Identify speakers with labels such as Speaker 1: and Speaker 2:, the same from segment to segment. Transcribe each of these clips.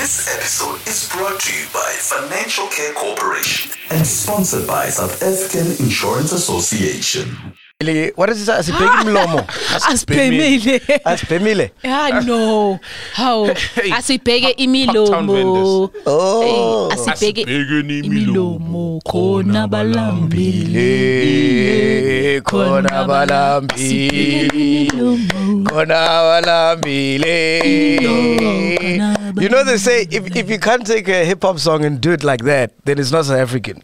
Speaker 1: This episode is brought to you by Financial Care Corporation and sponsored by South African Insurance Association.
Speaker 2: Ili, what is this? Asibheki mlomo.
Speaker 3: asibhemile
Speaker 2: Asibhemile.
Speaker 3: ah no hawu asibheke
Speaker 4: Parktown
Speaker 3: imilomo
Speaker 4: vendors.
Speaker 2: Oh.
Speaker 3: Hey, asibheke
Speaker 4: Asibhekeni
Speaker 3: imilomo khona balambile
Speaker 2: Eh, khona
Speaker 3: Asibhekeni
Speaker 2: balambile.
Speaker 3: imilomo.
Speaker 2: Khona balambile. You know they say if, if you can't take a hip hop song and do it like that, then it's not South African.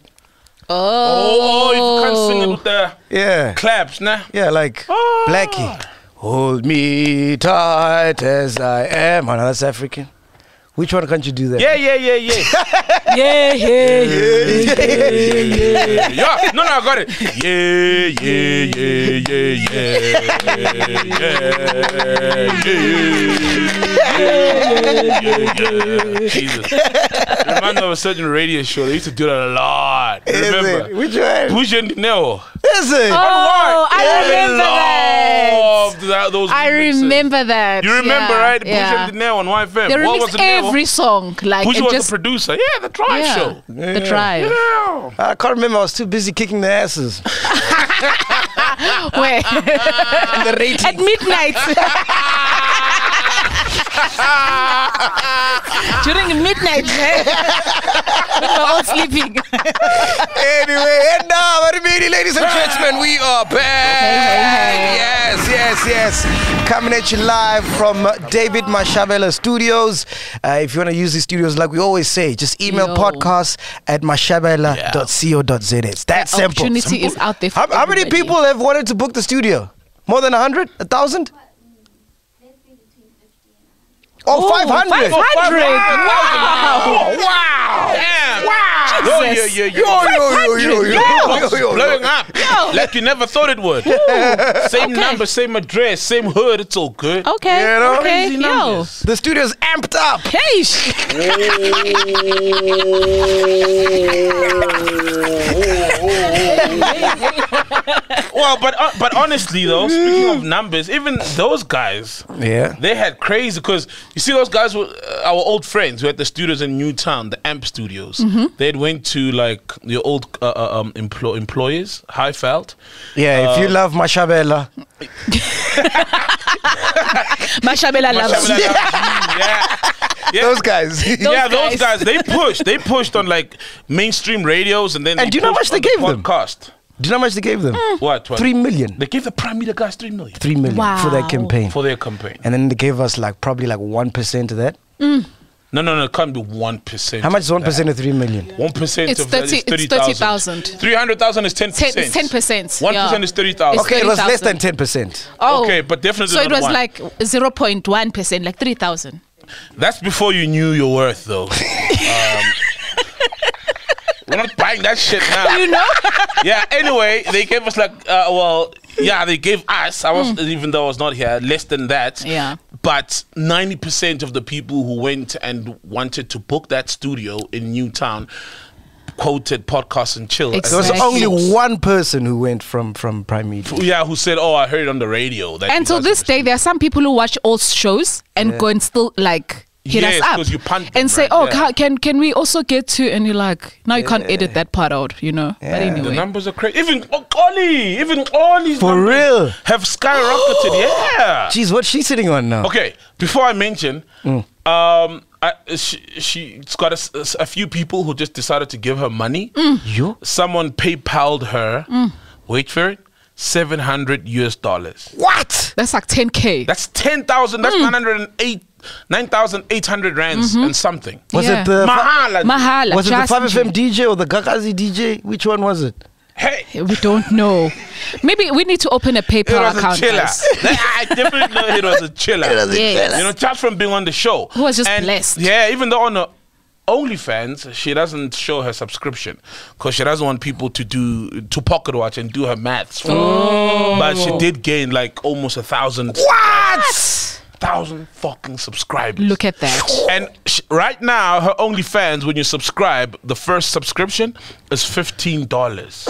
Speaker 4: Oh, you can't sing it with the
Speaker 2: Yeah.
Speaker 4: claps, nah.
Speaker 2: Yeah, like
Speaker 4: Ah.
Speaker 2: Blackie. Hold me tight as I am. Oh, no, that's African. Which one can't you do that?
Speaker 4: Yeah, yeah, yeah, yeah.
Speaker 3: yeah yeah
Speaker 4: yeah. yeah. No, no, I got it. Yeah, yeah, yeah, yeah, yeah, yeah, yeah, yeah, yeah, yeah, yeah. Jesus. Remind me of a certain radio show. They used to do that a lot.
Speaker 2: Is it?
Speaker 4: Remember? Ah.
Speaker 2: Which one?
Speaker 4: Bush and Neo.
Speaker 2: Is it?
Speaker 3: oh i remember that
Speaker 4: Loved that, those
Speaker 3: i
Speaker 4: remixes.
Speaker 3: remember that
Speaker 4: You remember,
Speaker 3: Yeah,
Speaker 4: right? Bush
Speaker 3: yeah
Speaker 4: and Neo on YFM.
Speaker 3: they
Speaker 4: what was
Speaker 3: remix
Speaker 4: the name?
Speaker 3: every song like
Speaker 4: Bush
Speaker 3: it
Speaker 4: was
Speaker 3: just
Speaker 4: the producer. Yeah, the Drive
Speaker 3: yeah,
Speaker 4: Show.
Speaker 3: the trial
Speaker 4: Yeah.
Speaker 2: I can't remember. I was too busy kicking the asses.
Speaker 3: Wait.
Speaker 2: the rating.
Speaker 3: at midnight during midnight eh? we were all sleeping
Speaker 2: anyway, and now, what do you mean, ladies and gentlemen, we are back.
Speaker 3: hey, hey.
Speaker 2: Yes, yes, yes. Coming at you live from uh, David Mashabela Studios. Uh, if you want to use these studios, like we always say, just email
Speaker 3: Yo.
Speaker 2: podcast at mashabela.co.za. It's that simple.
Speaker 3: opportunity is out there for
Speaker 2: How, how many
Speaker 3: everybody.
Speaker 2: people have wanted to book the studio? More than 100? 1,000? Oh, 500.
Speaker 3: 500.
Speaker 4: Wow! Wow! Damn! Wow! Yo, yo,
Speaker 3: Jesus.
Speaker 4: yo, yo,
Speaker 2: yo, yo, yo, yo, yo,
Speaker 4: It's
Speaker 2: yo, yo.
Speaker 4: blowing up
Speaker 3: Yo.
Speaker 4: like you never thought it would. Same
Speaker 3: Okay.
Speaker 4: number, same address, same hood. It's all good.
Speaker 3: Okay.
Speaker 2: You know?
Speaker 3: okay.
Speaker 4: Crazy
Speaker 3: Yo.
Speaker 4: numbers.
Speaker 2: The studio's amped up.
Speaker 3: Hey.
Speaker 4: Well, but uh, but honestly though, speaking of numbers, even those guys,
Speaker 2: Yeah.
Speaker 4: they had crazy because you see those guys were uh, our old friends who had the studios in Newtown, the Amp Studios.
Speaker 3: Mm-hmm.
Speaker 4: They would went to like your old uh, uh, um, emplo- employers, Highfeld.
Speaker 2: Yeah, if you love Mashabela,
Speaker 3: Mashabela loves you.
Speaker 4: yeah. Yeah.
Speaker 2: those guys.
Speaker 4: yeah,
Speaker 3: Those
Speaker 4: those guys. They pushed. They pushed on like mainstream radios, and then.
Speaker 2: And do you know how
Speaker 4: pushed
Speaker 2: much
Speaker 4: on
Speaker 2: they
Speaker 4: the
Speaker 2: gave them?
Speaker 4: Podcast.
Speaker 2: Do you know how much they gave them?
Speaker 3: Mm.
Speaker 4: What, what?
Speaker 2: Three million.
Speaker 4: They gave the prime media guys three million
Speaker 2: Three million for that
Speaker 3: Wow.
Speaker 2: campaign.
Speaker 4: for their campaign.
Speaker 2: And then they gave us like probably like one percent of that.
Speaker 4: No, no, no. It can't be one percent.
Speaker 2: How much is one percent of three million?
Speaker 4: One percent.
Speaker 3: It's
Speaker 4: of that
Speaker 3: 30
Speaker 4: is
Speaker 3: it's
Speaker 4: thirty
Speaker 3: 30,000.
Speaker 4: thousand. Three hundred thousand is ten
Speaker 3: Ten-
Speaker 4: percent.
Speaker 3: it's 10%,
Speaker 4: One
Speaker 3: yeah.
Speaker 4: is thirty thousand.
Speaker 3: It's
Speaker 2: Okay, it was less
Speaker 3: 30,000.
Speaker 2: than ten percent.
Speaker 3: Oh.
Speaker 4: Okay, but definitely
Speaker 3: So it
Speaker 4: not
Speaker 3: was
Speaker 4: one.
Speaker 3: like 0.1%, like 3,000.
Speaker 4: That's before you knew your worth, though. Um, we're not buying that shit now.
Speaker 3: You know?
Speaker 4: yeah. Anyway, they gave us like, uh, well, yeah, they gave us. I was even though I was not here, less than that.
Speaker 3: Hmm. Yeah.
Speaker 4: But ninety percent of the people who went and wanted to book that studio in Newtown quoted podcast and chill. as
Speaker 2: There was
Speaker 3: Exactly.
Speaker 2: only one person who went from from Prime Media.
Speaker 4: the- yeah, who said, "Oh, I heard it on the radio." That
Speaker 3: And
Speaker 4: you
Speaker 3: till
Speaker 4: guys
Speaker 3: this
Speaker 4: were-
Speaker 3: day, there are some people who watch old shows and go and still like hit
Speaker 4: Yes,
Speaker 3: us
Speaker 4: 'cause
Speaker 3: up
Speaker 4: you punt them,
Speaker 3: and say,
Speaker 4: right?
Speaker 3: "Oh,
Speaker 4: Yeah.
Speaker 3: ca- can can we also get to?" And you're like, "Now you can't edit that part out," you know. But
Speaker 2: Yeah. The
Speaker 4: The
Speaker 3: anyway,
Speaker 4: numbers are crazy. Even oh, Ollie, even Ollie's
Speaker 2: For
Speaker 4: numbers
Speaker 2: real?
Speaker 4: have skyrocketed. yeah.
Speaker 2: Jeez, what's she sitting on now?
Speaker 4: Okay, before I mention, um, I, she, she's got a s- a, s- a few people who just decided to give her money.
Speaker 2: You?
Speaker 4: Someone PayPal'd her, wait for it, 700 US dollars.
Speaker 2: What?
Speaker 3: that's like 10k.
Speaker 4: That's 10,000, that's 908, 9,800 rands and something.
Speaker 2: Was
Speaker 3: Yeah.
Speaker 2: it the
Speaker 4: Mahala.
Speaker 3: Mahala.
Speaker 2: was it the
Speaker 3: just
Speaker 2: Five
Speaker 3: nje.
Speaker 2: FM DJ or the Gagazi DJ? Which one was it?
Speaker 4: Hey,
Speaker 3: We don't know. Maybe we need to open a
Speaker 4: it
Speaker 3: PayPal
Speaker 4: was a
Speaker 3: account.
Speaker 4: chiller.
Speaker 3: guys.
Speaker 4: I definitely know it was a chiller.
Speaker 3: Yes.
Speaker 4: You know, just from being on the show.
Speaker 3: Who was just blessed.
Speaker 4: Yeah, even though on her OnlyFans, she doesn't show her subscription because she doesn't want people to do to pocket watch and do her maths.
Speaker 3: Oh.
Speaker 4: Oh. But she did gain like almost a thousand,
Speaker 2: What?
Speaker 4: thousand fucking subscribers.
Speaker 3: Look at that.
Speaker 4: and sh- right now, her OnlyFans, when you subscribe, the first subscription is fifteen dollars.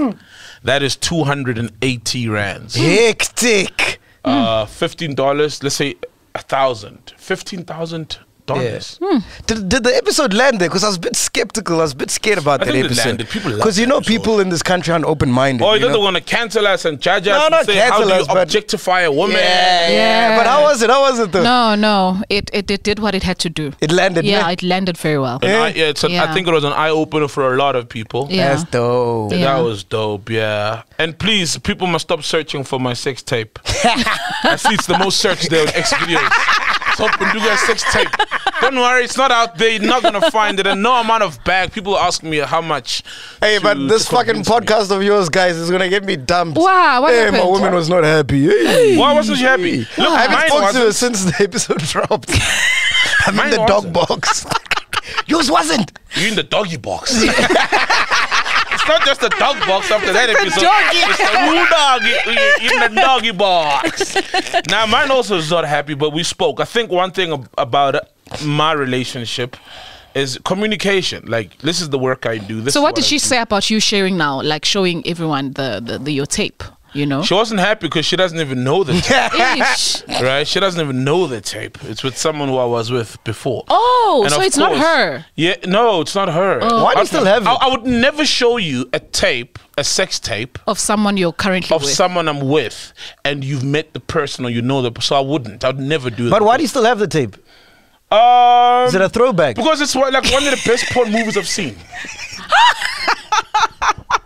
Speaker 4: that is two hundred and eighty rands
Speaker 2: Hectic. Hmm.
Speaker 4: uh, fifteen dollars. Let's say a thousand. Fifteen thousand done
Speaker 2: Yeah.
Speaker 4: this.
Speaker 2: Did, did the episode land there? Because I was a bit skeptical. I was a bit scared about
Speaker 4: I
Speaker 2: that
Speaker 4: think it
Speaker 2: episode.
Speaker 4: landed. People love
Speaker 2: Because you
Speaker 4: the
Speaker 2: know,
Speaker 4: episode.
Speaker 2: people in this country aren't open minded.
Speaker 4: Oh, you
Speaker 2: you
Speaker 4: thought they
Speaker 2: know?
Speaker 4: were gonna cancel us and judge us?
Speaker 2: No,
Speaker 4: and
Speaker 2: not
Speaker 4: say,
Speaker 2: cancel
Speaker 4: How do
Speaker 2: us,
Speaker 4: you
Speaker 2: but-
Speaker 4: objectify a woman?
Speaker 2: yeah.
Speaker 3: Yeah.
Speaker 2: But how was it? How was it though?
Speaker 3: No, no. It, it it did what it had to do.
Speaker 2: It landed.
Speaker 3: yeah,
Speaker 2: meh?
Speaker 3: it landed very well.
Speaker 4: An eye- yeah, it's an- I
Speaker 3: Yeah.
Speaker 4: think it was an eye opener for a lot of people.
Speaker 3: Yeah.
Speaker 2: That's dope.
Speaker 3: Yeah.
Speaker 4: That was dope, yeah. And please, people must stop searching for my sex tape. I see it's the most searched there on X videos. Stop Panduga sex tape. Don't worry, it's not out there. You're not gonna find it. And no amount of bag. People ask me how much.
Speaker 2: Hey,
Speaker 4: to-
Speaker 2: but this
Speaker 4: to
Speaker 2: fucking
Speaker 4: convince me.
Speaker 2: podcast of yours, guys, is gonna get me dumped.
Speaker 3: Wow, what
Speaker 2: hey, my
Speaker 3: happened?
Speaker 2: woman was not happy. Hey.
Speaker 4: Why wasn't you happy? Look,
Speaker 2: I haven't
Speaker 4: mine
Speaker 2: spoken to her
Speaker 4: wasn't.
Speaker 2: since the episode dropped. I'm in
Speaker 4: Mine
Speaker 2: the dog
Speaker 4: wasn't.
Speaker 2: box. Yours wasn't.
Speaker 4: You in the doggy box. it's not just the dog box after that episode.
Speaker 3: doggy.
Speaker 4: It's the woo doggy you in the doggy box. now mine also is not happy, but we spoke. I think one thing ab- about my relationship is communication. Like this is the work I do. This
Speaker 3: So
Speaker 4: is
Speaker 3: what did
Speaker 4: I
Speaker 3: she
Speaker 4: do.
Speaker 3: say about you sharing now, like showing everyone the, the, the your tape? You know.
Speaker 4: She wasn't happy because she doesn't even know the tape,
Speaker 3: Ish.
Speaker 4: right? She doesn't even know the tape. It's with someone who I was with before.
Speaker 3: Oh,
Speaker 4: And
Speaker 3: so
Speaker 4: of
Speaker 3: it's not
Speaker 4: course-
Speaker 3: her.
Speaker 4: Yeah, no, it's not her.
Speaker 2: Why do you
Speaker 4: I'd-
Speaker 2: still have it?
Speaker 4: I, I would never show you a tape, a sex tape,
Speaker 3: Of someone you're currently
Speaker 4: of
Speaker 3: with.
Speaker 4: someone I'm with, and you've met the person or you know the person. So I wouldn't. I'd never do that.
Speaker 2: But why do you still have the tape?
Speaker 4: Um,
Speaker 2: Is it a throwback?
Speaker 4: because it's one, like one of the best porn movies I've seen.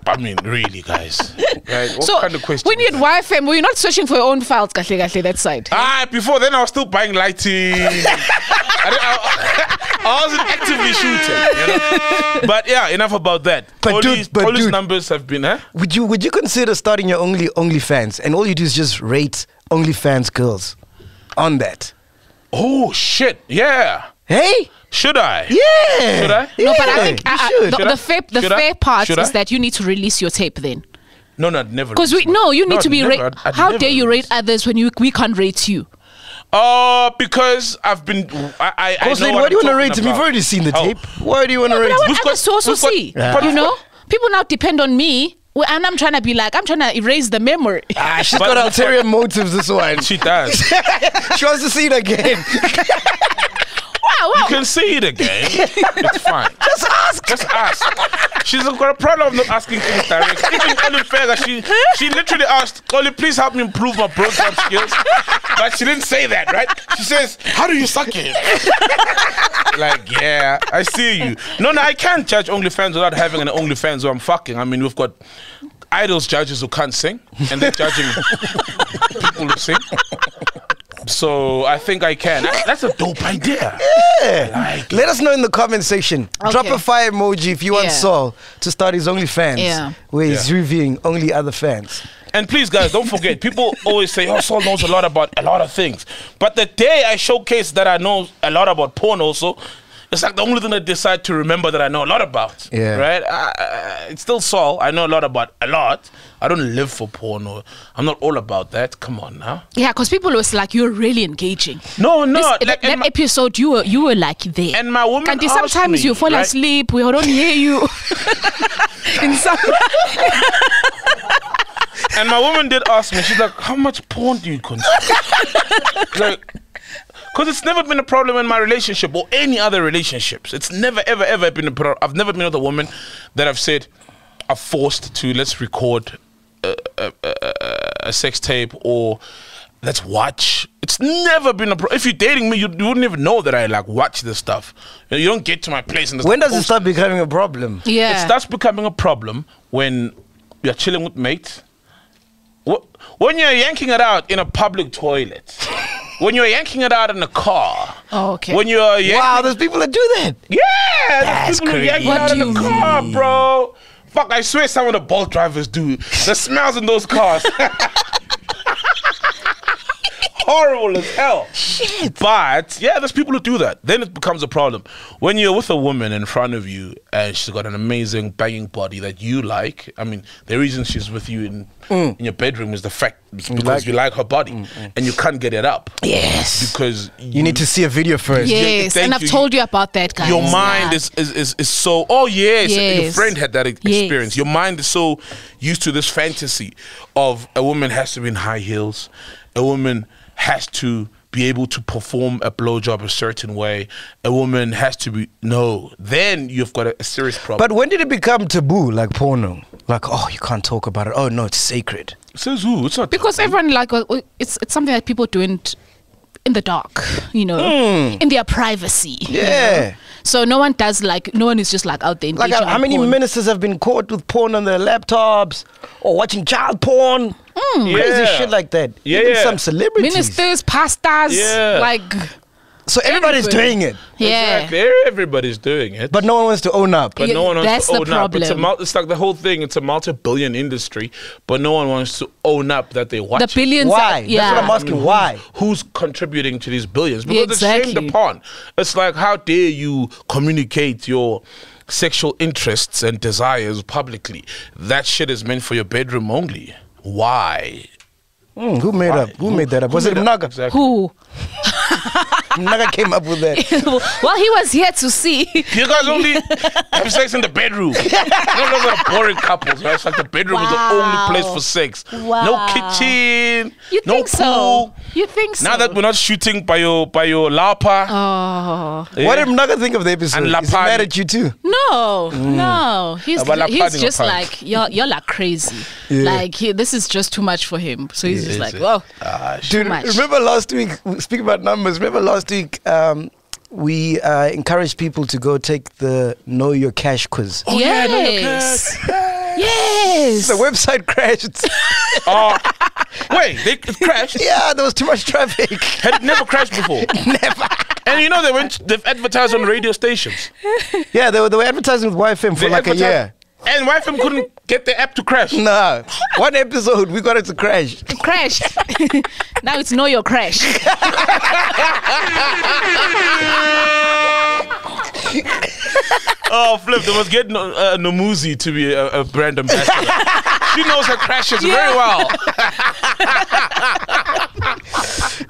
Speaker 4: I mean, really, guys. Right? What
Speaker 3: so
Speaker 4: kind of question?
Speaker 3: when you
Speaker 4: is
Speaker 3: had
Speaker 4: that?
Speaker 3: YFM, were you not searching for your own files, kahle kahle, that side?
Speaker 4: Ah, before then I was still buying lighting. I, didn't- I- I wasn't actively shooting, you know. But yeah, enough about that.
Speaker 2: But
Speaker 4: all
Speaker 2: dude,
Speaker 4: these,
Speaker 2: but
Speaker 4: all these
Speaker 2: dude.
Speaker 4: numbers have been, huh?
Speaker 2: Would you would you consider starting your only OnlyFans and all you do is just rate OnlyFans girls on that?
Speaker 4: Oh shit! Yeah,
Speaker 2: Hey,
Speaker 4: should I?
Speaker 2: yeah.
Speaker 4: Should I?
Speaker 3: No, but I
Speaker 2: Yeah,
Speaker 3: think
Speaker 2: you
Speaker 3: uh, uh,
Speaker 2: should.
Speaker 3: the,
Speaker 4: Should
Speaker 3: the
Speaker 4: I?
Speaker 3: fair the
Speaker 4: Should I?
Speaker 3: fair part
Speaker 4: Should I?
Speaker 3: is that you need to release your tape then,
Speaker 4: No, no, I'd never.
Speaker 3: because we
Speaker 4: release
Speaker 3: no,
Speaker 4: one.
Speaker 3: you need
Speaker 4: I'd
Speaker 3: to be.
Speaker 4: never-
Speaker 3: ra-
Speaker 4: I'd- I'd
Speaker 3: how
Speaker 4: never
Speaker 3: dare you
Speaker 4: release.
Speaker 3: rate others when you we can't rate you?
Speaker 4: Oh, because I've been. I. I, I
Speaker 2: Roslyn,
Speaker 4: know
Speaker 2: why
Speaker 4: what
Speaker 2: do you
Speaker 4: want to
Speaker 2: rate him? You've already seen the
Speaker 4: Oh.
Speaker 2: tape. Why do you want to
Speaker 3: But
Speaker 2: rate
Speaker 3: I
Speaker 2: him?
Speaker 3: want
Speaker 4: We've
Speaker 3: others to
Speaker 4: got-
Speaker 3: also
Speaker 4: we've got-
Speaker 3: see.
Speaker 4: Yeah. but
Speaker 3: You
Speaker 4: we've
Speaker 3: know, people now depend on me, well, and I'm trying to be like I'm trying to erase the memory.
Speaker 2: Ah, she's
Speaker 4: But-
Speaker 2: got ulterior motives. This one.
Speaker 4: She does. you
Speaker 2: she wants to see it again.
Speaker 3: wow, wow.
Speaker 4: can see it again. It's fine. Just ask. Just ask. She's got a problem of not asking things directly. Even Colin Fair, she she literally asked, Colin, please help me improve my program skills. But she didn't say that, right? She says, How do you suck it? like, yeah, I see you. No, no, I can't judge OnlyFans without having an OnlyFans who I'm fucking. I mean, we've got idols judges who can't sing, and they're judging people who sing. So I think I can. That- That's a dope idea.
Speaker 2: Yeah. Let us know in the comment section. Drop
Speaker 3: Okay.
Speaker 2: a fire emoji if you want
Speaker 3: Yeah.
Speaker 2: Saul to start his OnlyFans,
Speaker 3: Yeah.
Speaker 2: where he's
Speaker 4: Yeah.
Speaker 2: reviewing only other fans.
Speaker 4: And please, guys, don't forget. People always say, "Oh, Saul knows a lot about a lot of things," but the day I showcase that I know a lot about porn, also, it's like the only thing I decide to remember that I know a lot about.
Speaker 2: Yeah.
Speaker 4: Right? I, I, it's still Saul. I know a lot about a lot. I don't live for porn, or I'm not all about that. Come on now.
Speaker 3: Yeah, because people was like, "You're really engaging."
Speaker 4: No, no.
Speaker 3: This-
Speaker 4: like,
Speaker 3: that,
Speaker 4: and,
Speaker 3: that
Speaker 4: my,
Speaker 3: episode, you were you were like there.
Speaker 4: and my woman.
Speaker 3: Kanti,
Speaker 4: asked
Speaker 3: sometimes
Speaker 4: me,
Speaker 3: you fall
Speaker 4: right?
Speaker 3: asleep. We don't hear you. In some,
Speaker 4: And my woman did ask me, she's like, how much porn do you consume? like, because it's never been a problem in my relationship or any other relationships. It's never, ever, ever been a problem. I've never been with a woman that I've said, I've forced to, let's record a, a, a, a sex tape or let's watch. It's never been a problem. If you're dating me, you, you wouldn't even know that I like watch this stuff. You don't get to my place and
Speaker 2: When does it
Speaker 4: this
Speaker 2: start becoming a problem?
Speaker 3: yeah.
Speaker 4: it starts becoming a problem when you're chilling with mates. Wh- When you're yanking it out in a public toilet. when you're yanking it out in a car.
Speaker 3: Oh, okay.
Speaker 4: When you're yanking,
Speaker 2: Wow, there's people that do that.
Speaker 4: yeah,
Speaker 2: That's
Speaker 4: that's people who yank it
Speaker 2: crazy.
Speaker 4: out in the car, bro. Fuck, I swear some of the bolt drivers do. The smells in those cars. Horrible as hell. Shit. But yeah, there's people who do that. Then it becomes a problem. When you're with a woman in front of you and she's got an amazing banging body that you like. I mean, the reason she's with you in, in your bedroom is the fact it's because
Speaker 2: Mm. like
Speaker 4: you like her body and you can't get it up.
Speaker 2: Yes.
Speaker 4: Because
Speaker 2: You need to see a video first.
Speaker 3: yes,
Speaker 4: thank
Speaker 3: and I've
Speaker 4: you.
Speaker 3: told you about that, guys.
Speaker 4: your mind
Speaker 3: Yeah.
Speaker 4: is, is, is, is so oh yes, your
Speaker 3: Yes.
Speaker 4: friend had that e-
Speaker 3: Yes.
Speaker 4: experience your mind is so used to this fantasy of a woman has to be in high heels a woman has to be able to perform a blowjob a certain way. A woman has to be no. Then you've got a, a serious problem.
Speaker 2: But when did it become taboo, like porno? Like, oh, you can't talk about it. Oh, no, it's sacred.
Speaker 4: says who? It's not
Speaker 3: because everyone like uh, it's it's something that people do in in the dark, you know,
Speaker 4: Hmm.
Speaker 3: in their privacy. you know.
Speaker 2: Yeah.
Speaker 3: So no one does like no one is just like out there.
Speaker 2: Like,
Speaker 3: engaging
Speaker 2: how, how
Speaker 3: on
Speaker 2: many
Speaker 3: porn.
Speaker 2: ministers have been caught with porn on their laptops or watching child porn?
Speaker 3: Mm.
Speaker 2: Crazy
Speaker 4: Yeah.
Speaker 2: shit like that.
Speaker 4: Yeah,
Speaker 2: Even
Speaker 4: yeah.
Speaker 2: some celebrities.
Speaker 3: ministers, pastors,
Speaker 4: Yeah.
Speaker 3: like
Speaker 2: so everybody's
Speaker 3: Everybody.
Speaker 2: doing it,
Speaker 3: yeah.
Speaker 4: Exactly. Everybody's doing it.
Speaker 2: but no one wants to own up.
Speaker 4: but
Speaker 3: Yeah,
Speaker 4: no one wants
Speaker 3: that's
Speaker 4: to
Speaker 3: the
Speaker 4: own up. It's, a
Speaker 3: problem.
Speaker 4: mul- it's like the whole thing. It's a multi-billion industry, but no one wants to own up that they watch.
Speaker 3: The
Speaker 4: it.
Speaker 3: billions.
Speaker 2: Why?
Speaker 3: Are,
Speaker 2: That's
Speaker 3: yeah.
Speaker 2: what I'm asking. Why?
Speaker 4: Who's contributing to these billions? Because it's shamed
Speaker 3: exactly.
Speaker 4: upon. It's like how dare you communicate your sexual interests and desires publicly? That shit is meant for your bedroom only. Why?
Speaker 2: Mm, who made up? Who made that up? Was it
Speaker 4: made up-
Speaker 2: Mnaga?
Speaker 4: Exactly.
Speaker 3: Who?
Speaker 2: Mnaga came up with that.
Speaker 3: well, he was here to see.
Speaker 4: You guys only have sex in the bedroom. You know, those are boring couples, right? It's like the bedroom
Speaker 3: Wow.
Speaker 4: is the only place for sex. No
Speaker 3: Wow.
Speaker 4: kitchen,
Speaker 3: You
Speaker 4: no
Speaker 3: think so?
Speaker 4: pool.
Speaker 3: You think so?
Speaker 4: Now that we're not shooting by your by your lapa,
Speaker 3: Oh
Speaker 4: eh?
Speaker 2: What did Mnaga think of the episode?
Speaker 4: And
Speaker 2: He's
Speaker 4: Lapani.
Speaker 2: mad at you too.
Speaker 3: no, no! He's
Speaker 4: Mm. About lapani
Speaker 3: he's
Speaker 4: or
Speaker 3: just
Speaker 4: pant?
Speaker 3: like you're you're like crazy. Like he, this is just too much for him. So he's just like, whoa.
Speaker 4: Ah.
Speaker 2: Dude,
Speaker 3: much.
Speaker 2: remember last week, speaking about numbers, remember last week um, we uh, encouraged people to go take the Know Your Cash quiz.
Speaker 4: Oh, yeah, no, you
Speaker 3: yes. yes.
Speaker 2: The website crashed.
Speaker 4: Oh, wait, they it crashed.
Speaker 2: yeah, there was too much traffic.
Speaker 4: Had it never crashed before.
Speaker 2: Never.
Speaker 4: And you know they went. They've advertised on radio stations.
Speaker 2: Yeah, they were, they were advertising with YFM for
Speaker 4: They
Speaker 2: like a
Speaker 4: advertise-
Speaker 2: year.
Speaker 4: And YFM couldn't get the app to crash.
Speaker 2: No, one episode we got it to crash.
Speaker 3: crash. now it's know your crash.
Speaker 4: Oh, flip! They must get no, uh, Nomuzi to be a, a brand ambassador. she knows her crashes very well.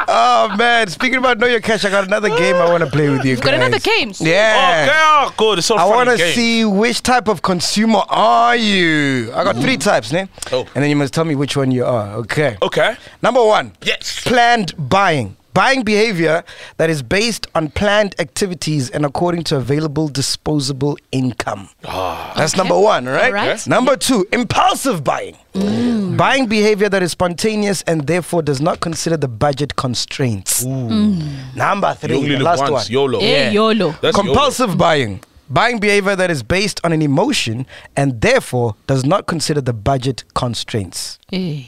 Speaker 2: Oh man, speaking about know your cash, I got another game I want to play with you
Speaker 3: We've got another game.
Speaker 2: Yeah.
Speaker 4: Oh, girl, good. It's so
Speaker 2: I
Speaker 4: want to
Speaker 2: see which type of consumer are you. I got three types, ne?
Speaker 4: Oh.
Speaker 2: And then you must tell me which one you are. Okay.
Speaker 4: Okay.
Speaker 2: Number one.
Speaker 4: Yes.
Speaker 2: Planned buying. Buying behavior that is based on planned activities and according to available disposable income.
Speaker 4: Ah.
Speaker 2: That's number one, right?
Speaker 3: All right. Mm.
Speaker 2: Number two, impulsive buying. Buying behavior that is spontaneous and therefore does not consider the budget constraints. Number
Speaker 4: You
Speaker 2: three,
Speaker 4: only
Speaker 2: the
Speaker 4: live
Speaker 2: last
Speaker 4: once.
Speaker 2: one.
Speaker 4: YOLO.
Speaker 3: Hey, Eh, YOLO.
Speaker 4: That's
Speaker 2: Compulsive buying. Buying behavior that is based on an emotion and therefore does not consider the budget constraints.
Speaker 3: Eh.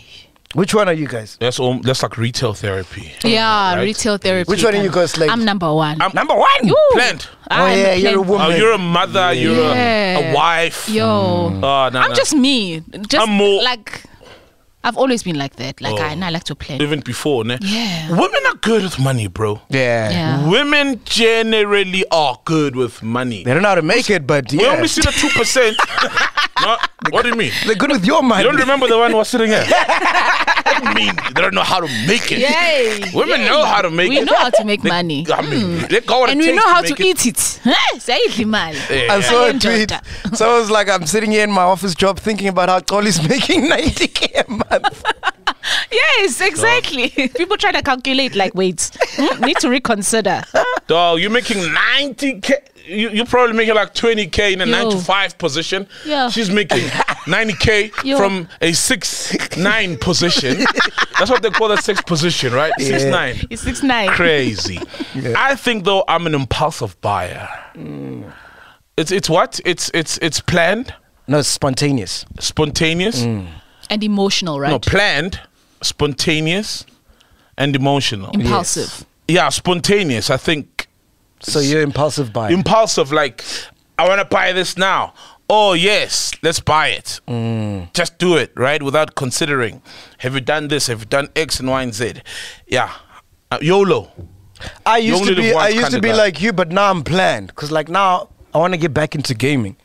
Speaker 2: Which one are you guys?
Speaker 4: That's all, that's like retail therapy.
Speaker 3: Yeah,
Speaker 4: Right.
Speaker 3: retail therapy.
Speaker 2: Which one are you guys, Slade?
Speaker 3: I'm number one.
Speaker 4: I'm-
Speaker 2: Number one.
Speaker 3: Ooh,
Speaker 4: Planned.
Speaker 2: Oh
Speaker 3: I'm
Speaker 2: yeah, you're a
Speaker 3: planned.
Speaker 2: woman.
Speaker 4: Oh, you're a mother. You're a,
Speaker 3: Yeah.
Speaker 4: a wife.
Speaker 3: Yo,
Speaker 4: Oh, no,
Speaker 3: I'm
Speaker 4: no.
Speaker 3: just me. Just
Speaker 4: I'm more-
Speaker 3: like I've always been like that. Like
Speaker 4: Oh.
Speaker 3: I, and I like to plan.
Speaker 4: even before, ne?
Speaker 3: Yeah.
Speaker 4: Women are good with money, bro.
Speaker 2: yeah.
Speaker 3: Yeah.
Speaker 4: Women generally are good with money.
Speaker 2: They don't know how to make it, but
Speaker 4: We
Speaker 2: yeah.
Speaker 4: only see the two percent. what do you mean?
Speaker 2: They're good with your money.
Speaker 4: You don't remember the one who was sitting here? what do you mean? They don't know how to make it.
Speaker 3: Yay!
Speaker 4: Women know how to make
Speaker 3: we
Speaker 4: it.
Speaker 3: know how to make
Speaker 4: They-
Speaker 3: money, Hmm.
Speaker 4: I mean, they go on
Speaker 3: and we know how to eat it. Huh? Say it, Limal.
Speaker 2: I saw a
Speaker 3: Iron
Speaker 2: tweet.
Speaker 3: daughter.
Speaker 2: So I was like, I'm sitting here in my office job thinking about how Tolly's making 90k a month.
Speaker 3: Yes, exactly. People try to calculate. Like, wait, hmm, need to reconsider.
Speaker 4: Dog, you're making 90K. You, you're probably making like 20K in a
Speaker 3: Yo.
Speaker 4: 9 to 5 position.
Speaker 3: Yeah.
Speaker 4: She's making 90K
Speaker 3: Yo.
Speaker 4: from a 6 9 position. That's what they call that 6 position, right? 6 9.
Speaker 3: It's six nine.
Speaker 4: Crazy. I think, though, I'm an impulsive buyer. It's, it's what? It's, it's, it's planned,
Speaker 2: No, it's spontaneous.
Speaker 4: spontaneous.
Speaker 3: and emotional, right?
Speaker 4: No, planned, spontaneous, and emotional.
Speaker 3: Impulsive.
Speaker 4: yeah, spontaneous. I think
Speaker 2: So you're impulsive buying.
Speaker 4: impulsive. Like, I want to buy this now. Oh yes, let's buy it. Just do it, right? Without considering. Have you done this? Have you done X and Y and Z? Yeah, uh, YOLO.
Speaker 2: I used
Speaker 4: only
Speaker 2: to
Speaker 4: live
Speaker 2: be, I
Speaker 4: once
Speaker 2: used to be
Speaker 4: kinda guy.
Speaker 2: like you, but now I'm planned. Cause like now I want to get back into gaming,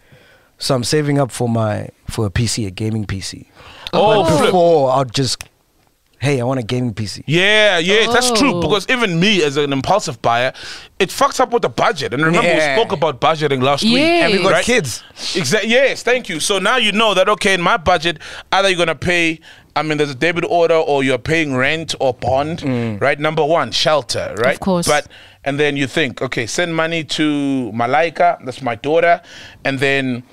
Speaker 2: so I'm saving up for my for a PC, a gaming PC.
Speaker 4: Oh,
Speaker 2: but
Speaker 4: flip.
Speaker 2: before I'll just, hey, I want a gaming PC.
Speaker 4: Yeah, yeah, that's true.
Speaker 3: Oh.
Speaker 4: Because even me, as an impulsive buyer, it fucks up with the budget. And remember,
Speaker 2: Yeah.
Speaker 4: we spoke about budgeting last week.
Speaker 3: Yeah. And we
Speaker 2: got kids.
Speaker 4: Exactly. Yes, thank you. So now you know that okay, in my budget, either you're gonna pay I mean, there's a debit order or you're paying rent or bond, right? Number one, shelter, right?
Speaker 3: Mm. course.
Speaker 4: But and then you think, okay, send money to Malaika, that's my daughter, and then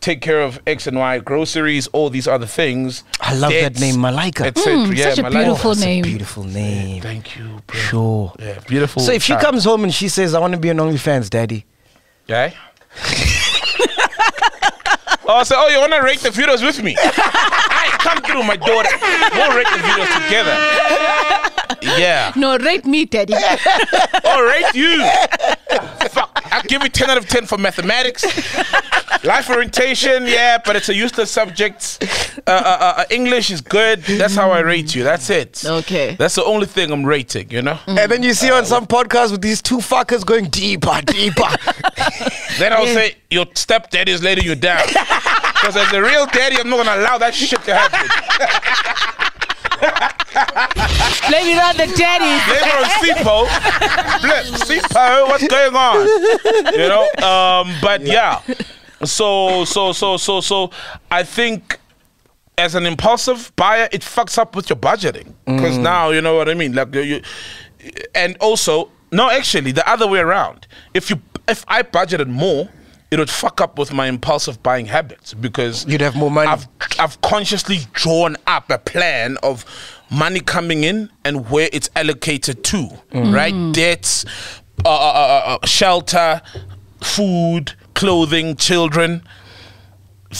Speaker 4: take care of X and Y groceries, all these other things.
Speaker 2: I love that
Speaker 4: debts,
Speaker 2: name, Malaika.
Speaker 4: et cetera.
Speaker 3: Mm,
Speaker 4: yeah,
Speaker 3: such a
Speaker 4: Malaika.
Speaker 3: beautiful
Speaker 2: That's
Speaker 3: name.
Speaker 2: a beautiful name.
Speaker 4: Thank you, bro.
Speaker 2: Sure.
Speaker 4: Yeah, beautiful.
Speaker 2: So if she
Speaker 4: child.
Speaker 2: comes home and she says, I want to be an OnlyFans daddy.
Speaker 4: Yeah. oh, so oh, you wanna rate the videos with me? I come through, my daughter. We'll rate the videos together. Yeah.
Speaker 3: No, rate me, Daddy.
Speaker 4: Oh, rate you. Fuck. I give you ten out of ten for mathematics, life orientation. Yeah, but it's a useless subject. Uh, uh, uh, uh, English is good. That's how I rate you. That's it.
Speaker 3: Okay.
Speaker 4: That's the only thing I'm rating. You know.
Speaker 2: And then you see her on some podcast with these two fuckers going deeper, deeper.
Speaker 4: Then I'll say your stepdaddy is letting you down. Because as a real daddy, I'm not gonna allow that shit to happen.
Speaker 3: Let me run the daddy.
Speaker 4: Labor on Sipo. Flip, Sipo, what's going on? You know, um, but yeah. So, so, so, so, so, I think as an impulsive buyer, it fucks up with your budgeting.
Speaker 2: Mm.
Speaker 4: Because now, you know what I mean? Like, you, you, and also, no, actually, the other way around. If you, if I budgeted more, it would fuck up with my impulsive buying habits because
Speaker 2: You'd have more money.
Speaker 4: I've I've consciously drawn up a plan of money coming in and where it's allocated to,
Speaker 2: Mm.
Speaker 4: right? Debts, uh, uh, uh, uh, shelter, food, clothing, children.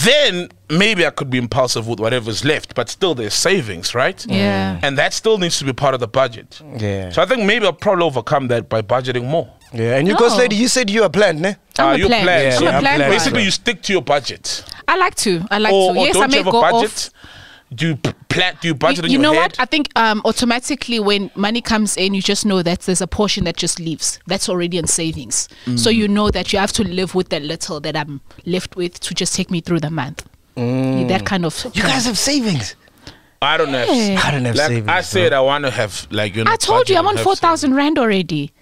Speaker 4: Then maybe I could be impulsive with whatever's left, but still there's savings, right?
Speaker 3: Yeah.
Speaker 4: And that still needs to be part of the budget.
Speaker 2: Yeah.
Speaker 4: So I think maybe I'll probably overcome that by budgeting more.
Speaker 2: yeah, and you
Speaker 3: No.
Speaker 2: go, lady, you said you are planned, ne?
Speaker 3: I'm
Speaker 4: Ah,
Speaker 3: a
Speaker 4: you
Speaker 3: plan.
Speaker 4: plan.
Speaker 3: I'm
Speaker 4: So
Speaker 3: a
Speaker 2: I'm
Speaker 3: plan.
Speaker 2: plan.
Speaker 3: girl.
Speaker 4: Basically, you stick to your budget.
Speaker 3: I like to. I like
Speaker 4: or,
Speaker 3: to.
Speaker 4: or
Speaker 3: yes, I
Speaker 4: don't
Speaker 3: may
Speaker 4: you have
Speaker 3: go
Speaker 4: a
Speaker 3: off.
Speaker 4: budget? Do you p- plan? Do you budget
Speaker 3: You,
Speaker 4: in
Speaker 3: you
Speaker 4: your
Speaker 3: know
Speaker 4: head?
Speaker 3: what? I think um, automatically when money comes in, you just know that there's a portion that just leaves. That's already in savings. So
Speaker 4: Mm.
Speaker 3: you know that you have to live with the little that I'm left with to just take me through the month.
Speaker 4: Mm.
Speaker 3: That kind of.
Speaker 2: You guys have savings.
Speaker 4: I don't have.
Speaker 3: Yeah.
Speaker 2: I don't have
Speaker 4: like,
Speaker 2: savings.
Speaker 4: I said
Speaker 2: bro.
Speaker 4: I want to have like you know.
Speaker 3: I told you I'm on
Speaker 4: budget,
Speaker 3: four
Speaker 4: have savings.
Speaker 3: thousand rand already.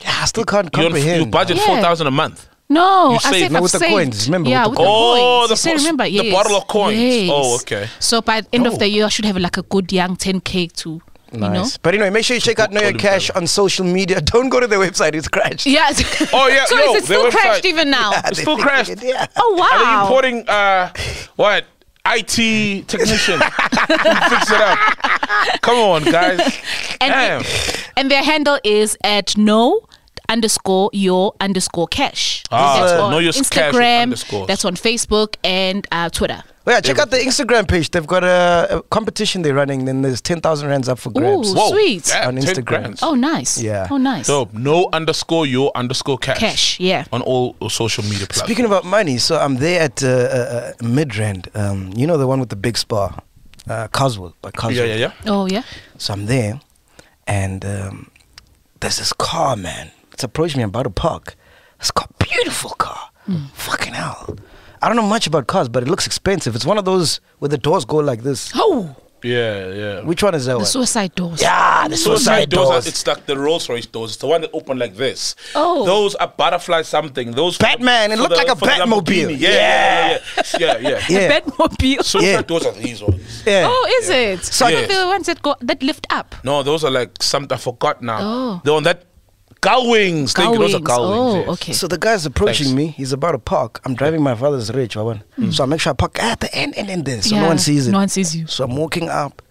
Speaker 2: Yeah, I still can't
Speaker 4: You, don't-
Speaker 2: comprehend.
Speaker 4: you budget
Speaker 3: Yeah.
Speaker 4: four thousand a month.
Speaker 3: No,
Speaker 4: You
Speaker 3: I
Speaker 4: saved.
Speaker 3: said
Speaker 4: No,
Speaker 3: I've
Speaker 2: with the
Speaker 3: saved.
Speaker 2: coins, remember,
Speaker 3: Yeah,
Speaker 2: with
Speaker 3: with
Speaker 2: the
Speaker 3: the
Speaker 4: coins. Oh,
Speaker 3: coins.
Speaker 4: the
Speaker 3: You still
Speaker 4: pos-
Speaker 3: remember?
Speaker 4: the
Speaker 3: Yes.
Speaker 4: bottle of coins.
Speaker 3: Yes.
Speaker 4: Oh, okay.
Speaker 3: So by the end
Speaker 4: Oh.
Speaker 3: of the year, I should have like a good young 10k to, you know.
Speaker 2: But anyway, make sure you check out Know Your
Speaker 4: Olive
Speaker 2: Cash on social media. Don't go to their website, it's crashed.
Speaker 3: Yeah.
Speaker 4: Oh, yeah,
Speaker 3: So
Speaker 4: yo,
Speaker 3: is it still
Speaker 4: their
Speaker 3: crashed
Speaker 4: website.
Speaker 3: even now?
Speaker 4: It's still crashed.
Speaker 2: Yeah.
Speaker 3: Oh
Speaker 4: Are they
Speaker 3: wow.
Speaker 4: importing uh, what IT technician? to fix it up. Come on, guys. Damn.
Speaker 3: And, and their handle is at no underscore your underscore cash.
Speaker 4: Ah,
Speaker 3: that's
Speaker 4: so
Speaker 3: on
Speaker 4: know your cash with
Speaker 3: Instagram.
Speaker 4: underscores.
Speaker 3: That's on Facebook and uh, Twitter.
Speaker 2: Well, yeah, check out the Instagram page. They've got a, a competition they're running. Then there's 10,000 rands up for grabs.
Speaker 3: Ooh. Sweet.
Speaker 4: damn,
Speaker 2: On
Speaker 4: 10
Speaker 2: Instagram.
Speaker 4: grand.
Speaker 3: Oh nice.
Speaker 2: Yeah.
Speaker 3: Oh nice.
Speaker 4: Dope. No underscore your underscore cash.
Speaker 3: Cash, yeah.
Speaker 4: On all social media platforms.
Speaker 2: Speaking about money, so I'm there at uh, uh, uh, Midrand. Um, you know the one with the big spa, uh, Coswell by
Speaker 4: yeah,
Speaker 2: Coswell.
Speaker 4: yeah, yeah.
Speaker 3: Oh yeah.
Speaker 2: So I'm there, and um, there's this car, man. It's approached me. I'm about to park. This car, beautiful car.
Speaker 3: Hmm.
Speaker 2: Fucking hell. I don't know much about cars, but it looks expensive. It's one of those where the doors go like this.
Speaker 3: Oh,
Speaker 4: Yeah, yeah.
Speaker 2: Which one is that
Speaker 3: the
Speaker 2: one?
Speaker 3: suicide doors.
Speaker 2: yeah, the
Speaker 4: So
Speaker 2: suicide,
Speaker 4: it's like
Speaker 2: doors.
Speaker 4: Are, it's like the Rolls Royce doors. It's the one that open like this.
Speaker 3: Oh.
Speaker 4: Those are butterfly something. Those for the-
Speaker 2: Batman, it
Speaker 4: for
Speaker 2: looked like a
Speaker 4: for the
Speaker 2: Batmobile.
Speaker 4: Lamborghini. Yeah, yeah, yeah, yeah. yeah, yeah.
Speaker 3: The
Speaker 2: yeah.
Speaker 3: Batmobile.
Speaker 4: So
Speaker 2: Yeah.
Speaker 4: yeah. those are these ones.
Speaker 2: yeah.
Speaker 3: Oh, is it? So
Speaker 4: Yeah.
Speaker 3: I thought they were ones that go that lift up.
Speaker 4: No, those are like something I forgot now.
Speaker 3: Oh.
Speaker 4: The one that gull wings. Thank you. Those are
Speaker 3: Gullwings.
Speaker 4: gull wings.
Speaker 3: Oh,
Speaker 4: yes.
Speaker 3: okay.
Speaker 2: So the guy's approaching
Speaker 4: Thanks.
Speaker 2: me. He's about to park. I'm driving my father's rich. So I make sure I park at the end and then there. So
Speaker 3: Mm. Yeah,
Speaker 2: no one sees it.
Speaker 3: No one sees you.
Speaker 2: So I'm walking up,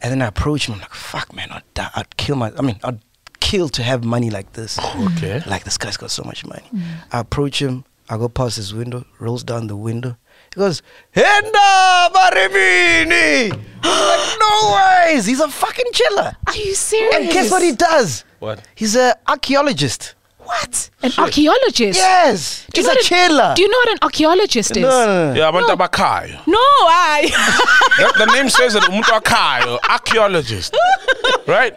Speaker 2: and then I approach him. I'm like, "Fuck, man, I'd, die. I'd kill my. I mean, I'd kill to have money like this.
Speaker 4: Oh, Okay.
Speaker 2: Like this guy's got so much money.
Speaker 3: Mm.
Speaker 2: I approach him. I go past his window. Rolls down the window. He goes, "Henda Marivini." like, no ways. He's a fucking chiller.
Speaker 3: Are you serious?
Speaker 2: And guess what he does?
Speaker 4: What?
Speaker 2: He's an archaeologist.
Speaker 3: What? An archaeologist?
Speaker 2: Yes.
Speaker 3: Do
Speaker 2: He's
Speaker 3: you know
Speaker 2: a
Speaker 3: what an-
Speaker 2: chiller.
Speaker 3: Do you know what an archaeologist is?
Speaker 2: No, no, no.
Speaker 4: Yeah, I want Abakai.
Speaker 3: No, I.
Speaker 4: that, the name says it. Umuntu Akayo, archaeologist, right?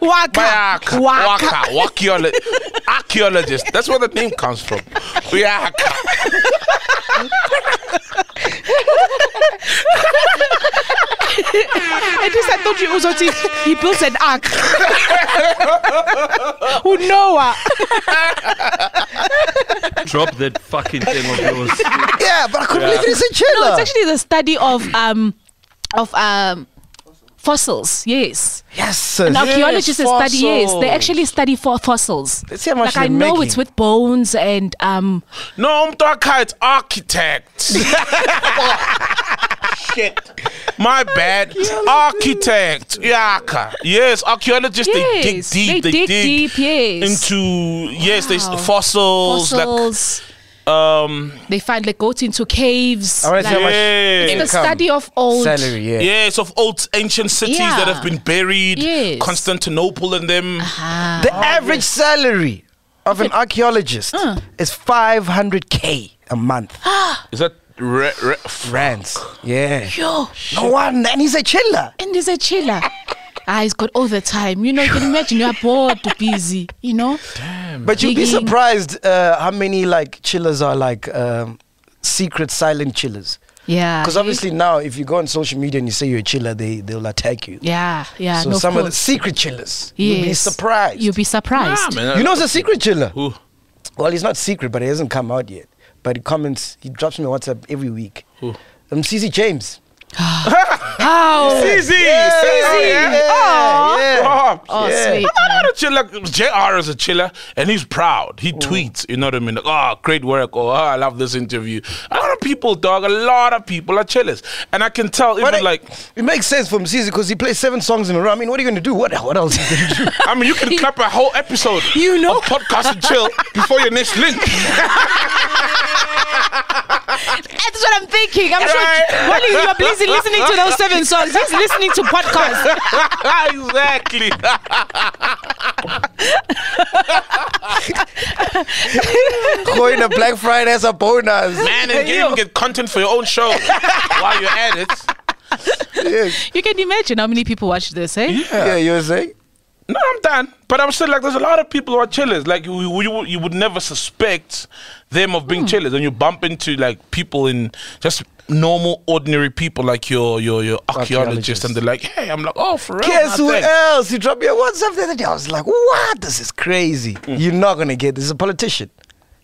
Speaker 3: Waka.
Speaker 4: Bayaka,
Speaker 3: Waka.
Speaker 4: Waka. Wakiolo- Archaeologist. That's where the name comes from. Waka.
Speaker 3: At least I thought you was he built an ark. Who Noah?
Speaker 5: Drop that fucking thing of yours.
Speaker 2: Yeah, but I couldn't
Speaker 4: Yeah.
Speaker 2: believe it. He's a chiller.
Speaker 3: No, it's actually the study of um of um fossils. Yes.
Speaker 2: Yes.
Speaker 3: And
Speaker 2: sis.
Speaker 3: archaeologists
Speaker 4: Yes,
Speaker 3: study yes, they
Speaker 4: fossils.
Speaker 3: actually study for fossils.
Speaker 2: Let's see how much
Speaker 3: like I
Speaker 2: they're
Speaker 3: know
Speaker 2: making.
Speaker 3: it's with bones and um
Speaker 4: No, I'm talking it's architect. Shit. My bad. Architect. Yaka. Yes, archaeologists they dig
Speaker 3: yes,
Speaker 4: deep. They,
Speaker 3: dig, deep, yes.
Speaker 4: into yes, they s-
Speaker 3: Wow.
Speaker 4: fossils,
Speaker 3: fossils.
Speaker 4: like um
Speaker 3: they find like goats into caves.
Speaker 2: I wanna see how
Speaker 3: like-
Speaker 2: much
Speaker 4: Yeah.
Speaker 3: it's the
Speaker 2: income,
Speaker 3: study of old
Speaker 2: salary. Yeah.
Speaker 4: yes, of old ancient cities that
Speaker 3: Yeah.
Speaker 4: have been buried.
Speaker 3: Yes.
Speaker 4: Constantinople and them.
Speaker 3: Ah,
Speaker 2: The average salary of an archaeologist is 500k a month.
Speaker 4: Is that re- re- f-
Speaker 2: Rands. Yeah.
Speaker 3: yo,
Speaker 2: No one. And he's a chiller.
Speaker 3: and there's a chiller. Ah, he's got all the time. You know, you can imagine you're bored, busy, you know?
Speaker 2: But you'd be
Speaker 3: Digging.
Speaker 2: surprised uh, how many like chillers are like um, secret silent chillers.
Speaker 3: Ah, Yeah.
Speaker 2: Because obviously now, if you go on social media and you say you're a chiller, they they'll attack you.
Speaker 3: Yeah, yeah.
Speaker 2: so
Speaker 3: Ah, no,
Speaker 2: some of the
Speaker 3: course.
Speaker 2: secret chillers, you'll be
Speaker 3: Yes.
Speaker 2: surprised.
Speaker 3: You'll be
Speaker 4: Ah,
Speaker 3: surprised.
Speaker 4: man,
Speaker 2: you know, it's a secret chiller.
Speaker 4: Who?
Speaker 2: Well, he's not secret, but he hasn't come out yet. But he comments, he drops me a WhatsApp every week.
Speaker 4: Who?
Speaker 2: Um, CC James.
Speaker 3: How?
Speaker 4: Easy. Oh, yeah.
Speaker 2: Yeah, yeah.
Speaker 4: Oh,
Speaker 3: Oh,
Speaker 4: yeah.
Speaker 3: sweet.
Speaker 4: I'm not a chiller. JR is a chiller and he's proud. He tweets, you know what I mean? Like, oh, great work. Or, oh, I love this interview. A lot of people, dog, a lot of people are chillers. And I can tell, even
Speaker 2: But it,
Speaker 4: like,
Speaker 2: it makes sense for Mzizi because he plays seven songs in a row. I mean, what are you going to do? What, what else are you going to do?
Speaker 4: I mean, you can clap a whole episode
Speaker 3: You know.
Speaker 4: of podcast and chill before your next link.
Speaker 3: That's what I'm thinking. I'm
Speaker 4: Right.
Speaker 3: sure while you are busy listening to those seven songs, he's listening to podcasts.
Speaker 4: exactly.
Speaker 2: Going to Black Friday as a bonus.
Speaker 4: Man, and you even get content for your own show while you're at it.
Speaker 2: Yes.
Speaker 3: You can imagine how many people watch this, eh?
Speaker 2: Yeah. you were saying?
Speaker 4: No, I'm done. But I'm still like, there's a lot of people who are chillers. Like, you, you, would- you would never suspect them of
Speaker 3: Hmm.
Speaker 4: being chillers. And you bump into like people in just normal, ordinary people, like your your your
Speaker 2: Archaeologists.
Speaker 4: archaeologists, and they're like, hey, I'm like, oh, for real.
Speaker 2: Guess
Speaker 4: Nah,
Speaker 2: who
Speaker 4: thanks."
Speaker 2: else? He dropped me a WhatsApp the other day. I was like, what? This is crazy. You're not going to get this. He's a politician.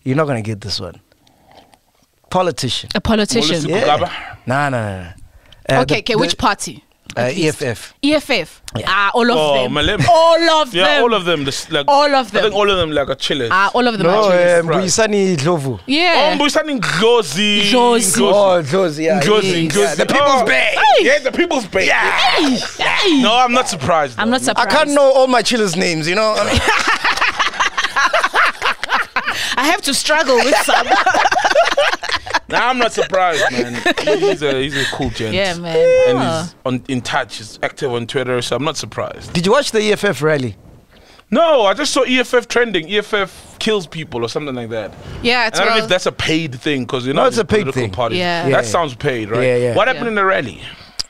Speaker 2: You're not going to get this one. Politician.
Speaker 3: A politician.
Speaker 4: Molisi- Kugaba?
Speaker 2: Nah, nah, nah. nah. Uh,
Speaker 3: Okay,
Speaker 2: the-
Speaker 3: okay.
Speaker 2: the-
Speaker 3: which party?
Speaker 2: Uh, EFF.
Speaker 3: EFF. Ah, all of
Speaker 4: Oh,
Speaker 3: them.
Speaker 4: Malema.
Speaker 3: All of
Speaker 4: Yeah,
Speaker 3: them.
Speaker 4: all of them. This, like,
Speaker 3: All of
Speaker 4: I
Speaker 3: them.
Speaker 4: think all of them like are chillers.
Speaker 3: Ah, all of them.
Speaker 2: No,
Speaker 3: are Jews.
Speaker 2: uh,
Speaker 4: Right.
Speaker 2: Mbuyisani Dlovu.
Speaker 3: yeah.
Speaker 4: Oh, Mbuyisani Ngozi.
Speaker 3: Ngozi.
Speaker 2: Oh, Dlovu, yeah.
Speaker 4: Ngozi,
Speaker 2: Yeah,
Speaker 4: Ngozi.
Speaker 2: The people's
Speaker 4: Oh,
Speaker 2: bag.
Speaker 4: hey, Yeah, the people's bag. Yeah.
Speaker 3: Hey, hey.
Speaker 4: No, I'm not surprised.
Speaker 3: I'm
Speaker 4: though.
Speaker 3: not
Speaker 2: I
Speaker 3: surprised.
Speaker 2: can't know all my chillers' names, you know? I mean,
Speaker 3: I have to struggle with some.
Speaker 4: Nah, I'm not surprised, man. He's a he's a cool gent.
Speaker 3: yeah, man.
Speaker 4: And
Speaker 3: Yeah.
Speaker 4: he's on in touch. He's active on Twitter, so I'm not surprised.
Speaker 2: did you watch the EFF rally?
Speaker 4: No, I just saw EFF trending. EFF kills people or something like that.
Speaker 3: Yeah,
Speaker 4: And
Speaker 3: it's
Speaker 4: I don't know
Speaker 3: well-
Speaker 4: if that's a paid thing because you know
Speaker 2: it's a paid
Speaker 4: political
Speaker 2: thing.
Speaker 4: Parties.
Speaker 3: Yeah.
Speaker 4: that
Speaker 2: Yeah.
Speaker 4: sounds paid, right?
Speaker 2: Yeah, yeah.
Speaker 4: What happened
Speaker 3: Yeah.
Speaker 4: in the rally?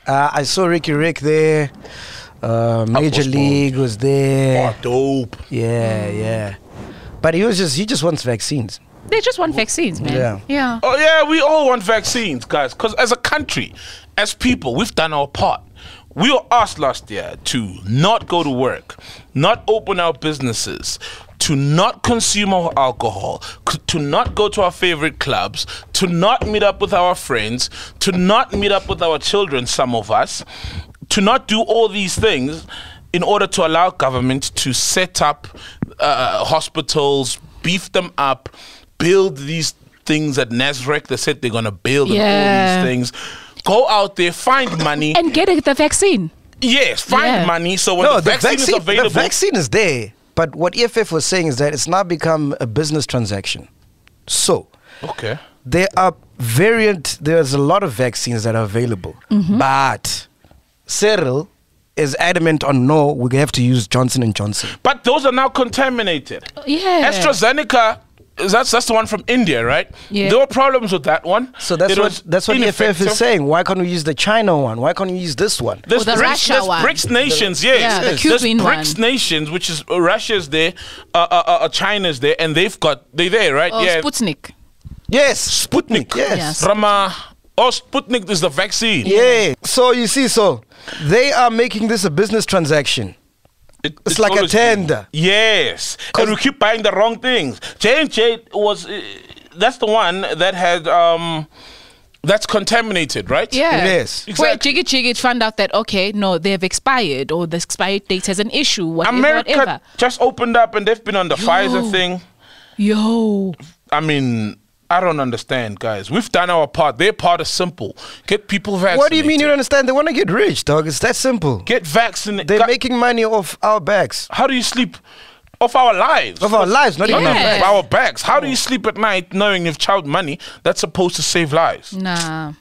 Speaker 2: Uh, I saw Ricky Rick there. Uh, Major
Speaker 4: was bold.
Speaker 2: League was there.
Speaker 4: Oh, dope.
Speaker 2: Yeah, yeah. But he was just he just wants vaccines.
Speaker 3: They just want vaccines, man.
Speaker 2: Yeah.
Speaker 3: Yeah.
Speaker 4: Oh yeah, we all want vaccines, guys. Because as a country, as people, we've done our part. We were asked last year to not go to work, not open our businesses, to not consume our alcohol, c- to not go to our favorite clubs, to not meet up with our friends, to not meet up with our children, some of us, to not do all these things in order to allow government to set up uh, hospitals, beef them up, build these things at Nasrec. They said they're gonna build
Speaker 3: Yeah.
Speaker 4: and all these things. Go out there, find money.
Speaker 3: And get the vaccine.
Speaker 4: yes, find
Speaker 3: Yeah.
Speaker 4: money. So when the, vaccine is
Speaker 2: the
Speaker 4: available,
Speaker 2: vaccine is there. But what EFF was saying is that it's now become a business transaction. So
Speaker 4: okay.
Speaker 2: there are variant. There's a lot of vaccines that are available, but Cyril is adamant on no. We have to use Johnson and Johnson.
Speaker 4: But those are now contaminated.
Speaker 3: Yeah.
Speaker 4: AstraZeneca. is- That's that's the one from India, right?
Speaker 3: Yeah.
Speaker 4: There were problems with that one.
Speaker 2: So that's
Speaker 4: It
Speaker 2: what
Speaker 4: was
Speaker 2: that's what EFF
Speaker 4: ineffective.
Speaker 2: is saying. Why can't we use the China one? Why can't we use this one?
Speaker 4: There's,
Speaker 3: Or Oh, the
Speaker 4: BRICS,
Speaker 3: Russia
Speaker 4: there's
Speaker 3: one.
Speaker 4: BRICS nations, yes.
Speaker 3: yeah, the
Speaker 4: Yes.
Speaker 3: Cuban
Speaker 4: there's
Speaker 3: one.
Speaker 4: BRICS nations, which is uh, Russia's there, uh, uh, uh, uh, China's there, and they've got they there, right?
Speaker 3: Oh,
Speaker 4: yeah.
Speaker 3: Sputnik.
Speaker 2: Yes,
Speaker 4: Sputnik.
Speaker 2: Yes.
Speaker 3: Yes.
Speaker 4: Rama. Oh, Sputnik is the vaccine.
Speaker 2: Yeah. So you see, so they are making this a business transaction.
Speaker 4: It-
Speaker 2: It's like a
Speaker 4: always been-
Speaker 2: tender.
Speaker 4: Yes,
Speaker 2: Cause-
Speaker 4: and we keep buying the eh, wrong things. J and J was uh, that's the one that had um, that's contaminated, right?
Speaker 3: Yeah.
Speaker 2: It is.
Speaker 3: Where
Speaker 4: Exactly.
Speaker 3: Jiggy Jiggy found out that, okay, no, they've expired or the expired date has an issue, whatever,
Speaker 4: America
Speaker 3: whatever.
Speaker 4: just opened up and they've been on the Pfizer thing.
Speaker 3: Yo.
Speaker 4: I mean, I don't understand, guys. We've done our part. Their part is simple: get people vaccinated.
Speaker 2: What do you mean you don't understand? They want to get rich, dog. It's that simple.
Speaker 4: Get vaccinated.
Speaker 2: They're making money off our backs,
Speaker 4: How do you sleep? Off our lives.
Speaker 2: of our lives, not even our
Speaker 3: Yeah.
Speaker 2: backs.
Speaker 4: Off our backs. How do you sleep at night knowing you've child money that's supposed to save lives?
Speaker 3: Nah.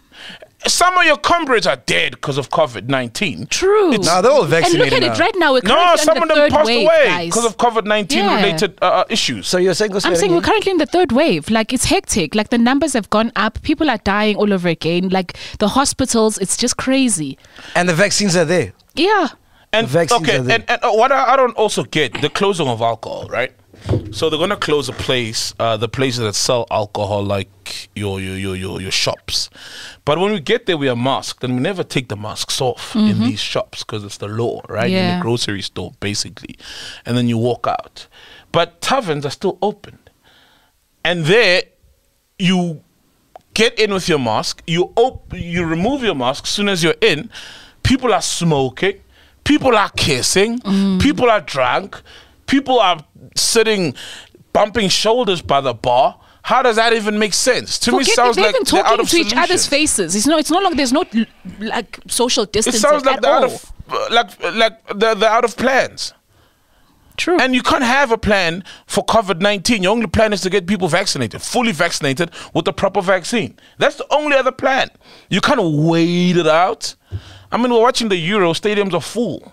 Speaker 4: Some of your comrades are dead because of COVID 19.
Speaker 3: True.
Speaker 2: Nah, they're all vaccinated
Speaker 3: And look at it
Speaker 2: now.
Speaker 3: right now. We're
Speaker 4: No,
Speaker 3: currently
Speaker 4: some
Speaker 3: in
Speaker 4: of
Speaker 3: the
Speaker 4: them
Speaker 3: third
Speaker 4: passed
Speaker 3: wave,
Speaker 4: away
Speaker 3: guys.
Speaker 4: because of COVID 19
Speaker 3: Yeah.
Speaker 4: related uh, uh, issues.
Speaker 2: So you're saying? go
Speaker 3: I'm
Speaker 2: straight
Speaker 3: saying we're
Speaker 2: again?
Speaker 3: currently in the third wave. Like it's hectic. Like the numbers have gone up. People are dying all over again. Like the hospitals, it's just crazy.
Speaker 2: and the vaccines are there.
Speaker 3: Yeah.
Speaker 4: and
Speaker 2: Vaccines
Speaker 4: okay,
Speaker 2: are
Speaker 4: and,
Speaker 2: there.
Speaker 4: and uh, what I, I don't also get the closing of alcohol, right? So they're gonna close a place, uh, the places that sell alcohol, like your your your your, your shops. But when we get there, we are masked, and we never take the masks off in these shops because it's the law, right? In
Speaker 3: Mm-hmm. Yeah.
Speaker 4: the grocery store, basically, and then you walk out. But taverns are still open, and there you get in with your mask. You op- you remove your mask as soon as you're in. People are smoking. People are kissing.
Speaker 3: Mm.
Speaker 4: People are drunk. People are sitting, bumping shoulders by the bar. How does that even make sense? To me,
Speaker 3: Forget
Speaker 4: it
Speaker 3: if
Speaker 4: sounds
Speaker 3: they're
Speaker 4: like
Speaker 3: even
Speaker 4: they're out
Speaker 3: talking to
Speaker 4: of
Speaker 3: each other's
Speaker 4: solutions.
Speaker 3: faces. It's no. It's no longer. There's no l- like social
Speaker 4: It
Speaker 3: distancing
Speaker 4: sounds like
Speaker 3: at
Speaker 4: they're out
Speaker 3: all.
Speaker 4: of like like they're, they're out of plans.
Speaker 3: True.
Speaker 4: And you can't have a plan for COVID 19. Your only plan is to get people vaccinated, fully vaccinated with the proper vaccine. That's the only other plan. You can't wait it out. I mean, we're watching the Euro, stadiums are full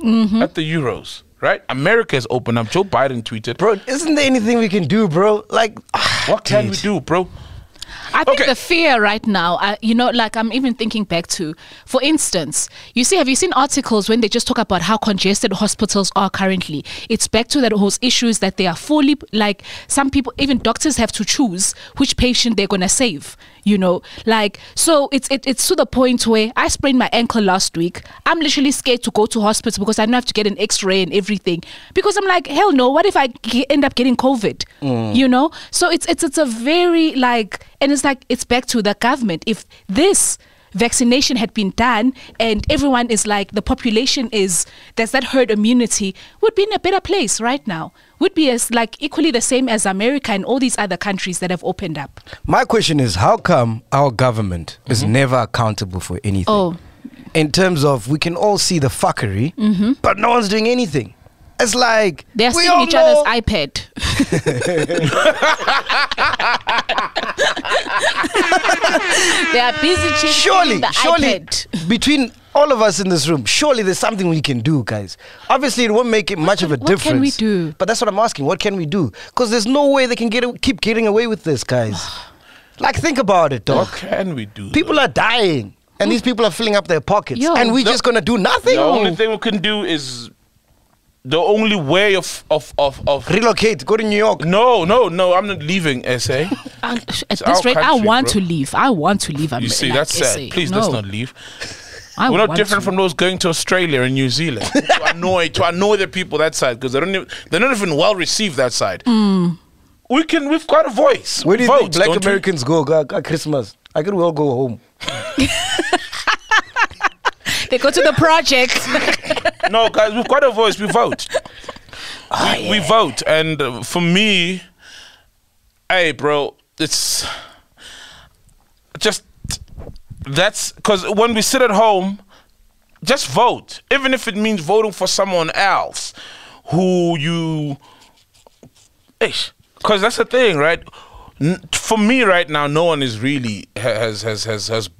Speaker 4: at the Euros, right? America is open up. Joe Biden tweeted,
Speaker 2: Bro, isn't there anything we can do, bro? Like,
Speaker 4: What can we
Speaker 2: dude.
Speaker 4: do, bro?
Speaker 3: I think
Speaker 4: Okay.
Speaker 3: the fear right now, I, you know, like I'm even thinking back to, for instance, you see, have you seen articles when they just talk about how congested hospitals are currently? It's back to that whole issues that they are fully, like some people, even doctors have to choose which patient they're going to save, you know? Like, so it's, it, it's to the point where I sprained my ankle last week. I'm literally scared to go to hospital because I know I have to get an x-ray and everything because I'm like, hell no, what if I ge- end up getting COVID, you know? So it's, it's, it's a very like, and it's like it's back to the government. If this vaccination had been done and everyone is like the population is there's that herd immunity, would be in a better place right now. Would be as like equally the same as America and all these other countries that have opened up.
Speaker 2: my question is, how come our government is never accountable for anything?
Speaker 3: Mm-hmm. Oh.
Speaker 2: In terms of, we can all see the fuckery, but no one's doing anything. It's like
Speaker 3: They are
Speaker 2: we all
Speaker 3: stealing Mm-hmm. each other's
Speaker 2: know-
Speaker 3: iPad. they are busy changing
Speaker 2: surely,
Speaker 3: the
Speaker 2: surely,
Speaker 3: iPad.
Speaker 2: between all of us in this room, surely there's something we can do, guys. Obviously, it won't make it much of a
Speaker 3: can- what
Speaker 2: difference.
Speaker 3: can we do?
Speaker 2: But that's what I'm asking. What can we do? Because there's no way they can get a- keep getting away with this, guys. like, think about it, dog.
Speaker 4: What can we do?
Speaker 2: People are dying, and these people are filling up their pockets,
Speaker 3: Yo.
Speaker 2: and we're just gonna do nothing.
Speaker 4: the only thing we can do is the only way of, of, of, of
Speaker 2: Relocate, go to New York.
Speaker 4: no, no, no, I'm not leaving SA.
Speaker 3: I- Um, At
Speaker 4: our
Speaker 3: this rate, I
Speaker 4: country,
Speaker 3: want
Speaker 4: bro.
Speaker 3: to leave. I want to leave. America.
Speaker 4: You see, that's
Speaker 3: like,
Speaker 4: sad.
Speaker 3: SA.
Speaker 4: Please
Speaker 3: no,
Speaker 4: let's not leave.
Speaker 3: I
Speaker 4: We're not
Speaker 3: want
Speaker 4: different
Speaker 3: to.
Speaker 4: from those going to Australia and New Zealand to annoy to annoy the people that side because they don't even, they're not even well received that side.
Speaker 3: Hmm.
Speaker 4: We can we've got a voice.
Speaker 2: Where do you
Speaker 4: Vote,
Speaker 2: think black
Speaker 4: don't we?
Speaker 2: Americans go go- at Christmas? I could well go home.
Speaker 3: They go to the project.
Speaker 4: No, guys, we've got a voice. We vote. we, we vote, and uh, for me, hey, bro, it's just that's because when we sit at home, just vote, even if it means voting for someone else who you because that's the thing, right? N- For me, right now, no one is really has has has has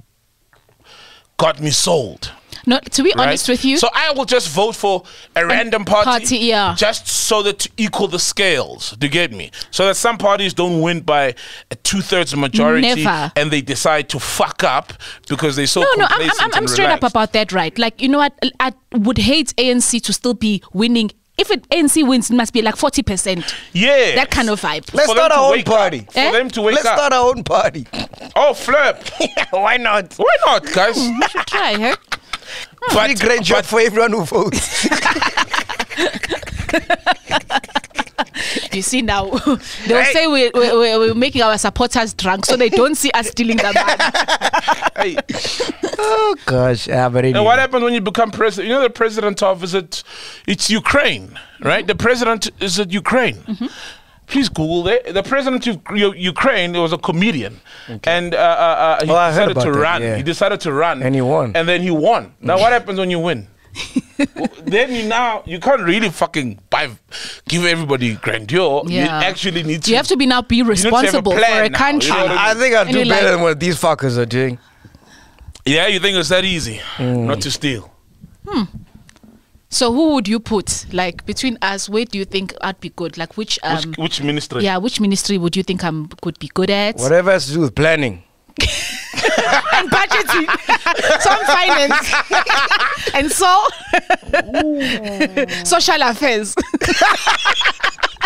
Speaker 4: got me sold.
Speaker 3: no, to be
Speaker 4: Right?
Speaker 3: honest with you,
Speaker 4: So I will just vote for a random party,
Speaker 3: party, yeah.
Speaker 4: just so that to equal the scales. Do you get me? So that some parties don't win by a two thirds majority,
Speaker 3: Never.
Speaker 4: and they decide to fuck up because they so
Speaker 3: no, no, I'm,
Speaker 4: complacent
Speaker 3: I'm, I'm, I'm
Speaker 4: and
Speaker 3: straight up
Speaker 4: relaxed.
Speaker 3: about that, right? Like, you know what? I would hate ANC to still be winning. If it ANC wins, it must be like 40%.
Speaker 4: yeah
Speaker 3: That kind of vibe.
Speaker 2: Let's
Speaker 4: For them
Speaker 2: start
Speaker 4: to
Speaker 2: our own
Speaker 4: wake up.
Speaker 2: party.
Speaker 4: For
Speaker 3: Eh?
Speaker 4: them to wake
Speaker 2: Let's
Speaker 4: up.
Speaker 2: start our own party.
Speaker 4: Oh, flip!
Speaker 2: Why not?
Speaker 4: Why not, guys?
Speaker 3: We should try, huh?
Speaker 4: But-
Speaker 2: Free grand job for everyone who votes.
Speaker 3: you see now, they'll say we, we, we, we're making our supporters drunk so they don't see us stealing the money.
Speaker 4: Hey,
Speaker 2: Oh gosh, yeah, but anyway.
Speaker 4: and what happens when you become president? You know the president of is it? It's Ukraine,
Speaker 3: Mm-hmm.
Speaker 4: right? The president is it Ukraine? Please Google that. The president of U- Ukraine was a comedian, and uh, uh, uh, he
Speaker 2: Oh, I heard
Speaker 4: decided
Speaker 2: about
Speaker 4: to
Speaker 2: that,
Speaker 4: run.
Speaker 2: yeah.
Speaker 4: He decided to run,
Speaker 2: And he won. Mm.
Speaker 4: And then he won. Now what happens when you win? Well, then you now you can't really fucking buy, give everybody grandeur. You
Speaker 3: Yeah.
Speaker 4: actually need to.
Speaker 3: You have to be now be
Speaker 4: to have a
Speaker 3: responsible for
Speaker 4: plan
Speaker 3: a
Speaker 4: now, you know
Speaker 3: country.
Speaker 4: what I mean?
Speaker 2: I think I'll
Speaker 3: And
Speaker 2: do
Speaker 3: you
Speaker 2: better
Speaker 3: like-
Speaker 2: than what these fuckers are doing.
Speaker 4: Yeah, you think it's that easy
Speaker 2: Mm.
Speaker 4: not to steal?
Speaker 3: So who would you put like between us? Where do you think I'd be good? Like which
Speaker 4: Which,
Speaker 3: um
Speaker 4: which ministry?
Speaker 3: yeah, which ministry would you think I'm could be good at?
Speaker 2: Whatever has to do with planning.
Speaker 3: And budgeting, some finance, and so social affairs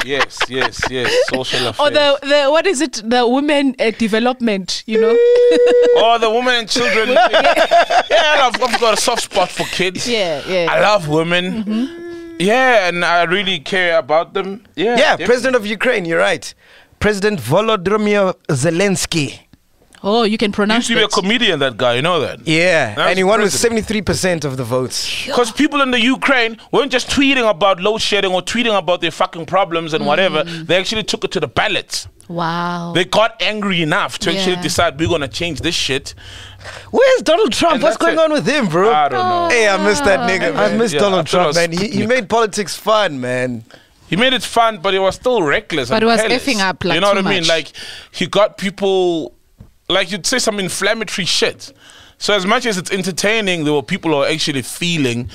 Speaker 4: Yes, yes, yes. Social
Speaker 3: or
Speaker 4: affairs.
Speaker 3: the, the what is it? The women uh, development, you know?
Speaker 4: Oh, the women and children. yeah, I've, I've got a soft spot for kids.
Speaker 3: Yeah, yeah. Mm-hmm.
Speaker 4: I love women. Yeah, and I really care about them. Yeah.
Speaker 2: Yeah,
Speaker 4: def-
Speaker 2: president of Ukraine, you're right. President Volodymyr Zelensky.
Speaker 3: Oh, you can
Speaker 4: He
Speaker 3: pronounce
Speaker 4: used to be a
Speaker 3: it.
Speaker 4: comedian, that guy, you know that?
Speaker 2: Yeah,
Speaker 4: That was
Speaker 2: and he won with
Speaker 4: president.
Speaker 2: 73% of the votes.
Speaker 4: Because people in the Ukraine weren't just tweeting about load shedding or tweeting about their fucking problems and whatever.
Speaker 3: Mm.
Speaker 4: They actually took it to the ballots.
Speaker 3: wow.
Speaker 4: They got angry enough to actually
Speaker 3: Yeah.
Speaker 4: decide we're going to change this shit.
Speaker 2: Where's Donald Trump?
Speaker 4: And
Speaker 2: What's
Speaker 4: that's
Speaker 2: going
Speaker 4: it.
Speaker 2: on with him, bro?
Speaker 4: I don't know.
Speaker 2: Hey, I miss that nigga. I
Speaker 4: man.
Speaker 2: miss
Speaker 4: Yeah, I
Speaker 2: Donald
Speaker 4: thought
Speaker 2: Trump,
Speaker 4: I
Speaker 2: man.
Speaker 4: was
Speaker 2: He, he made politics fun, man.
Speaker 4: He made it fun, but it was still reckless.
Speaker 3: But
Speaker 4: and
Speaker 3: it was
Speaker 4: careless.
Speaker 3: effing up, like,
Speaker 4: you know what
Speaker 3: too
Speaker 4: I mean?
Speaker 3: much.
Speaker 4: Like he got people, like you'd say some inflammatory shit. So as much as it's entertaining, there were people who are actually feeling,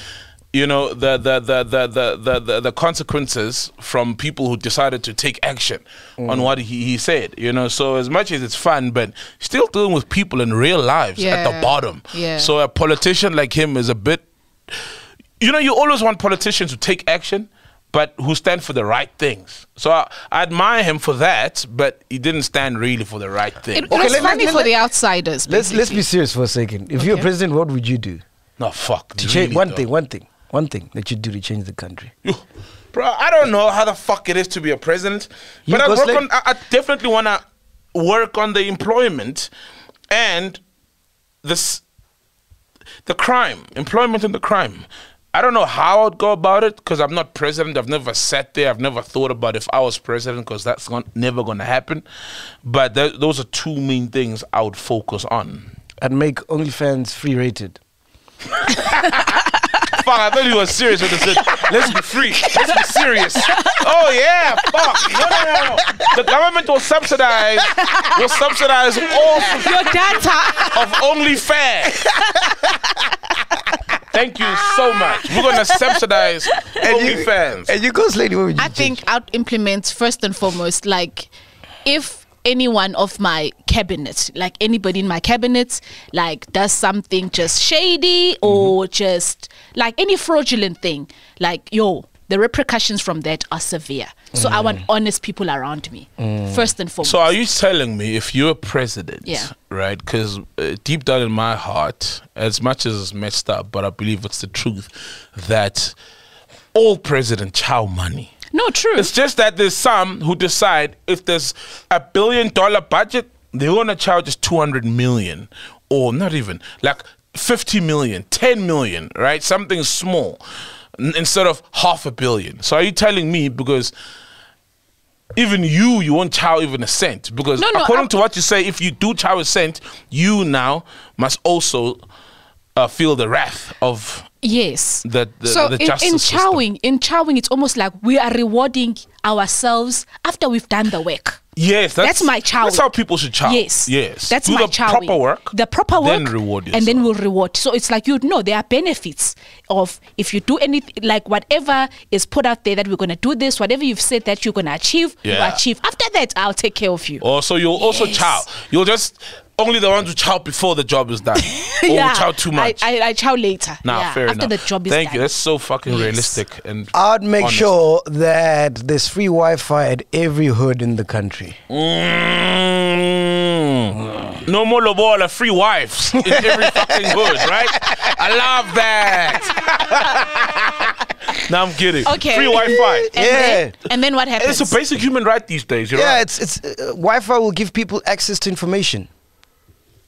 Speaker 4: you know, the the the the the the, the, the consequences from people who decided to take action on what he, he said. You know, so as much as it's fun, but still dealing with people in real lives at the
Speaker 3: Yeah.
Speaker 4: bottom.
Speaker 3: Yeah.
Speaker 4: So a politician like him is a bit you know, you always want politicians who take action, but who stand for the right things. So I, I admire him for that, but he didn't stand really for the right
Speaker 3: it,
Speaker 4: thing.
Speaker 3: it was
Speaker 2: let me-
Speaker 3: funny
Speaker 2: let
Speaker 3: for
Speaker 2: me-
Speaker 3: the outsiders.
Speaker 2: Let's let's be
Speaker 3: basically.
Speaker 2: serious for a second. If you were
Speaker 3: Okay.
Speaker 2: president, what would you do?
Speaker 4: no, fuck.
Speaker 2: To
Speaker 4: really,
Speaker 2: change one
Speaker 4: though.
Speaker 2: thing, one thing, one thing that you do to change the country.
Speaker 4: Bro, I don't know how the fuck it is to be a president,
Speaker 2: You
Speaker 4: but I,
Speaker 2: go
Speaker 4: work
Speaker 2: slave-
Speaker 4: on, I, I definitely want to work on the employment and this the crime, employment and the crime. I don't know how I'd go about it because I'm not president. I've never sat there. I've never thought about if I was president because that's gon- never going to happen. But tho- those are two main things I would focus on.
Speaker 2: I'd make OnlyFans free rated.
Speaker 4: fuck, I thought you were serious when you said, let's be free. Let's be serious. Oh, yeah, fuck. No, no, no, no. The government will subsidize, will subsidize all
Speaker 3: Your data.
Speaker 4: of OnlyFans. Thank you so much. We're going to subsidize OnlyFans.
Speaker 2: And you go, lady, what would you
Speaker 3: I
Speaker 2: change?
Speaker 3: think I'd implement first and foremost, like if anyone of my cabinet, like anybody in my cabinet, like does something just shady
Speaker 2: Mm-hmm.
Speaker 3: or just like any fraudulent thing, like yo, the repercussions from that are severe. So I
Speaker 2: Mm.
Speaker 3: want honest people around me, first and foremost.
Speaker 4: So are you telling me if you're president,
Speaker 3: Yeah.
Speaker 4: right? Because uh, deep down in my heart, as much as it's messed up, but I believe it's the truth that all president chow money.
Speaker 3: no, true.
Speaker 4: It's just that there's some who decide if there's a billion dollar budget, they want to charge us 200 million or not even like 50 million, 10 million, right? Something small n- instead of half a billion. So are you telling me because even you, you won't chow even a cent? Because
Speaker 3: No, no,
Speaker 4: according
Speaker 3: I-
Speaker 4: to what you say, if you do chow a cent, you now must also uh, feel the wrath of
Speaker 3: Yes.
Speaker 4: the- the-
Speaker 3: so
Speaker 4: the
Speaker 3: in, in
Speaker 4: justice system.
Speaker 3: chowing, in chowing, it's almost like we are rewarding ourselves after we've done the work.
Speaker 4: Yes, that's,
Speaker 3: That's my chow.
Speaker 4: That's how people should chow.
Speaker 3: Yes.
Speaker 4: yes.
Speaker 3: That's
Speaker 4: Do
Speaker 3: my
Speaker 4: the
Speaker 3: chow.
Speaker 4: proper work.
Speaker 3: The proper work.
Speaker 4: Then reward yourself.
Speaker 3: And then we'll reward. So it's like you know there are benefits of if you do anything like whatever is put out there that we're gonna do this, whatever you've said that you're gonna achieve,
Speaker 4: Yeah. Oh,
Speaker 3: you achieve. After that, I'll take care of you.
Speaker 4: Or so you'll also
Speaker 3: Yes.
Speaker 4: chow. You'll just only the ones who chow before the job is done. or who oh, chow too much.
Speaker 3: I, I, I chow later.
Speaker 4: nah,
Speaker 3: yeah,
Speaker 4: fair
Speaker 3: after
Speaker 4: enough.
Speaker 3: the job is
Speaker 4: Thank
Speaker 3: done.
Speaker 4: you. That's so fucking
Speaker 3: Yes.
Speaker 4: realistic and
Speaker 2: I'd make
Speaker 4: honest.
Speaker 2: sure that there's free Wi-Fi at every hood in the country.
Speaker 4: Mm. No more lobola, free wives in every fucking hood, right? I love that. Now I'm kidding.
Speaker 3: Okay.
Speaker 4: Free Wi-Fi.
Speaker 3: And Then, and then what happens?
Speaker 4: It's a basic human right these days. You're
Speaker 2: yeah,
Speaker 4: right.
Speaker 2: it's it's uh, Wi-Fi will give people access to information.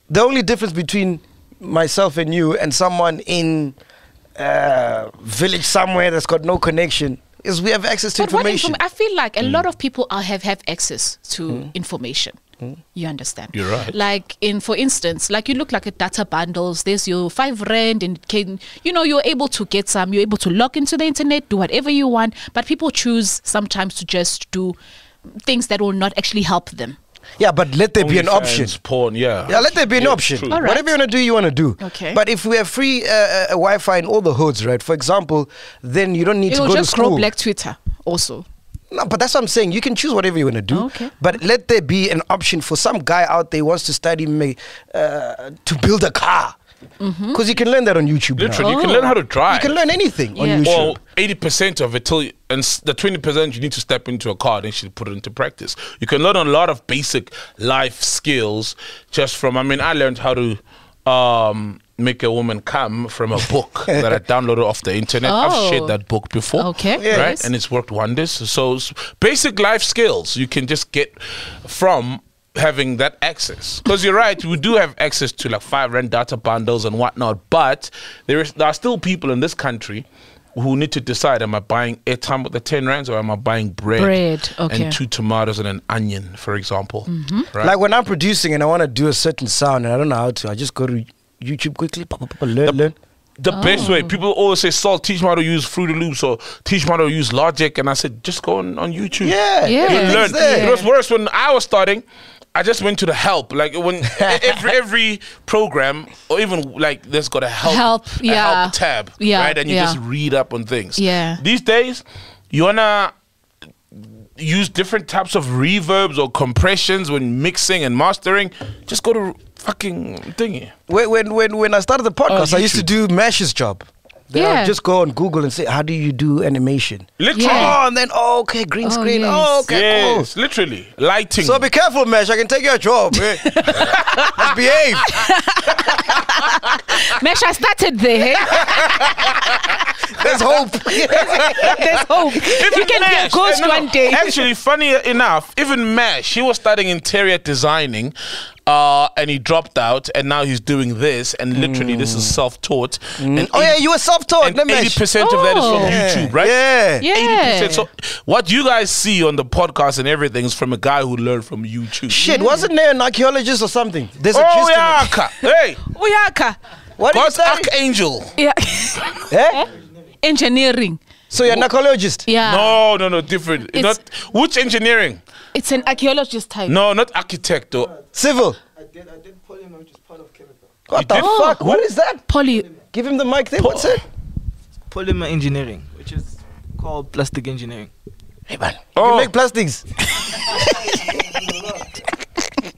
Speaker 2: The only difference between myself and you and someone in uh, village somewhere that's got no connection is we have access to
Speaker 3: but what
Speaker 2: information.
Speaker 3: inform- I feel like a
Speaker 2: Mm.
Speaker 3: lot of people are, have have access to information.
Speaker 2: Mm.
Speaker 3: You understand?
Speaker 4: You're right.
Speaker 3: Like in, for instance, like you look like at data bundles. There's your five rand, and can you know you're able to get some. You're able to log into the internet, do whatever you want. But people choose sometimes to just do things that will not actually help them.
Speaker 2: yeah, but let there be an
Speaker 4: OnlyFans,
Speaker 2: option.
Speaker 4: Porn. Yeah.
Speaker 2: Yeah, let there be an
Speaker 4: Yeah,
Speaker 2: option.
Speaker 4: true.
Speaker 3: All right.
Speaker 2: Whatever you want to do, you want to do.
Speaker 3: Okay.
Speaker 2: But if we have free uh, uh, Wi-Fi in all the hoods, right? For example, then you don't need
Speaker 3: It
Speaker 2: to
Speaker 3: will
Speaker 2: go
Speaker 3: just
Speaker 2: to school.
Speaker 3: grow black Twitter also.
Speaker 2: No, but that's what I'm saying. You can choose whatever you want to do.
Speaker 3: Okay.
Speaker 2: But let there be an option for some guy out there who wants to study ma- uh, to build a car. Because
Speaker 3: Mm-hmm.
Speaker 2: you can learn that on YouTube. now.
Speaker 4: Literally, you can
Speaker 3: Oh.
Speaker 4: learn how to
Speaker 2: You
Speaker 4: drive.
Speaker 2: can learn anything
Speaker 3: Yeah.
Speaker 2: on YouTube.
Speaker 4: Well, eighty percent of it till you, and s- the twenty percent you need to step into a car and actually put it into practice. You can learn a lot of basic life skills just from. I mean, I learned how to. Um, Make a woman come from a book that I downloaded off the internet.
Speaker 3: Oh.
Speaker 4: I've shared that book before.
Speaker 3: Okay,
Speaker 2: Yeah.
Speaker 4: Right?
Speaker 3: yes.
Speaker 4: And it's worked wonders. So, s- basic life skills you can just get from having that access. Because you're right, we do have access to like five rand data bundles and whatnot, but there, is, there are still people in this country who need to decide am I buying airtime with the 10 rands or am I buying bread?
Speaker 3: Bread, okay. Mm-hmm.
Speaker 4: And two tomatoes and an onion, for example. Right?
Speaker 2: Like when I'm producing and I want to do a certain sound and I don't know how to, I just go to YouTube quickly, pop, pop, pop, learn, learn.
Speaker 4: the best
Speaker 3: Oh.
Speaker 4: way. People always say, Salt, teach me how to use Fruity Loops or teach me how to use Logic. And I said, just go on, on YouTube.
Speaker 2: Yeah,
Speaker 3: Yeah.
Speaker 4: you
Speaker 2: everything's
Speaker 4: learn.
Speaker 2: there.
Speaker 3: Yeah.
Speaker 4: It was worse when I was starting. I just went to the help, like when e- every every program or even like there's got a help,
Speaker 3: Help,
Speaker 4: a
Speaker 3: yeah.
Speaker 4: help tab,
Speaker 3: Yeah,
Speaker 4: right? And you
Speaker 3: yeah.
Speaker 4: just read up on things.
Speaker 3: Yeah.
Speaker 4: These days, you wanna use different types of reverbs or compressions when mixing and mastering. Just go to fucking thingy.
Speaker 2: When, when, when, when I started the podcast, I used to do Mash's job. Then
Speaker 3: Oh, Yeah.
Speaker 2: I'd just go on Google and say, how do you do animation?
Speaker 4: Literally.
Speaker 3: Yeah.
Speaker 2: Oh, and then, oh, okay, green
Speaker 3: Oh,
Speaker 2: screen.
Speaker 3: yes.
Speaker 2: Oh, okay, cool.
Speaker 4: Yes, literally. Lighting.
Speaker 2: So be careful, Mesh. I can take your job. eh? Just behave.
Speaker 3: Mesh, I started there.
Speaker 2: There's hope.
Speaker 3: There's hope. you can be a
Speaker 4: Mash-
Speaker 3: ghost
Speaker 4: Eh, no, no.
Speaker 3: one day.
Speaker 4: Actually, funny enough, even Mash, he was studying interior designing, uh, and he dropped out, and now he's doing this, and literally this is self-taught. And
Speaker 2: Hmm. oh yeah, you were self-taught,
Speaker 4: and
Speaker 2: no
Speaker 4: eighty
Speaker 2: Mesh.
Speaker 4: percent of that is from
Speaker 3: Oh.
Speaker 4: YouTube, right?
Speaker 2: Yeah.
Speaker 3: Yeah.
Speaker 4: 80%. So what you guys see on the podcast and everything is from a guy who learned from YouTube.
Speaker 2: Shit, wasn't there an archaeologist or something? There's a
Speaker 4: Oh
Speaker 2: gist
Speaker 4: yeah,
Speaker 2: in
Speaker 4: Aka. hey,
Speaker 3: Uyaka.
Speaker 2: it. What did you
Speaker 4: God's
Speaker 2: say?
Speaker 4: archangel.
Speaker 3: Yeah.
Speaker 2: Eh?
Speaker 3: Engineering.
Speaker 2: So you're an archaeologist?
Speaker 3: Yeah.
Speaker 4: No, no, no, different.
Speaker 3: It's-
Speaker 4: not which engineering?
Speaker 3: It's an archaeologist type.
Speaker 4: No, not architect. Or,
Speaker 2: Civil.
Speaker 6: I did, I did polymon, which is part of chemical.
Speaker 2: What the
Speaker 4: did?
Speaker 2: fuck? What is that?
Speaker 3: Poly.
Speaker 2: Give him the mic there. What's it?
Speaker 6: Polymer engineering, which is called plastic engineering.
Speaker 2: Hey man.
Speaker 4: Oh.
Speaker 2: You make plastics.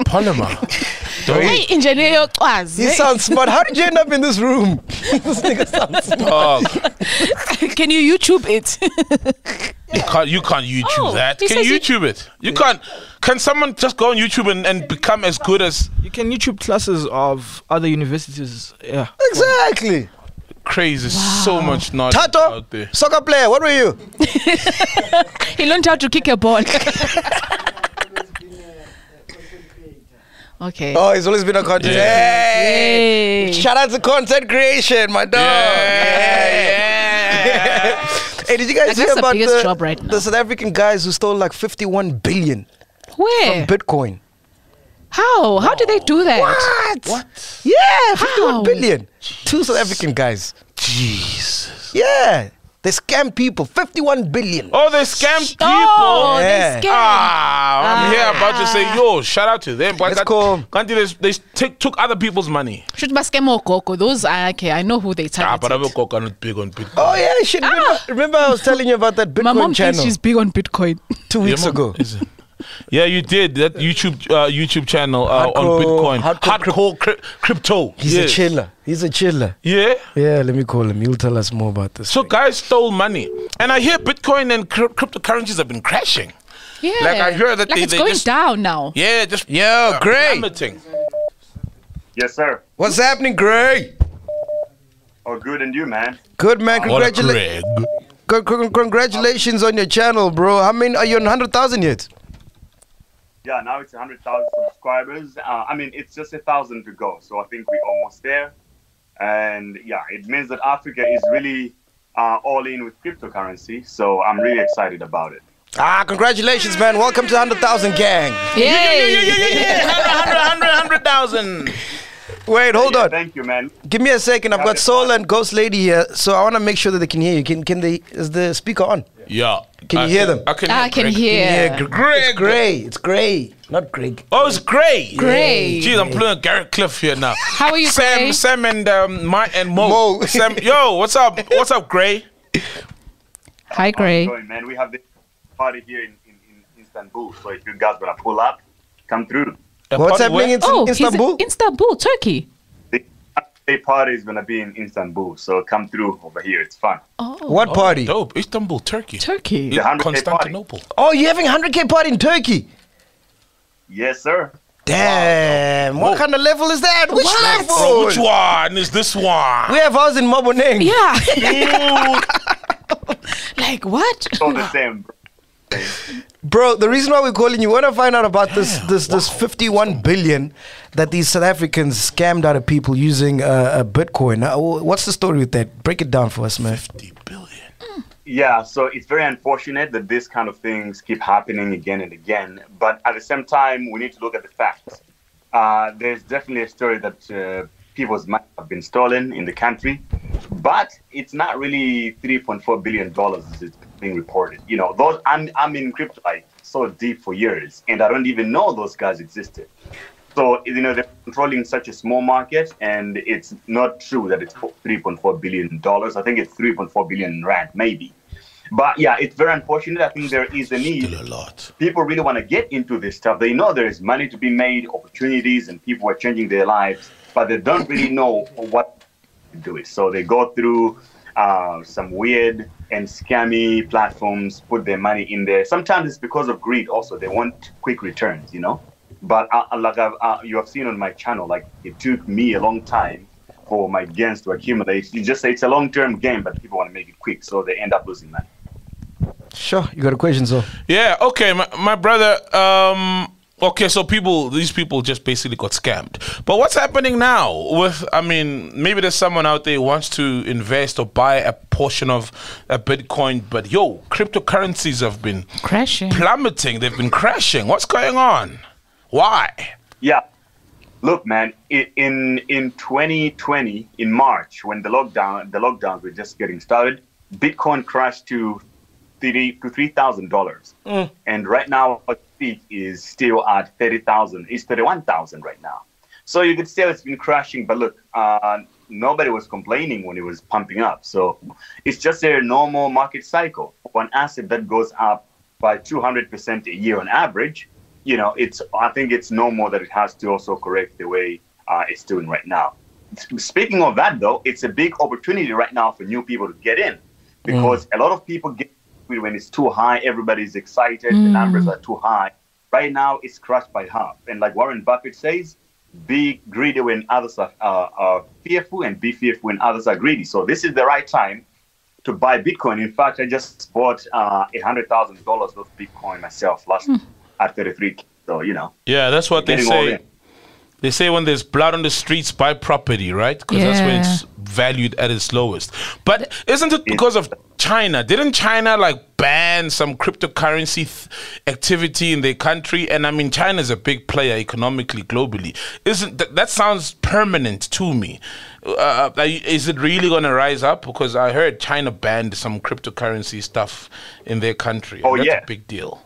Speaker 4: polymer.
Speaker 3: Hey, engineer Kwazi.
Speaker 2: He sounds smart. How did you end up in this room? this nigga sounds smart.
Speaker 4: Dog.
Speaker 3: Can you YouTube it?
Speaker 4: You can't, you can't YouTube
Speaker 3: Oh,
Speaker 4: that.
Speaker 3: he
Speaker 4: Can
Speaker 3: says
Speaker 4: you
Speaker 3: you-
Speaker 4: YouTube it? You can't. Can someone just go on YouTube and, and become as good as
Speaker 6: You can YouTube classes of other universities. Yeah.
Speaker 2: Exactly.
Speaker 4: crazy? So much knowledge
Speaker 2: Tato,
Speaker 4: out there.
Speaker 2: soccer player. What were you?
Speaker 3: he learned how to kick a ball. okay.
Speaker 2: Oh, he's always been a content. Hey.
Speaker 3: Hey.
Speaker 2: Shout out to content creation, my dog.
Speaker 4: Yeah.
Speaker 2: hey, did you guys
Speaker 3: Like,
Speaker 2: hear
Speaker 3: that's the
Speaker 2: about
Speaker 3: biggest
Speaker 2: the,
Speaker 3: job right now.
Speaker 2: the South African guys who stole like 51 billion
Speaker 3: Where?
Speaker 2: Bitcoin?
Speaker 3: How? How do they do that?
Speaker 2: What? Yeah, 51
Speaker 3: How?
Speaker 2: billion. Two South African guys.
Speaker 4: Jesus.
Speaker 2: Yeah, they scam people. 51 billion.
Speaker 4: Oh, they scam people.
Speaker 3: Oh,
Speaker 2: Yeah.
Speaker 3: they scam.
Speaker 4: Ah, I'm here about to say,
Speaker 3: Ah.
Speaker 4: yo, shout out to them. But
Speaker 2: Let's
Speaker 4: that-
Speaker 2: call-
Speaker 4: Kanti, they, they take, took other people's money.
Speaker 3: Should ba scam or Coco? Those are okay. I know who they
Speaker 4: Ah, but
Speaker 3: targeted.
Speaker 4: I'm a cock, I'm not big on Bitcoin.
Speaker 2: Oh, yeah, shit. Remember, remember I was telling you about that Bitcoin
Speaker 3: Ah. My mom
Speaker 2: channel
Speaker 3: thinks she's big on Bitcoin.
Speaker 2: two
Speaker 4: Yeah,
Speaker 2: weeks
Speaker 4: mom,
Speaker 2: ago.
Speaker 4: is it? Yeah, you did that YouTube uh, YouTube channel uh,
Speaker 2: Hardcore-
Speaker 4: on Bitcoin.
Speaker 2: hardcore cryp-
Speaker 4: Hardcore cryp- crypto.
Speaker 2: He's
Speaker 4: yeah.
Speaker 2: a chiller. He's a chiller.
Speaker 4: Yeah.
Speaker 2: Yeah, let me call him. He'll tell us more about this.
Speaker 4: So guys stole money, and I hear Bitcoin and cr- cryptocurrencies have been crashing.
Speaker 3: Yeah.
Speaker 4: Like, I hear that
Speaker 3: Like
Speaker 4: they-
Speaker 3: it's
Speaker 4: they
Speaker 3: going
Speaker 4: just-
Speaker 3: down now.
Speaker 4: Yeah, just yeah,
Speaker 2: Gray.
Speaker 4: Plummeting.
Speaker 7: Yes, sir.
Speaker 2: What's happening, Greg?
Speaker 7: Oh, good, and you, man.
Speaker 2: Good man,
Speaker 4: What a
Speaker 2: congratulations.
Speaker 4: Greg.
Speaker 2: Con- con- congratulations on your channel, bro. How many are you on 100,000 yet?
Speaker 7: Yeah, now it's 100,000 subscribers. Uh, I mean, it's just a thousand to go, so I think we're almost there. And yeah, it means that Africa is really uh, all in with cryptocurrency, so I'm really excited about it.
Speaker 2: Ah, congratulations, man. Welcome to 100,000 gang.
Speaker 3: Yay!
Speaker 4: 100,000.
Speaker 2: Wait, hold
Speaker 7: Yeah,
Speaker 2: on.
Speaker 7: Thank you, man.
Speaker 2: Give me a second. I've got Soul and Ghost Lady here, so I want to make sure that they can hear you. Can can they? Is the speaker on?
Speaker 4: Yeah.
Speaker 2: Can you hear them?
Speaker 4: I can,
Speaker 3: I can
Speaker 4: Greg.
Speaker 3: hear.
Speaker 2: Gr-
Speaker 4: Greg.
Speaker 2: It's Gray. It's Gray. Not Greg.
Speaker 4: Oh, it's great.
Speaker 3: Grey.
Speaker 4: Jeez, I'm playing Garrett Cliff here now.
Speaker 3: How are you,
Speaker 4: Sam,
Speaker 3: Grey?
Speaker 4: Sam and um, my and Mo.
Speaker 2: Mo.
Speaker 4: Sam, yo, what's up? What's up, Gray?
Speaker 3: Hi, Gray.
Speaker 7: Going, man. We have the party here in, in, in Istanbul, so if you guys want to pull up, come through.
Speaker 4: A
Speaker 2: What's
Speaker 4: party
Speaker 2: happening
Speaker 4: where?
Speaker 2: in
Speaker 3: Oh, he's in
Speaker 2: Istanbul?
Speaker 3: Istanbul, Turkey.
Speaker 7: The the party is going to be in Istanbul, so come through over here. It's fun.
Speaker 3: Oh,
Speaker 2: What party?
Speaker 4: Dope. Istanbul, Turkey.
Speaker 3: Turkey.
Speaker 7: The 100K party.
Speaker 4: Constantinople.
Speaker 2: Oh, you're having a 100K party in Turkey?
Speaker 7: Yes, sir.
Speaker 2: Damn. What kind of level is that? Which
Speaker 3: What?
Speaker 4: Bro,
Speaker 2: level?
Speaker 4: which one is this one?
Speaker 2: We have ours in Maboneng.
Speaker 3: Yeah. like what?
Speaker 7: It's all the same. bro.
Speaker 2: Bro, the reason why we're calling you, we want to find out about this this this 51 billion that these South Africans scammed out of people using uh, uh, Bitcoin. Now, wh- what's the story with that? Break it down for us, man.
Speaker 4: 50 billion.
Speaker 7: Yeah, so it's very unfortunate that this kind of things keep happening again and again. But at the same time, we need to look at the facts. Uh, there's definitely a story that uh, people's money have been stolen in the country, but it's not really 3.4 billion dollars is being reported. You know, those I'm I'm in crypto like so deep for years, and I don't even know those guys existed. So you know they're controlling such a small market, and it's not true that it's 3.4 billion dollars. I think it's 3.4 billion rand, maybe. But yeah, it's very unfortunate. I think there is a need.
Speaker 4: Still a lot.
Speaker 7: People really want to get into this stuff. They know there is money to be made, opportunities, and people are changing their lives, but they don't really know what to do it. So they go through uh, some weird and scammy platforms, put their money in there. Sometimes it's because of greed. Also, they want quick returns, you know. But uh, uh, like I've, uh, you have seen on my channel, like it took me a long time for my gains to accumulate. You just it's a long-term game, but people want to make it quick, so they end up losing money.
Speaker 2: Sure, you got a question, so.
Speaker 4: Yeah, okay, my, my brother. Um, okay, so people, these people just basically got scammed. But what's happening now? With, I mean, maybe there's someone out there who wants to invest or buy a portion of a Bitcoin, but yo, cryptocurrencies have been
Speaker 3: Crashing.
Speaker 4: plummeting. They've been crashing. What's going on? Why?
Speaker 7: Yeah. Look, man, i- in in 2020, in March, when the lockdown the lockdowns were just getting started, Bitcoin crashed to thirty to three thousand dollars, and right now what it is still at thirty thousand. It's thirty one thousand right now. So you could say it's been crashing, but look, uh, nobody was complaining when it was pumping up. So it's just a normal market cycle. One asset that goes up by 200% a year on average, you know, it's I think it's normal that it has to also correct the way uh, it's doing right now. Speaking of that, though, it's a big opportunity right now for new people to get in because a lot of people get when it's too high, everybody's excited, the numbers are too high. Right now, it's crushed by half. And like Warren Buffett says, be greedy when others are, are, are fearful and be fearful when others are greedy. So this is the right time to buy Bitcoin. In fact, I just bought uh, $100,000 worth of Bitcoin myself last at 33. So, you know,
Speaker 4: Yeah, that's what they
Speaker 7: getting all
Speaker 4: say.
Speaker 7: in.
Speaker 4: They say when there's blood on the streets, buy property, right? Because that's when it's valued at its lowest. But isn't it because of China? Didn't China like ban some cryptocurrency th- activity in their country? And I mean, China's a big player economically globally. Isn't that that sounds permanent to me? Uh, are you- is it really going to rise up? Because I heard China banned some cryptocurrency stuff in their country. and
Speaker 7: Oh,
Speaker 4: that's
Speaker 7: yeah.
Speaker 4: a big deal.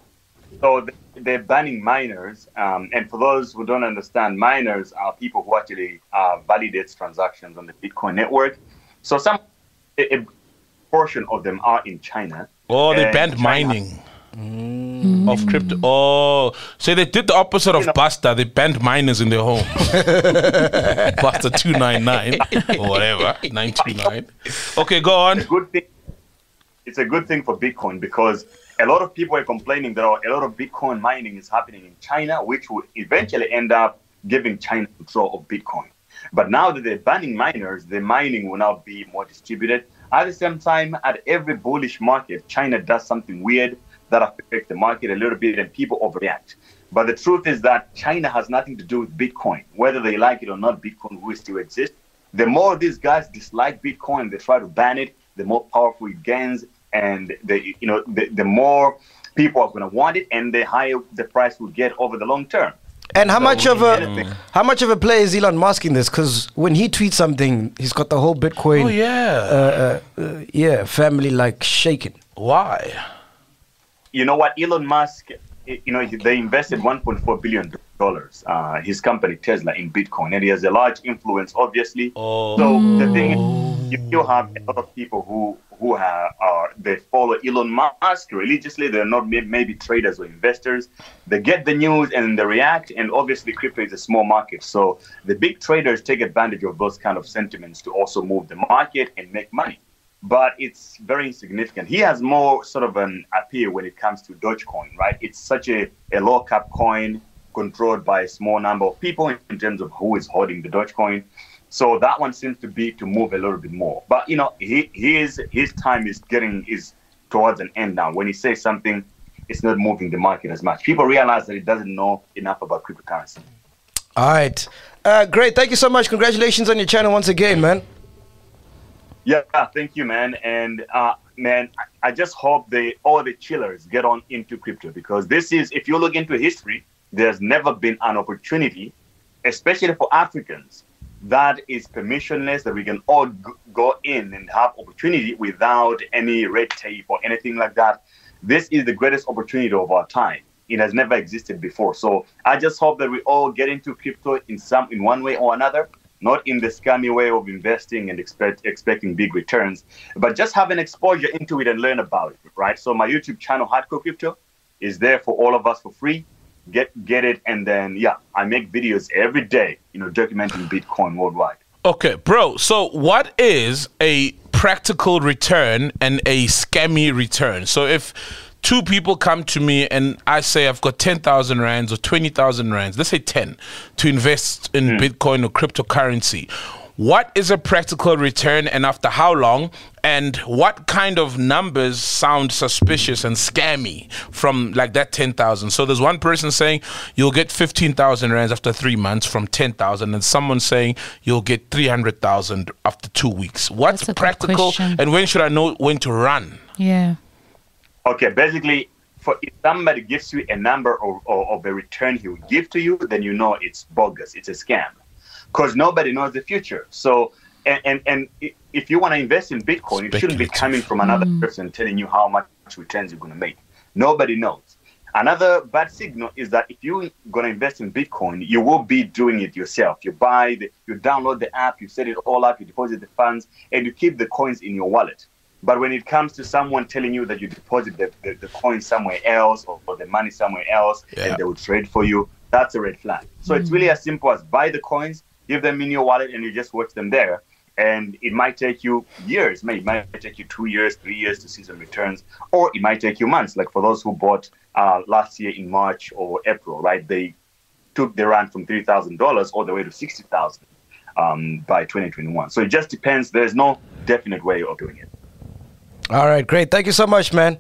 Speaker 7: So th- they're banning miners, um, and for those who don't understand, miners are people who actually uh, validates transactions on the Bitcoin network. So some a, a portion of them are in China.
Speaker 4: Oh, they
Speaker 7: and
Speaker 4: banned
Speaker 7: China-
Speaker 4: mining of crypto. Oh, so they did the opposite of
Speaker 7: You know-
Speaker 4: Basta. They banned miners in their home. Basta 299 or whatever, 929. Okay, go on.
Speaker 7: Good thing. It's a good thing for Bitcoin because a lot of people are complaining that oh, a lot of Bitcoin mining is happening in China, which will eventually end up giving China control of Bitcoin. But now that they're banning miners, the mining will now be more distributed. At the same time, at every bullish market, China does something weird that affects the market a little bit and people overreact. But the truth is that China has nothing to do with Bitcoin. Whether they like it or not, Bitcoin will still exist. The more these guys dislike Bitcoin, they try to ban it, the more powerful it gains, and the you know the, the more people are going to want it, and the higher the price will get over the long term.
Speaker 2: And how
Speaker 7: So
Speaker 2: much of
Speaker 7: anything-
Speaker 2: a how much of a play is Elon Musk in this? Because when he tweets something, he's got the whole Bitcoin,
Speaker 4: Oh yeah.
Speaker 2: uh, uh, uh, yeah, family like shaken.
Speaker 4: Why?
Speaker 7: you know what Elon Musk eh, you know they invested 1.4 billion dollars uh, his company Tesla in Bitcoin and he has a large influence obviously so the thing is you still have a lot of people who who have, are they follow Elon Musk religiously they're not may- maybe traders or investors they get the news and they react and obviously crypto is a small market so the big traders take advantage of those kind of sentiments to also move the market and make money but it's very insignificant. He has more sort of an appeal when it comes to Dogecoin, right? It's such a, a low cap coin controlled by a small number of people in terms of who is holding the Dogecoin. So that one seems to be to move a little bit more. But you know, he, his his time is getting is towards an end now. When he says something, it's not moving the market as much. People realize that he doesn't know enough about cryptocurrency.
Speaker 2: All right, uh, great. Thank you so much. Congratulations on your channel once again, man.
Speaker 7: Yeah, thank you, man. And uh, man, I- I just hope they all the chillers get on into crypto because this is, if you look into history, there's never been an opportunity, especially for Africans, that is permissionless that we can all g- go in and have opportunity without any red tape or anything like that. This is the greatest opportunity of our time. It has never existed before. So I just hope that we all get into crypto in some, in one way or another not in the scammy way of investing and expect, expecting big returns, but just have an exposure into it and learn about it, right? So my YouTube channel, Hardcore Crypto, is there for all of us for free. Get get it, and then yeah, I make videos every day, you know, documenting Bitcoin worldwide.
Speaker 4: Okay, bro. So what is a practical return and a scammy return? So if two people come to me and I say I've got 10,000 rands or 20,000 rands, let's say 10 to invest in Bitcoin or cryptocurrency. What is a practical return and after how long? And what kind of numbers sound suspicious and scammy from like that 10,000? So there's one person saying you'll get 15,000 rands after three months from 10,000, and someone saying you'll get 300,000 after two weeks. What's
Speaker 3: That's a good
Speaker 4: practical
Speaker 3: question.
Speaker 4: and when should I know when to run?
Speaker 3: Yeah.
Speaker 7: Okay, basically, for if somebody gives you a number or, or of a return he will give to you, then you know it's bogus, it's a scam, because nobody knows the future. So, and and, and i- if you want to invest in Bitcoin, it shouldn't be
Speaker 4: Speculative.
Speaker 7: coming from another person telling you how much returns you're going to make. Nobody knows. Another bad signal is that if you're going to invest in Bitcoin, you will be doing it yourself. You buy, the, you download the app, you set it all up, you deposit the funds, and you keep the coins in your wallet. But when it comes to someone telling you that you deposit the, the, the coin somewhere else or, or the money somewhere else
Speaker 4: Yeah.
Speaker 7: and they will trade for you, that's a red flag. So it's really as simple as buy the coins, give them in your wallet, and you just watch them there. And it might take you years, may- it might take you two years, three years to see some returns, or it might take you months. Like for those who bought uh, last year in March or April, right? They took the run from three thousand dollars all the way to sixty thousand um, by 2021. So it just depends. There's no definite way of doing it.
Speaker 2: All right, great. Thank you so much, man.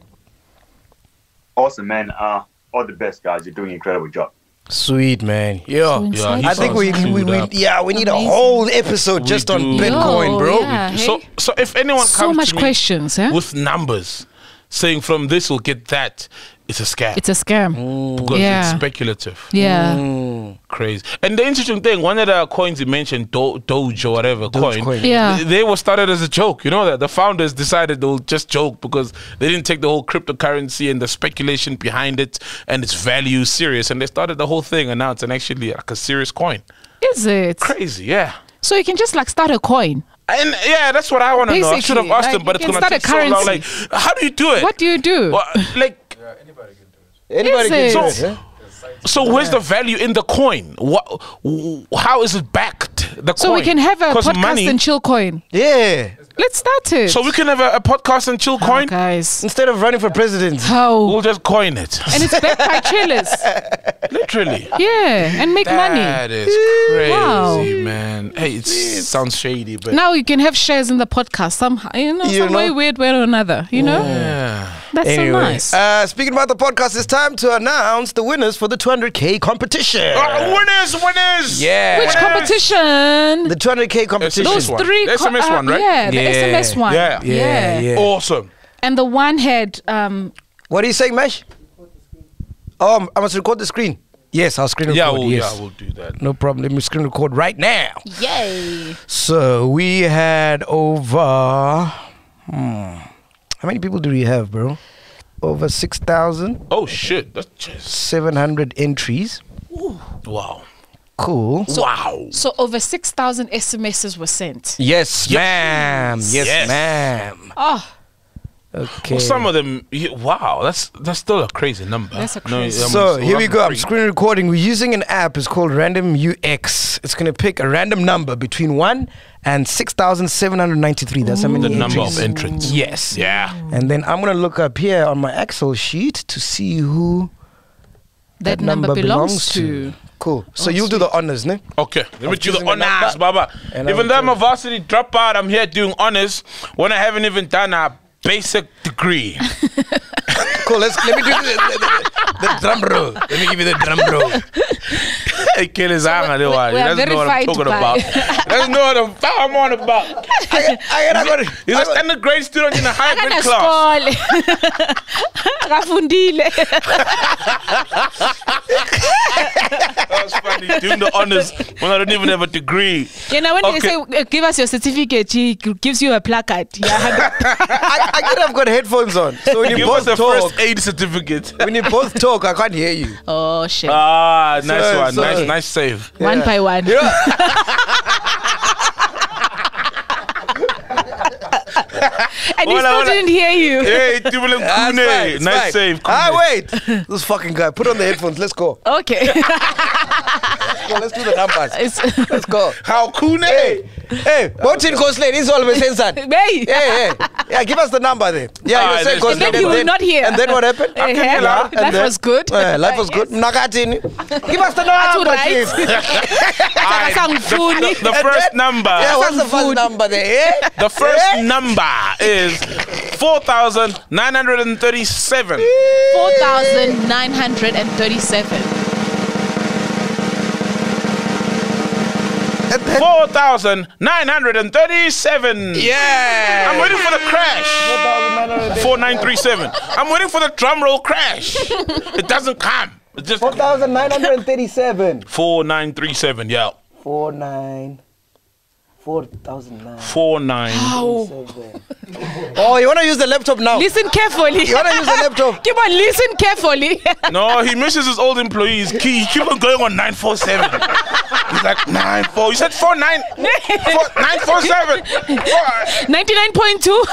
Speaker 7: Awesome, man. Uh, all the best, guys. You're doing an incredible job.
Speaker 2: Sweet man. Yeah.
Speaker 3: Doing
Speaker 4: yeah, he
Speaker 2: I think
Speaker 4: sounds
Speaker 2: we,
Speaker 4: clued
Speaker 2: we, we
Speaker 4: up.
Speaker 2: yeah we need
Speaker 3: Amazing.
Speaker 2: a whole episode just on
Speaker 5: do.
Speaker 2: Bitcoin,
Speaker 3: Yo,
Speaker 2: bro.
Speaker 3: yeah, Uh, hey?
Speaker 4: So, so if anyone
Speaker 3: so
Speaker 4: comes
Speaker 3: much
Speaker 4: to me
Speaker 3: questions, huh?
Speaker 4: with numbers saying from this we'll get that, it's a scam.
Speaker 3: It's a scam.
Speaker 4: because it's
Speaker 3: yeah.
Speaker 4: speculative.
Speaker 3: yeah.
Speaker 4: Crazy. And the interesting thing, one of the coins you mentioned, Do- Doge or whatever coin,
Speaker 2: coin.
Speaker 3: Yeah.
Speaker 4: th- they were started as a joke. You know that the founders decided they'll just joke because they didn't take the whole cryptocurrency and the speculation behind it and its value serious, and they started the whole thing, and now it's an actually like a serious coin.
Speaker 3: Is it?
Speaker 4: Crazy, yeah.
Speaker 3: So you can just like start a coin.
Speaker 4: And yeah, that's what I want to know. I should have
Speaker 3: Basically,
Speaker 4: asked
Speaker 3: like,
Speaker 4: them, but it's
Speaker 3: you can
Speaker 4: gonna take
Speaker 3: start a
Speaker 4: so long. Like,
Speaker 3: currency.
Speaker 4: how do you do it?
Speaker 3: What do you do?
Speaker 4: Well, like.
Speaker 2: Anybody
Speaker 3: Is
Speaker 2: can do
Speaker 3: it?
Speaker 2: it. huh?
Speaker 4: So where's the value in the coin? What, how is it backed? The
Speaker 3: so we
Speaker 4: coin?
Speaker 3: can have a
Speaker 4: 'Cause
Speaker 3: podcast
Speaker 4: money-
Speaker 3: and chill coin.
Speaker 2: Yeah.
Speaker 3: Let's start it. Oh,
Speaker 4: So we can have a, a podcast and chill coin.
Speaker 3: guys.
Speaker 2: Instead of running for president,
Speaker 3: How?
Speaker 4: We'll just coin it.
Speaker 3: And it's backed by chillers.
Speaker 4: Literally.
Speaker 3: Yeah, and make money.
Speaker 4: That is crazy,
Speaker 3: Wow.
Speaker 4: man. Hey, it sounds shady, but
Speaker 3: Now you can have shares in the podcast somehow, you know,
Speaker 2: You
Speaker 3: some way,
Speaker 2: know?
Speaker 3: weird way or another, you know?
Speaker 4: yeah.
Speaker 3: That's so nice.
Speaker 2: uh, speaking about the podcast, it's time to announce the winners for the 200K competition.
Speaker 4: Oh, winners, winners.
Speaker 2: Yeah.
Speaker 3: Which competition?
Speaker 2: The 200K competition.
Speaker 4: Those
Speaker 3: Those
Speaker 4: one.
Speaker 3: three. uh,
Speaker 4: The SMS one, right?
Speaker 3: Yeah, the
Speaker 2: Yeah.
Speaker 3: SMS one.
Speaker 4: Yeah.
Speaker 3: yeah.
Speaker 4: Awesome.
Speaker 3: And the one had, um,
Speaker 2: Oh, What are you saying, Mesh? Oh, I must record the screen. Yes, I'll screen
Speaker 4: Yeah,
Speaker 2: record.
Speaker 4: we'll,
Speaker 2: yes.
Speaker 4: yeah, we'll do that.
Speaker 2: No problem. Let me screen record right now.
Speaker 3: yay.
Speaker 2: So we had over. Hmm, how many people do we have, bro? Over 6,700
Speaker 4: Oh shit, that's just
Speaker 2: entries.
Speaker 4: wow.
Speaker 2: Cool.
Speaker 4: wow.
Speaker 3: So over 6,000 SMSs were sent.
Speaker 2: Yes, ma'am. Yes,
Speaker 4: Yes.
Speaker 2: ma'am.
Speaker 3: Oh,
Speaker 2: Okay.
Speaker 4: Well, some of them. yeah, Wow, that's that's still a crazy number.
Speaker 3: That's a
Speaker 4: No,
Speaker 3: crazy-
Speaker 4: I'm
Speaker 2: so
Speaker 4: still-
Speaker 2: here we
Speaker 4: I'm
Speaker 2: go. I'm
Speaker 4: free.
Speaker 2: screen recording. We're using an app. It's called Random UX. It's gonna pick a random number between one and six thousand seven hundred ninety-three. That's how many
Speaker 4: The number of
Speaker 2: entries.
Speaker 4: entrants.
Speaker 2: Yes.
Speaker 4: Yeah.
Speaker 2: And then I'm gonna look up here on my Excel sheet to see who
Speaker 3: that, number, belongs, to.
Speaker 2: Cool. So you'll do the honors, ne?
Speaker 4: Okay. Let me do the
Speaker 2: choosing a number.
Speaker 4: honors, Baba.
Speaker 2: And
Speaker 4: even
Speaker 2: I'm
Speaker 4: though I'm a
Speaker 2: good.
Speaker 4: varsity dropout, I'm here doing honors when I haven't even done a basic degree.
Speaker 2: Cool. Let's let me do the, the, the- the drum roll. Let me give you the drum roll.
Speaker 4: hey, kill his anger,
Speaker 3: we-
Speaker 4: they
Speaker 3: we are
Speaker 4: That's not what I'm
Speaker 3: verified
Speaker 4: talking
Speaker 3: by-
Speaker 4: about. That's not what I'm, what I'm on about.
Speaker 2: I, I, I, got it.
Speaker 4: He's
Speaker 2: I
Speaker 4: a
Speaker 2: got it.
Speaker 4: standard grade student in a higher grade class.
Speaker 3: Akanesikole. Akafundile.
Speaker 4: That's funny. Doing the honors when I don't even have a degree.
Speaker 3: You know, when
Speaker 4: Okay.
Speaker 3: they say, uh, give us your certificate, she g- gives you a placard. Yeah,
Speaker 2: I, I could have got headphones on. So when you
Speaker 4: Give
Speaker 2: both
Speaker 4: us the
Speaker 2: talk,
Speaker 4: first aid certificate.
Speaker 2: when you both talk, I can't hear you.
Speaker 3: oh, shit.
Speaker 4: Ah, nice
Speaker 2: So-
Speaker 4: one.
Speaker 2: so-
Speaker 4: nice, nice save.
Speaker 3: One by one. and you
Speaker 4: Hola,
Speaker 3: still
Speaker 4: hola.
Speaker 3: didn't hear you.
Speaker 4: Hey, Tubulan
Speaker 2: Ah, it's fine,
Speaker 4: Kune.
Speaker 2: it's
Speaker 4: Nice
Speaker 2: fine.
Speaker 4: save. Kune.
Speaker 2: Ah, wait. This fucking guy. Put on the headphones. Let's go.
Speaker 3: Okay.
Speaker 2: Go, let's do the numbers.
Speaker 3: It's-
Speaker 2: Let's go.
Speaker 4: How Kune?
Speaker 2: Hey, hey, Martin Goslin is always censored. Hey,
Speaker 3: Hey.
Speaker 2: hey, yeah, give us the number there. Yeah, you
Speaker 4: Ah,
Speaker 2: said
Speaker 4: that's-
Speaker 2: Goslin.
Speaker 4: And then
Speaker 3: you were not here.
Speaker 2: And then what happened?
Speaker 3: Eh, eh, life was good.
Speaker 2: Eh, life was
Speaker 3: Yes.
Speaker 2: good. Nakatini. Give us the
Speaker 3: That's
Speaker 2: number,
Speaker 3: right.
Speaker 2: kid.
Speaker 4: Aye,
Speaker 3: Akasangifuni.
Speaker 4: the, the first number.
Speaker 2: Yeah, what's the first number there? eh?
Speaker 4: The first
Speaker 2: Eh?
Speaker 4: number is 4,937.
Speaker 3: 4,937.
Speaker 2: And then-
Speaker 4: 4,937.
Speaker 2: Yeah.
Speaker 4: I'm waiting for the crash. 4937. I'm waiting for the drum roll crash. It doesn't come. It just
Speaker 2: 4,937.
Speaker 4: 4937. Yeah.
Speaker 2: 49. 4,009.
Speaker 4: 49.
Speaker 3: Oh,
Speaker 2: Oh, you want to use the laptop now?
Speaker 3: listen carefully.
Speaker 2: You want to use the laptop?
Speaker 3: Keep on, listen carefully.
Speaker 4: No, he misses his old employees. Key, he keep on going on 947. He's like, 94. You said 49. 947. Four-
Speaker 3: 99.2.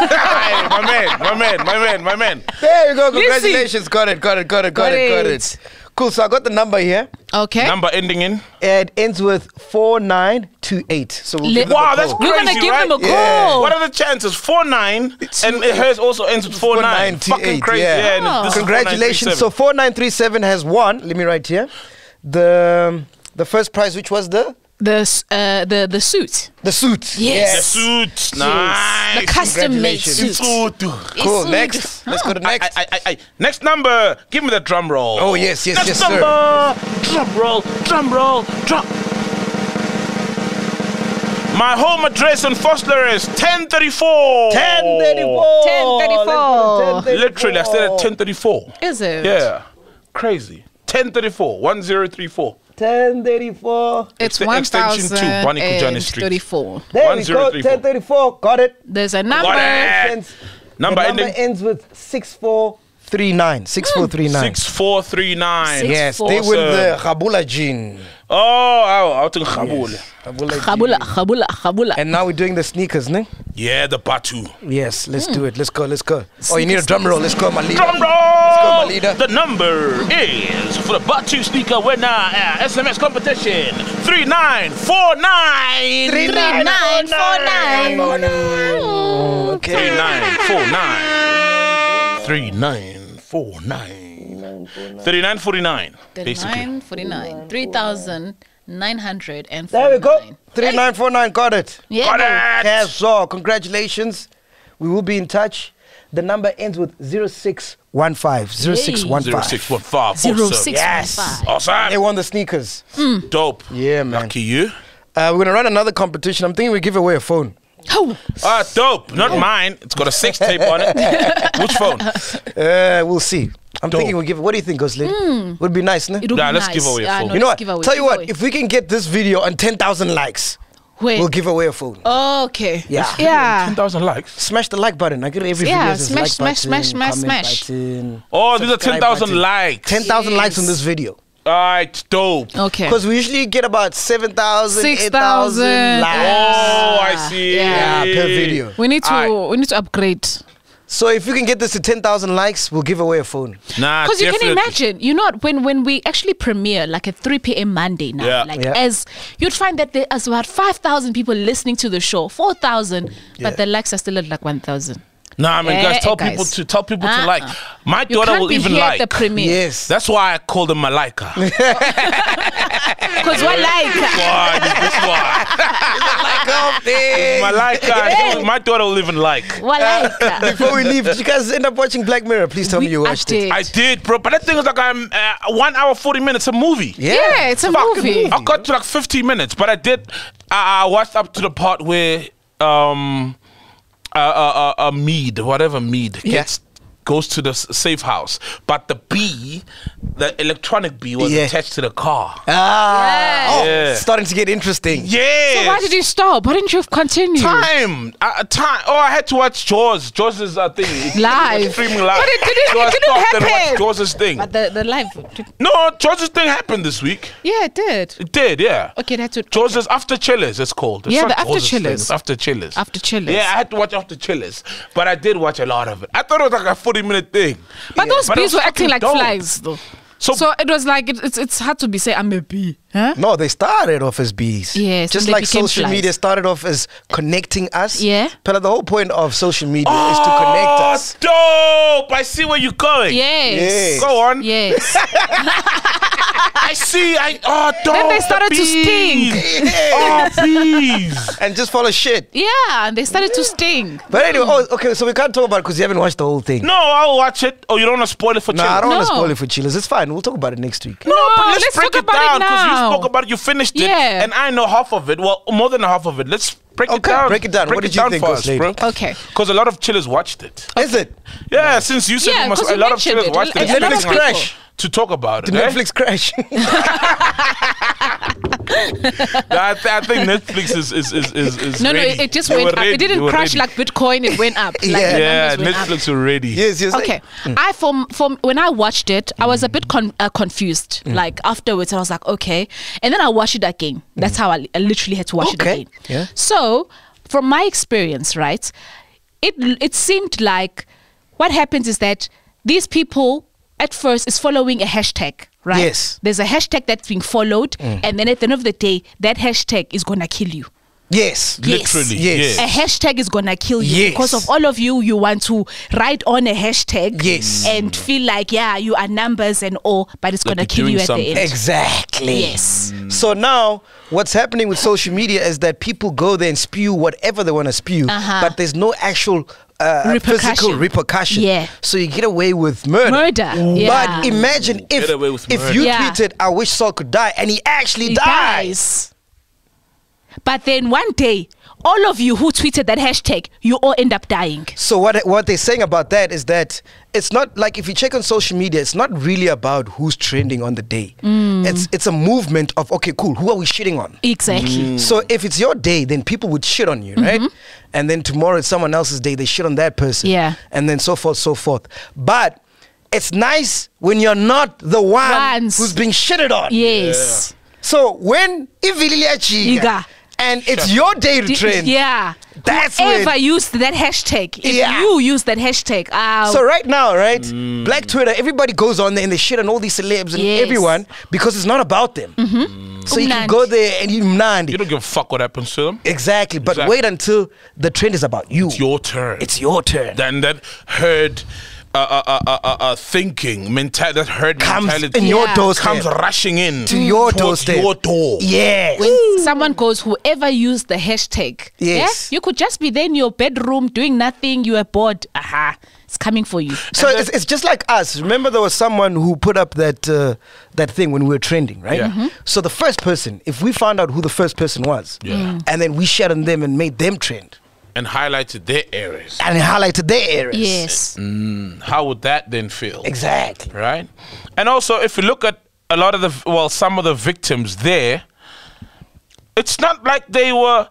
Speaker 4: Hey, my man, my man, my man, my man.
Speaker 2: There you go.
Speaker 3: Listen.
Speaker 2: Congratulations. Got it, got it, got it, got,
Speaker 3: Got
Speaker 2: it, got it.
Speaker 3: it.
Speaker 2: Cool. So I got the number here.
Speaker 3: Okay.
Speaker 4: Number ending in.
Speaker 2: It ends with 4928. So we'll
Speaker 3: Le-
Speaker 2: give them a
Speaker 4: Wow, that's
Speaker 2: call.
Speaker 3: We're going
Speaker 4: crazy,
Speaker 3: to give
Speaker 4: right?
Speaker 3: them a call.
Speaker 2: Yeah.
Speaker 4: What are the chances? Four nine, and hers also ends with four nine.
Speaker 2: 498,
Speaker 4: Fucking crazy.
Speaker 2: yeah.
Speaker 4: Yeah. and
Speaker 3: Oh.
Speaker 4: this is
Speaker 2: Congratulations.
Speaker 4: 4937.
Speaker 2: So 4937 has won. Let me write here. The um, the first prize, which was the
Speaker 3: The, s- uh, the, the suit.
Speaker 2: the suit.
Speaker 4: the
Speaker 3: Yes.
Speaker 4: suit,
Speaker 3: The
Speaker 4: nice.
Speaker 3: custom made suit.
Speaker 2: Congratulations. Cool. Next. Let's go to
Speaker 4: I, oh.
Speaker 2: next.
Speaker 4: I, I, I, next number. Give me the drum roll.
Speaker 2: Oh yes, yes,
Speaker 4: next
Speaker 2: yes,
Speaker 4: number.
Speaker 2: sir.
Speaker 4: Drum roll. Drum roll. Drum. My home address on Fossler is 1034.
Speaker 2: 1034.
Speaker 3: 1034.
Speaker 4: Literally, I said at 1034.
Speaker 3: Is it?
Speaker 4: Yeah, crazy. 1034, 1034.
Speaker 2: 1034.
Speaker 3: It's
Speaker 4: It's the extension to Bonnie Kujani Street.
Speaker 3: 1034.
Speaker 2: There we go.
Speaker 4: 1034.
Speaker 2: 1034. Got it.
Speaker 3: There's a number.
Speaker 4: Got it.
Speaker 2: Makes
Speaker 4: Eh.
Speaker 2: sense.
Speaker 4: Number
Speaker 2: the
Speaker 4: ending
Speaker 2: number ends with 6439. 6439.
Speaker 4: 6439.
Speaker 3: Six-
Speaker 2: Yes,
Speaker 3: four.
Speaker 2: they win the
Speaker 4: Awesome.
Speaker 2: Kabula gin.
Speaker 4: Oh, I, I think Kabul.
Speaker 3: Khabula, Khabula, Khabula.
Speaker 2: And now we're doing the sneakers, ne?
Speaker 4: Yeah, the Batu.
Speaker 2: Yes, let's do it. Let's go, let's go. oh, you need a drum roll. Let's go, my leader.
Speaker 4: Drum roll!
Speaker 2: my leader.
Speaker 4: The number is for the Batu sneaker winner at SMS competition 3949.
Speaker 2: 3949.
Speaker 4: 3949.
Speaker 2: Okay.
Speaker 4: Three nine four nine. Three nine four nine. Thirty nine forty nine. Basically.
Speaker 3: 3949. 3,949.
Speaker 2: There we go. 3949, got it.
Speaker 3: Yeah.
Speaker 4: Got
Speaker 3: man.
Speaker 4: it.
Speaker 2: Yes, so congratulations. We will be in touch. The number ends with 0615. 0615.
Speaker 4: Zero six one five.
Speaker 3: Zero
Speaker 4: Awesome.
Speaker 3: six Mm.
Speaker 2: Yes.
Speaker 3: one five.
Speaker 2: They
Speaker 4: Awesome.
Speaker 2: won the sneakers.
Speaker 4: Oh, Dope.
Speaker 2: Yeah, man.
Speaker 4: Lucky you.
Speaker 2: Uh, we're going to run another competition. I'm thinking we give away a phone.
Speaker 3: Oh,
Speaker 4: Ah, dope. Not mine. It's got a sex tape on it. Which phone?
Speaker 2: Uh, we'll see. I'm
Speaker 4: Dope.
Speaker 2: thinking we'll give. What do you think, Ghost Lady? Would be nice, no?
Speaker 3: Hmm. it would
Speaker 4: Nah,
Speaker 3: be
Speaker 4: let's
Speaker 3: nice.
Speaker 4: give away a
Speaker 3: Yeah,
Speaker 4: phone.
Speaker 3: no,
Speaker 2: You know
Speaker 3: let's
Speaker 2: what?
Speaker 3: give away-
Speaker 2: Tell you
Speaker 3: give
Speaker 2: what,
Speaker 3: away.
Speaker 2: if we can get this video on 10,000 likes,
Speaker 3: Wait.
Speaker 2: we'll give away a phone.
Speaker 3: Okay.
Speaker 2: Yeah.
Speaker 3: Yeah.
Speaker 4: Ten thousand likes.
Speaker 2: Smash the like button. I get every video.
Speaker 3: Yeah,
Speaker 2: there's a like
Speaker 3: smash, smash,
Speaker 2: button,
Speaker 3: smash, smash,
Speaker 2: comment
Speaker 3: smash.
Speaker 2: button.
Speaker 4: Oh, these are ten
Speaker 2: Subscribe
Speaker 4: thousand
Speaker 2: button.
Speaker 4: likes.
Speaker 2: 10,000 likes on
Speaker 3: Yes.
Speaker 2: this video.
Speaker 4: All right, dope.
Speaker 3: Okay.
Speaker 2: Because we usually get about 7,000,
Speaker 3: 6,000.
Speaker 2: 8,000 likes.
Speaker 4: Oh, I see.
Speaker 3: Ah, Yeah.
Speaker 2: Yeah, per video.
Speaker 3: We need to
Speaker 4: Aye.
Speaker 3: we need to upgrade.
Speaker 2: So if you can get this to 10,000 likes, we'll give away a phone.
Speaker 4: Nah,
Speaker 3: Because you can
Speaker 4: Ah, definitely.
Speaker 3: imagine, you know, what, when when we actually premiere like at 3 p.m. Monday now,
Speaker 4: Yeah.
Speaker 3: like
Speaker 2: Yeah.
Speaker 3: as you'd find that there is about 5,000 people listening to the show, 4,000,
Speaker 2: Yeah.
Speaker 3: but the likes are still at like 1,000.
Speaker 4: Nah, I mean,
Speaker 3: Eh,
Speaker 4: guys, tell
Speaker 3: guys.
Speaker 4: people to tell people to
Speaker 3: Uh-uh.
Speaker 4: like. My
Speaker 3: You
Speaker 4: daughter
Speaker 3: can't
Speaker 4: will
Speaker 3: be
Speaker 4: even
Speaker 3: here
Speaker 4: like.
Speaker 3: at the premiere
Speaker 2: Yes.
Speaker 4: That's why I call them Malika. Why?
Speaker 3: because we're like,
Speaker 4: That's why.
Speaker 2: like off there.
Speaker 4: Malika. I know My daughter will even like.
Speaker 3: we're like.
Speaker 2: Before we leave, did you guys end up watching Black Mirror? Please tell me you
Speaker 3: I
Speaker 2: watched it.
Speaker 3: did.
Speaker 4: I did, bro. But that thing is like I'm uh, one hour forty minutes a movie.
Speaker 3: Yeah, it's a
Speaker 4: Fuck,
Speaker 3: movie.
Speaker 4: I got to like 15 minutes, but I did. I, I watched up to the part where um, a uh, uh, uh, mead, whatever mead, gets goes to the s- safe house, but the bee, the electronic bee, was
Speaker 2: Yeah.
Speaker 4: attached to the car.
Speaker 3: Uh,
Speaker 2: Ah,
Speaker 3: Yes.
Speaker 2: oh,
Speaker 4: Yeah.
Speaker 2: it's starting to get interesting.
Speaker 4: Yeah.
Speaker 3: So why did you stop? Why didn't you continue?
Speaker 4: Time, uh, time. Oh, I had to watch Jaws. Jaws is a thing.
Speaker 3: Live.
Speaker 4: It was streaming live.
Speaker 3: But it didn't-
Speaker 4: So I
Speaker 3: it didn't
Speaker 4: stopped and
Speaker 3: happen.
Speaker 4: watched Jaws' thing.
Speaker 3: But the, the live,
Speaker 4: No, Jaws' thing happened this week.
Speaker 3: yeah, it did.
Speaker 4: It did, yeah.
Speaker 3: Okay, that's what.
Speaker 4: Chillers after chillers, it's called. It's
Speaker 3: Yeah,
Speaker 4: not
Speaker 3: the After
Speaker 4: Chaucer's thing,
Speaker 3: Chillers.
Speaker 4: It's after chillers.
Speaker 3: After Chillers.
Speaker 4: Yeah, I had to watch after chillers, but I did watch a lot of it. I thought it was like a forty-minute thing.
Speaker 3: But those
Speaker 4: But it
Speaker 3: bees
Speaker 4: was
Speaker 3: were acting
Speaker 4: fucking
Speaker 3: like
Speaker 4: dope.
Speaker 3: flies, though.
Speaker 4: So,
Speaker 3: So it was like it, it's it's hard to be say I'm a bee, huh?
Speaker 2: No, they started off as bees.
Speaker 3: Yes,
Speaker 2: Just
Speaker 3: and they
Speaker 2: like
Speaker 3: became
Speaker 2: social
Speaker 3: flies.
Speaker 2: media started off as connecting us.
Speaker 3: Yeah.
Speaker 2: But the whole point of social media is to connect
Speaker 4: oh,
Speaker 2: us.
Speaker 4: dope! I see where you're going.
Speaker 3: Yes.
Speaker 4: Go on.
Speaker 3: Yes.
Speaker 4: I see. I oh, dope.
Speaker 3: Then they
Speaker 4: the
Speaker 3: started to sting.
Speaker 4: bees. oh, bees.
Speaker 2: And just follow shit.
Speaker 3: yeah, and they started to sting.
Speaker 2: But anyway, oh, okay, so we can't talk about it because you haven't watched the whole thing.
Speaker 4: No, I'll watch it. Oh, you don't want to spoil it for
Speaker 2: Nah,
Speaker 4: chillers.
Speaker 2: I don't want to
Speaker 3: No.
Speaker 2: spoil it for chillers. It's fine. We'll talk about it next week.
Speaker 3: No,
Speaker 4: but let's,
Speaker 3: let's
Speaker 4: break
Speaker 3: talk
Speaker 4: it
Speaker 3: about it
Speaker 4: down because you
Speaker 3: now.
Speaker 4: spoke about it, you finished it,
Speaker 3: Yeah.
Speaker 4: and I know half of it. Well, more than half of it. Let's break it
Speaker 2: Okay,
Speaker 4: down.
Speaker 2: break it down. What did you think,
Speaker 4: for
Speaker 2: Ghost
Speaker 4: us,
Speaker 2: Lady?
Speaker 4: bro?
Speaker 3: Okay.
Speaker 4: Because a lot of chillers watched it.
Speaker 2: Is it?
Speaker 4: Yeah, since you said
Speaker 3: Yeah,
Speaker 4: you must,
Speaker 3: 'cause
Speaker 4: a
Speaker 3: you
Speaker 4: lot of
Speaker 3: mentioned
Speaker 4: chillers
Speaker 3: it.
Speaker 4: watched it.
Speaker 3: Did
Speaker 4: it's
Speaker 3: Netflix
Speaker 4: interesting
Speaker 2: crash?
Speaker 4: To talk about it.
Speaker 2: Did
Speaker 4: eh?
Speaker 2: Netflix crash?
Speaker 4: I, th- I think Netflix is is is is, is
Speaker 3: No,
Speaker 4: ready.
Speaker 3: no, it just
Speaker 4: They
Speaker 3: went
Speaker 4: were
Speaker 3: up.
Speaker 4: ready.
Speaker 3: It didn't
Speaker 4: They were
Speaker 3: crash
Speaker 4: ready.
Speaker 3: like Bitcoin. It went up. Like
Speaker 2: Yeah.
Speaker 3: the
Speaker 4: Yeah,
Speaker 3: numbers went up.
Speaker 4: Netflix are ready.
Speaker 2: yes, yes.
Speaker 3: Okay, I from from when I watched it, I was a bit con- uh, confused.
Speaker 2: Mm.
Speaker 3: Like afterwards, I was like, okay, and then I watched it again. That's how I, I literally had to watch
Speaker 2: Mm. Okay.
Speaker 3: it again.
Speaker 2: Yeah.
Speaker 3: So, from my experience, right, it it seemed like what happens is that these people at first is following a hashtag, right?
Speaker 2: Yes. Mm.
Speaker 3: There's a hashtag that's being followed, and then at the end of the day, that hashtag is gonna kill you.
Speaker 2: Yes.
Speaker 3: Yes.
Speaker 4: Literally.
Speaker 2: Yes.
Speaker 4: Yes.
Speaker 3: A hashtag is gonna kill you
Speaker 2: Yes.
Speaker 3: because of all of you. You want to write on a hashtag,
Speaker 2: Yes. Mm.
Speaker 3: and feel like yeah, you are numbers and all, but it's
Speaker 4: Like
Speaker 3: gonna
Speaker 4: you're
Speaker 3: kill
Speaker 4: doing
Speaker 3: you at
Speaker 4: something.
Speaker 3: the end.
Speaker 2: Exactly.
Speaker 3: Yes,
Speaker 4: Mm.
Speaker 2: So now, what's happening with social media is that people go there and spew whatever they want to spew,
Speaker 3: Uh-huh.
Speaker 2: but there's no actual uh, physical
Speaker 3: Repercussion.
Speaker 2: repercussion.
Speaker 3: Yeah.
Speaker 2: So you get away with murder.
Speaker 3: Murder, yeah.
Speaker 2: But imagine if
Speaker 4: Get away with
Speaker 2: if
Speaker 4: murder.
Speaker 2: you
Speaker 3: Yeah.
Speaker 2: tweeted, "I wish Saul could die," and he actually
Speaker 3: It
Speaker 2: dies.
Speaker 3: dies. But then one day, all of you who tweeted that hashtag, you all end up dying.
Speaker 2: So what what they're saying about that is that it's not like if you check on social media, it's not really about who's trending on the day.
Speaker 3: Mm.
Speaker 2: It's it's a movement of okay, cool. Who are we shitting on?
Speaker 3: Exactly.
Speaker 2: So if it's your day, then people would shit on you, right?
Speaker 3: Mm-hmm.
Speaker 2: And then tomorrow it's someone else's day, they shit on that person.
Speaker 3: Yeah.
Speaker 2: And then so forth, so forth. But it's nice when you're not the one
Speaker 3: Ones.
Speaker 2: who's being shitted on.
Speaker 3: Yes.
Speaker 2: So when Iviliya Chiga
Speaker 3: Chiga.
Speaker 2: and it's your day to
Speaker 3: D-
Speaker 2: trend.
Speaker 3: Yeah.
Speaker 2: That's
Speaker 3: Whoever
Speaker 2: when-
Speaker 3: used that hashtag, if
Speaker 2: Yeah.
Speaker 3: you use that hashtag, ah,
Speaker 2: So right now, right?
Speaker 4: Mm.
Speaker 2: Black Twitter, everybody goes on there and they shit on all these celebs and
Speaker 3: Yes. Mm-hmm.
Speaker 2: everyone because it's not about them. So you can
Speaker 3: Kumnandi.
Speaker 2: go there and you mnandi.
Speaker 4: Mm. You don't give a fuck what happens to them.
Speaker 2: Exactly, but
Speaker 4: Exactly.
Speaker 2: wait until the trend is about you.
Speaker 4: It's your turn.
Speaker 2: It's your turn.
Speaker 4: then that herd uh, uh, uh, uh, uh, uh, thinking mentality, that herd
Speaker 2: comes
Speaker 4: mentality
Speaker 2: in your
Speaker 3: Yeah.
Speaker 2: doorstep.
Speaker 4: comes rushing in
Speaker 2: to your
Speaker 4: towards
Speaker 2: doorstep.
Speaker 4: Your door.
Speaker 2: Yes.
Speaker 3: when someone goes, whoever used the hashtag,
Speaker 2: Yes.
Speaker 3: you could just be there in your bedroom doing nothing, you are bored. Aha, it's coming for you.
Speaker 2: So it's, it's just like us. Remember, there was someone who put up that uh, that thing when we were trending, right?
Speaker 4: Yeah.
Speaker 3: Mm-hmm.
Speaker 4: Mhm.
Speaker 2: So the first person, if we found out who the first person was,
Speaker 4: Yeah. Mm.
Speaker 2: and then we shared on them and made them trend
Speaker 4: And highlighted their areas.
Speaker 2: and highlighted their areas.
Speaker 3: Yes.
Speaker 4: How would that then feel?
Speaker 2: Exactly.
Speaker 4: right? And also, if you look at a lot of the, well, some of the victims there, it's not like they were,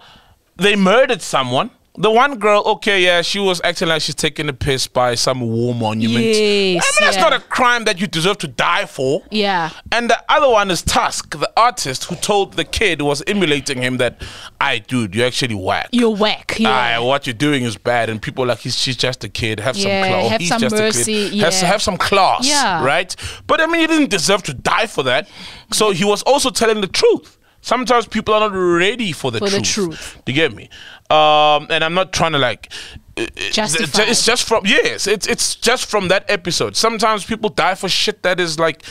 Speaker 4: they murdered someone. The one girl, okay, yeah, she was acting like she's taking a piss by some war monument.
Speaker 3: Yes,
Speaker 4: I mean, that's
Speaker 3: yeah.
Speaker 4: not a crime that you deserve to die for.
Speaker 3: Yeah.
Speaker 4: And the other one is Tusk, the artist who told the kid who was emulating him that, I, dude, you're actually whack.
Speaker 3: You're whack. Yeah.
Speaker 4: Aye, what you're doing is bad, and people are like he's she's just a kid. Have
Speaker 3: Yeah,
Speaker 4: some class.
Speaker 3: have
Speaker 4: he's
Speaker 3: some
Speaker 4: just a
Speaker 3: mercy,
Speaker 4: kid. Has-
Speaker 3: yeah.
Speaker 4: have some class.
Speaker 3: Yeah.
Speaker 4: Right. But I mean, he didn't deserve to die for that. So he was also telling the truth. Sometimes people are not ready for the
Speaker 3: For the
Speaker 4: truth.
Speaker 3: truth.
Speaker 4: Do you get me? Um, and I'm not trying to like. uh, uh,
Speaker 3: Justify.
Speaker 4: It's just from yes, it's it's just from that episode. Sometimes people die for shit that is like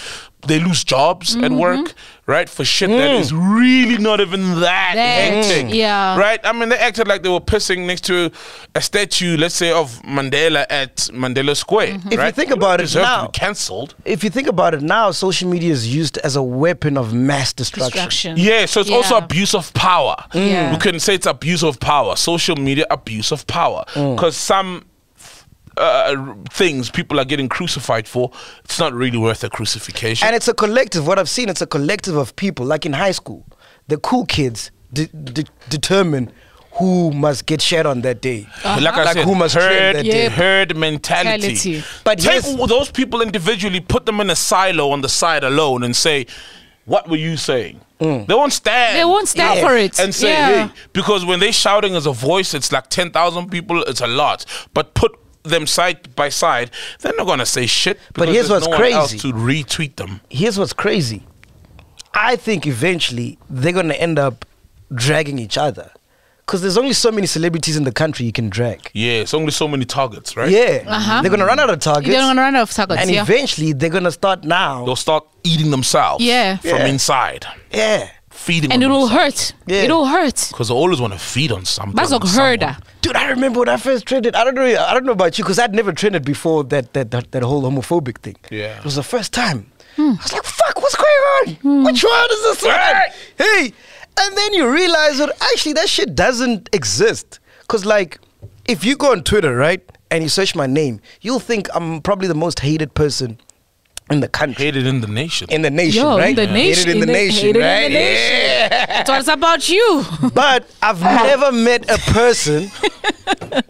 Speaker 4: they lose jobs at
Speaker 3: Mm-hmm.
Speaker 4: work, right? For shit that is really not even that,
Speaker 3: That,
Speaker 4: hectic,
Speaker 3: yeah.
Speaker 4: right? I mean, they acted like they were pissing next to a statue, let's say, of Mandela at Mandela Square.
Speaker 3: Mm-hmm.
Speaker 2: If you
Speaker 4: right?
Speaker 2: think
Speaker 4: don't
Speaker 2: about it
Speaker 4: deserve to be
Speaker 2: now-
Speaker 4: cancelled.
Speaker 2: If you think about it now, social media is used as a weapon of mass destruction.
Speaker 3: Destruction.
Speaker 4: Yeah, so it's also
Speaker 3: Yeah.
Speaker 4: abuse of power.
Speaker 3: Yeah.
Speaker 4: We can say it's abuse of power, social media abuse of power,
Speaker 2: Mm.
Speaker 4: because some uh, r- things people are getting crucified for, it's not really worth a crucifixion.
Speaker 2: And it's a collective. What I've seen, it's a collective of people. Like in high school, the cool kids de- de- determine who must get shared on that day.
Speaker 3: Uh-huh.
Speaker 4: Like I said,
Speaker 2: who must trend
Speaker 4: herd,
Speaker 2: that
Speaker 3: Yeah.
Speaker 2: day.
Speaker 4: herd mentality.
Speaker 3: Mentality.
Speaker 2: But
Speaker 4: But Take
Speaker 2: yes-
Speaker 4: all those people individually, put them in a silo on the side alone, and say, "What were you saying?"
Speaker 2: Mm.
Speaker 4: They won't stand.
Speaker 3: They won't stand for it.
Speaker 4: And say,
Speaker 3: Yeah.
Speaker 4: "Hey," because when they shouting as a voice, it's like ten thousand people. It's a lot, but put them side by side, they're not gonna say shit.
Speaker 2: But
Speaker 4: because
Speaker 2: here's
Speaker 4: there's
Speaker 2: what's
Speaker 4: no one else
Speaker 2: crazy.
Speaker 4: to retweet them.
Speaker 2: Here's what's crazy. I think eventually they're gonna end up dragging each other, because there's only so many celebrities in the country you can drag.
Speaker 4: Yeah, it's only so many targets, right?
Speaker 2: Yeah,
Speaker 3: Uh-huh.
Speaker 2: they're gonna run out of targets.
Speaker 3: They're gonna run out of targets,
Speaker 2: and
Speaker 3: yeah.
Speaker 2: eventually they're gonna start now.
Speaker 4: they'll start eating themselves.
Speaker 3: Yeah.
Speaker 4: from
Speaker 2: Yeah.
Speaker 4: inside,
Speaker 2: yeah,
Speaker 4: feeding.
Speaker 3: And
Speaker 4: on
Speaker 3: it'll
Speaker 4: themselves.
Speaker 3: hurt.
Speaker 2: Yeah.
Speaker 3: It'll hurt.
Speaker 4: Because I always want to feed on something. on
Speaker 3: Bazokuherda.
Speaker 4: someone.
Speaker 2: dude, I remember when I first trended. I don't know. I don't know about you, because I'd never trended before that that, that that whole homophobic thing.
Speaker 4: Yeah.
Speaker 2: it was the first time.
Speaker 3: Hmm.
Speaker 2: I was like, "Fuck, what's going on? Which one is this one?
Speaker 4: Right.
Speaker 2: Hey!" And then you realize that actually that shit doesn't exist. Cause like, if you go on Twitter, right, and you search my name, you'll think I'm probably the most hated person in the country.
Speaker 4: Hated in the nation.
Speaker 2: in the nation,
Speaker 3: Yo,
Speaker 2: right?
Speaker 3: in the nation.
Speaker 2: Hated in the nation,
Speaker 3: hated in the
Speaker 2: right?
Speaker 3: nation.
Speaker 2: Yeah.
Speaker 3: That's what it's about you.
Speaker 2: But I've
Speaker 3: Uh-huh.
Speaker 2: never met a person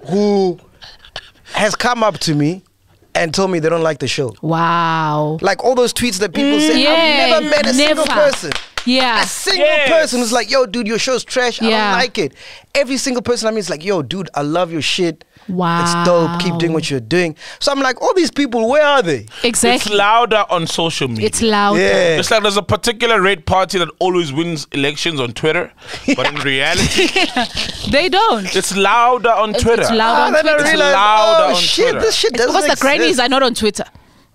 Speaker 2: who has come up to me and told me they don't like the show.
Speaker 3: Wow.
Speaker 2: Like all those tweets that people say,
Speaker 3: Mm, yeah,
Speaker 2: I've never met a single
Speaker 3: never.
Speaker 2: person.
Speaker 3: Yeah.
Speaker 2: A single
Speaker 4: Yes.
Speaker 2: person who's like, yo, dude, your show's trash. I
Speaker 3: Yeah.
Speaker 2: don't like it. Every single person I mean is like, yo, dude, I love your shit. It's dope. Keep doing
Speaker 3: Wow.
Speaker 2: what you're doing. So I'm like, all these people, where are they?
Speaker 4: It's
Speaker 3: Exactly.
Speaker 4: louder on social media.
Speaker 3: It's loud.
Speaker 2: Yeah.
Speaker 4: It's like there's a particular red party that always wins elections on Twitter, but in reality,
Speaker 3: They don't.
Speaker 4: it's louder on
Speaker 3: It's-
Speaker 4: Twitter.
Speaker 3: it's loud
Speaker 2: Ah,
Speaker 3: on
Speaker 2: then I
Speaker 3: Twitter.
Speaker 4: It's
Speaker 2: realized,
Speaker 4: louder
Speaker 2: oh
Speaker 4: on
Speaker 2: shit,
Speaker 4: Twitter.
Speaker 2: this shit doesn't
Speaker 3: because the
Speaker 2: exist.
Speaker 3: grannies are not on Twitter.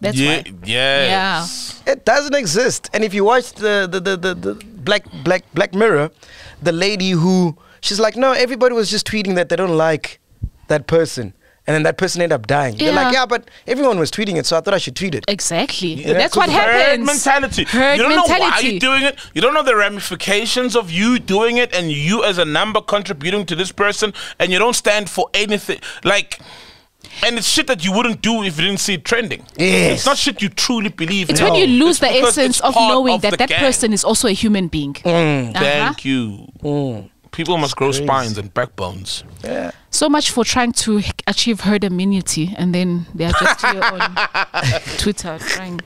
Speaker 3: That's
Speaker 4: yeah,
Speaker 3: why.
Speaker 4: yes.
Speaker 2: It doesn't exist. And if you watch the the, the, the, the Black Black Black Mirror, the lady who she's like, no, everybody was just tweeting that they don't like that person, and then that person ended up dying. They're like,
Speaker 3: Yeah.
Speaker 2: yeah, but everyone was tweeting it, so I thought I should tweet it.
Speaker 3: Exactly.
Speaker 2: Yeah,
Speaker 3: That's
Speaker 2: 'cause
Speaker 3: what
Speaker 4: Herd
Speaker 3: happens.
Speaker 4: mentality.
Speaker 3: Herd
Speaker 4: you don't know why
Speaker 3: mentality.
Speaker 4: you're doing it. You don't know the ramifications of you doing it, and you as a number contributing to this person, and you don't stand for anything. Like, and it's shit that you wouldn't do if you didn't see it trending.
Speaker 2: Yes.
Speaker 4: It's not shit you truly believe.
Speaker 3: It's
Speaker 4: in.
Speaker 3: when you
Speaker 4: No.
Speaker 3: lose
Speaker 4: It's
Speaker 3: the
Speaker 4: because
Speaker 3: essence
Speaker 4: it's
Speaker 3: of
Speaker 4: part
Speaker 3: knowing
Speaker 4: of
Speaker 3: that
Speaker 4: the Mm,
Speaker 3: that
Speaker 4: gang.
Speaker 3: person is also a human being. Uh-huh.
Speaker 4: Thank you.
Speaker 2: Hmm.
Speaker 4: People must grow spines and backbones.
Speaker 3: So much for trying to h- achieve herd immunity, and then they are just here on Twitter trying.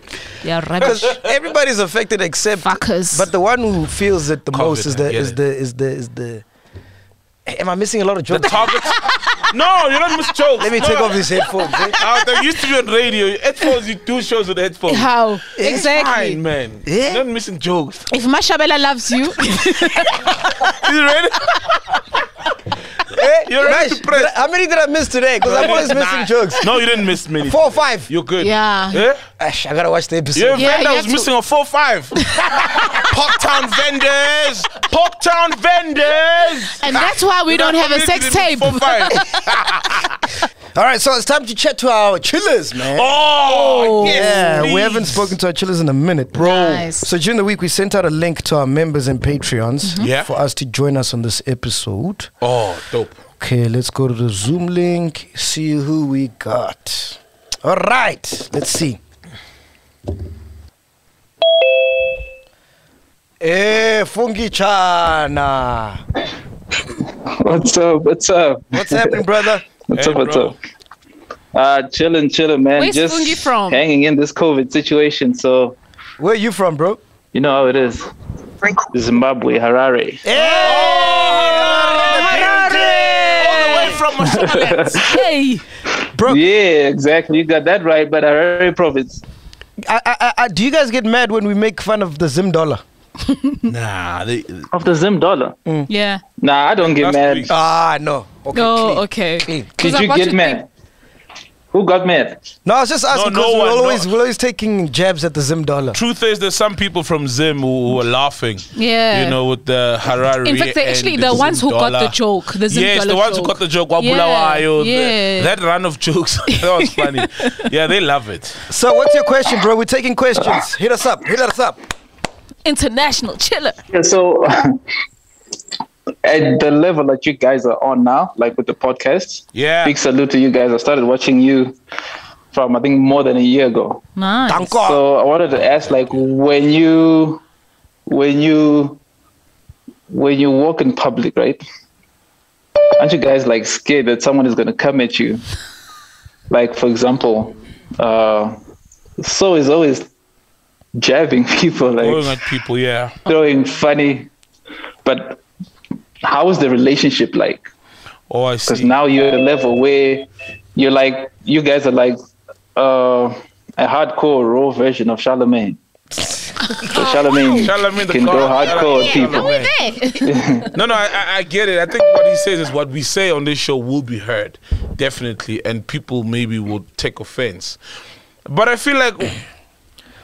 Speaker 3: They are rubbish.
Speaker 2: Everybody's affected except
Speaker 3: Fuckers.
Speaker 2: But the one who feels it the most is
Speaker 4: I
Speaker 2: the
Speaker 4: get
Speaker 2: is
Speaker 4: it.
Speaker 2: the is the is the. Am I missing a lot of
Speaker 4: The
Speaker 2: jokes?
Speaker 4: targets, No, you don't miss jokes.
Speaker 2: Let me
Speaker 4: No.
Speaker 2: take off these headphones. eh?
Speaker 4: Ah, there used to be on radio. Headphones, you do shows with headphones.
Speaker 3: How?
Speaker 4: It's
Speaker 3: exactly.
Speaker 4: Fine, man.
Speaker 2: Yeah.
Speaker 4: You're not missing jokes.
Speaker 3: If Mashabela loves you,
Speaker 4: Is it ready?
Speaker 2: Eh?
Speaker 4: You're already
Speaker 2: Nice.
Speaker 4: depressed.
Speaker 2: Did I- How many did I miss today? Because I'm always missing
Speaker 4: Nah.
Speaker 2: jokes.
Speaker 4: No, you didn't miss many.
Speaker 2: Four or five.
Speaker 4: You're good.
Speaker 3: Yeah.
Speaker 4: Yeah?
Speaker 2: Ash, I gotta watch the episode.
Speaker 4: Your
Speaker 3: Yeah, you
Speaker 4: vendor was
Speaker 3: have to-
Speaker 4: missing a four five. Porktown vendors. Porktown vendors.
Speaker 3: and that's why we
Speaker 4: You
Speaker 3: don't
Speaker 4: know,
Speaker 3: have a
Speaker 4: family
Speaker 3: sex
Speaker 4: didn't
Speaker 3: tape.
Speaker 4: miss Four five.
Speaker 2: All right, so it's time to chat to our chillers, man.
Speaker 4: Oh, yes,
Speaker 2: yeah, we
Speaker 4: please.
Speaker 2: haven't spoken to our chillers in a minute, bro.
Speaker 3: Nice.
Speaker 2: So during the week, we sent out a link to our members and Patreons
Speaker 4: Mm-hmm. Yeah.
Speaker 2: for us to join us on this episode.
Speaker 4: Oh, dope.
Speaker 2: Okay, let's go to the Zoom link, see who we got. All right, let's see. Hey, Fungi Chana.
Speaker 8: What's up? What's up?
Speaker 2: What's happening, brother?
Speaker 8: What's
Speaker 4: Hey,
Speaker 8: up? What's
Speaker 4: bro.
Speaker 8: up? Uh, chilling, chilling, man.
Speaker 3: Where's
Speaker 8: Just
Speaker 3: Fungi from?
Speaker 8: hanging in this COVID situation. So
Speaker 2: Where are you from, bro?
Speaker 8: you know how it is. Zimbabwe, Harare.
Speaker 4: Away from us.
Speaker 3: hey,
Speaker 2: Bro.
Speaker 8: Yeah, exactly. You got that right. But Harare province.
Speaker 2: I, I, I- I, do you guys get mad when we make fun of the Zim dollar?
Speaker 4: nah, they,
Speaker 8: Of the Zim dollar.
Speaker 3: yeah.
Speaker 8: Nah, I don't get
Speaker 4: Last
Speaker 8: mad.
Speaker 4: week.
Speaker 2: Ah, no. Okay.
Speaker 3: Oh,
Speaker 2: clean.
Speaker 3: okay.
Speaker 2: Clean.
Speaker 8: Did you get mad? Who got mad?
Speaker 2: No, it's just us
Speaker 4: No,
Speaker 2: because
Speaker 4: no
Speaker 2: we're,
Speaker 4: one, no.
Speaker 2: always, we're always taking jabs at the Zim dollar.
Speaker 4: truth is, there's some people from Zim who, who are laughing.
Speaker 3: Yeah.
Speaker 4: You know, with the Harare.
Speaker 3: In fact, they're actually
Speaker 4: and
Speaker 3: the
Speaker 4: Zim
Speaker 3: ones who got
Speaker 4: dollar.
Speaker 3: the joke. The Zim
Speaker 4: yes,
Speaker 3: dollar
Speaker 4: the ones who
Speaker 3: joke.
Speaker 4: got the joke, Wabula
Speaker 3: Yeah,
Speaker 4: Wayo, the-
Speaker 3: yeah.
Speaker 4: that run of jokes, that was funny. yeah, they love it.
Speaker 2: So, what's your question, bro? We're taking questions. Hit us up. Hit us up.
Speaker 3: international chiller.
Speaker 8: Yeah, so at the level that you guys are on now, like with the podcast,
Speaker 4: Yeah.
Speaker 8: big salute to you guys. I started watching you from I think more than a year ago.
Speaker 3: Nice.
Speaker 2: Danko.
Speaker 8: So I wanted to ask, like, when you, when you, when you walk in public, right? Aren't you guys like scared that someone is going to come at you? Like, for example, uh, so is always jabbing people, like
Speaker 4: Going at people, yeah.
Speaker 8: throwing funny. But how is the relationship like?
Speaker 4: Oh, I
Speaker 8: Because
Speaker 4: see.
Speaker 8: now you're at a level where you're like, you guys are like uh, a hardcore raw version of Charlemagne. So Charlemagne
Speaker 4: Charlemagne the
Speaker 8: can go
Speaker 4: God.
Speaker 8: hardcore
Speaker 4: Yeah,
Speaker 8: at people.
Speaker 4: Charlemagne. No, no, I, I, I get it. I think what he says is what we say on this show will be heard, definitely, and people maybe will take offense. But I feel like,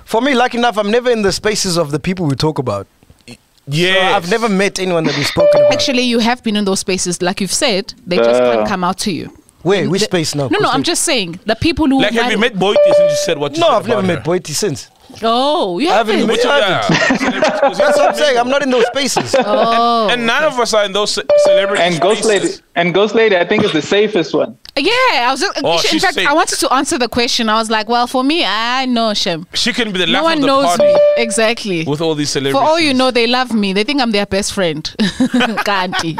Speaker 2: For me, lucky enough, I'm never in the spaces of the people we talk about. So
Speaker 4: yeah,
Speaker 2: I've never met anyone that we've spoken about.
Speaker 3: Actually, you have been in those spaces, like you've said. They just
Speaker 8: Uh.
Speaker 3: can't come out to you.
Speaker 2: Wait, which
Speaker 3: The-
Speaker 2: space now?
Speaker 3: No, no.
Speaker 2: Which
Speaker 3: I'm
Speaker 2: space?
Speaker 3: just saying the people who.
Speaker 4: Like, have you
Speaker 3: might-
Speaker 4: met Boyd since you said what you
Speaker 2: No,
Speaker 4: said?
Speaker 2: I've never
Speaker 4: about
Speaker 2: met
Speaker 4: her?
Speaker 2: Boiti since.
Speaker 3: Oh, you
Speaker 2: I haven't
Speaker 3: haven't.
Speaker 2: met-
Speaker 4: Which, yeah.
Speaker 2: That's what I'm saying. I'm not in those spaces.
Speaker 3: Oh,
Speaker 4: and none of us are in those ce- celebrity
Speaker 8: And Ghost Lady,
Speaker 4: spaces.
Speaker 8: and Ghost Lady, I think is the safest one.
Speaker 3: yeah. I was. Just,
Speaker 4: Oh,
Speaker 3: in
Speaker 4: she's
Speaker 3: fact,
Speaker 4: safe.
Speaker 3: I wanted to answer the question. I was like, well, for me, I know Shem.
Speaker 4: She can be the
Speaker 3: No
Speaker 4: laugh
Speaker 3: one
Speaker 4: of the
Speaker 3: knows
Speaker 4: party
Speaker 3: me exactly.
Speaker 4: with all these celebrities.
Speaker 3: For all you know, they love me. They think I'm their best friend. Kanti.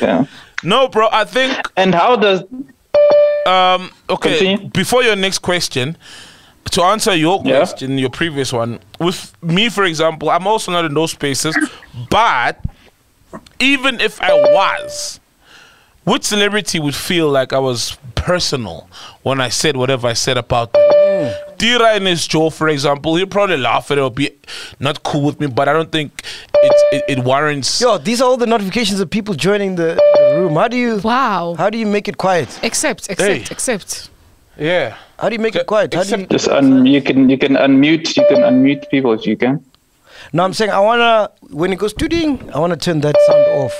Speaker 8: Yeah.
Speaker 4: No, bro, I think
Speaker 8: And how does
Speaker 4: um okay,
Speaker 8: Continue.
Speaker 4: before your next question, to answer your
Speaker 8: Yeah.
Speaker 4: question, your previous one, with me for example, I'm also not in those spaces, but even if I was, which celebrity would feel like I was personal when I said whatever I said about them?
Speaker 2: Mm.
Speaker 4: Dira in his jaw, for example, he'll probably laugh at it or be not cool with me, but I don't think it's, it, it warrants.
Speaker 2: Yo, these are all the notifications of people joining the, the room. How do you
Speaker 3: wow.
Speaker 2: how do you make it quiet?
Speaker 3: Accept, accept,
Speaker 4: Hey.
Speaker 3: accept.
Speaker 4: Yeah.
Speaker 2: How do you make it
Speaker 4: Okay,
Speaker 2: quiet? How do you,
Speaker 8: just un, you can you can unmute you can unmute people if you can.
Speaker 2: no, I'm saying I wanna when it goes to ding, I wanna turn that sound off.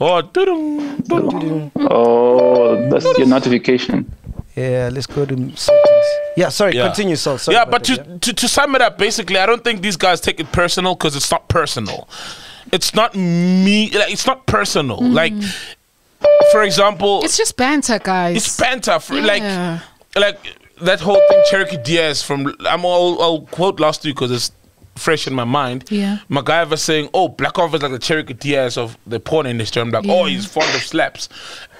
Speaker 4: Oh, doo-dum, doo-dum.
Speaker 8: Oh, that's your notification.
Speaker 2: Yeah, let's go to settings. Yeah, sorry,
Speaker 4: Yeah.
Speaker 2: continue, Sol. Sorry
Speaker 4: yeah,
Speaker 2: about
Speaker 4: but
Speaker 2: that,
Speaker 4: to, to to sum it up, basically, I don't think these guys take it personal because it's not personal. It's not me. Like, it's not personal. Like, for example,
Speaker 3: Mm-hmm. It's just banter, guys.
Speaker 4: it's banter. For,
Speaker 3: Yeah.
Speaker 4: Like, like that whole thing, Cherokee Diaz from I'm all I'll quote last week because it's fresh in my mind.
Speaker 3: Yeah.
Speaker 4: MacGyver saying, "Oh, Black Coffee is like the Cherokee Diaz of the porn industry." I'm like, "Oh,
Speaker 3: Yeah.
Speaker 4: he's fond of slaps."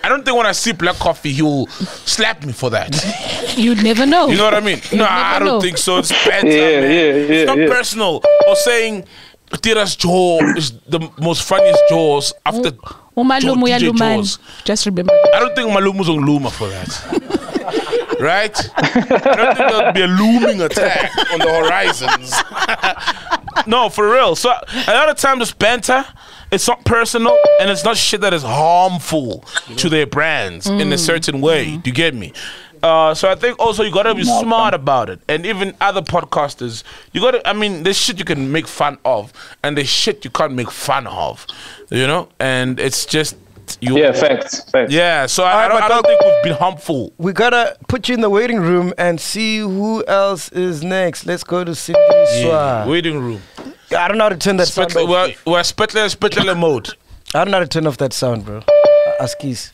Speaker 4: I don't think when I see Black Coffee, he'll slap me for that.
Speaker 3: You'd never know.
Speaker 4: You know what I mean?
Speaker 3: You
Speaker 4: No,
Speaker 3: never
Speaker 4: I don't
Speaker 3: know.
Speaker 4: think so. It's banter.
Speaker 8: Yeah,
Speaker 4: man.
Speaker 8: yeah, yeah,
Speaker 4: It's not
Speaker 8: yeah.
Speaker 4: personal. Or saying Tira's jaw is the most funniest jaws
Speaker 3: Oh,
Speaker 4: after.
Speaker 3: Umalumu
Speaker 4: Jaw- DJ
Speaker 3: uyaluman.
Speaker 4: Jaws.
Speaker 3: Just remember.
Speaker 4: I don't think Malumu's on Luma for that. right? I don't think there'll be a looming attack on the horizons. no, for real. So a lot of times it's banter. It's not personal and it's not shit that is harmful to their brands in a certain way. Do you get me? Uh, so I think also you gotta be smart about it, and even other podcasters, you gotta. I mean, there's shit you can make fun of, and there's shit you can't make fun of, you know. And it's just you.
Speaker 8: Yeah, facts. Facts.
Speaker 4: Yeah, so I, I,
Speaker 2: Alright,
Speaker 4: don't,
Speaker 2: but
Speaker 4: I don't think we've been harmful.
Speaker 2: We gotta put you in the waiting room and see who else is next. Let's go to Cindy Swa.
Speaker 4: Waiting room.
Speaker 2: I don't know how to turn that sound.
Speaker 4: Spitler,
Speaker 2: off.
Speaker 4: we're, we're spitler, spitler mode.
Speaker 2: I don't know how to turn off that sound, bro. Uh, Askies.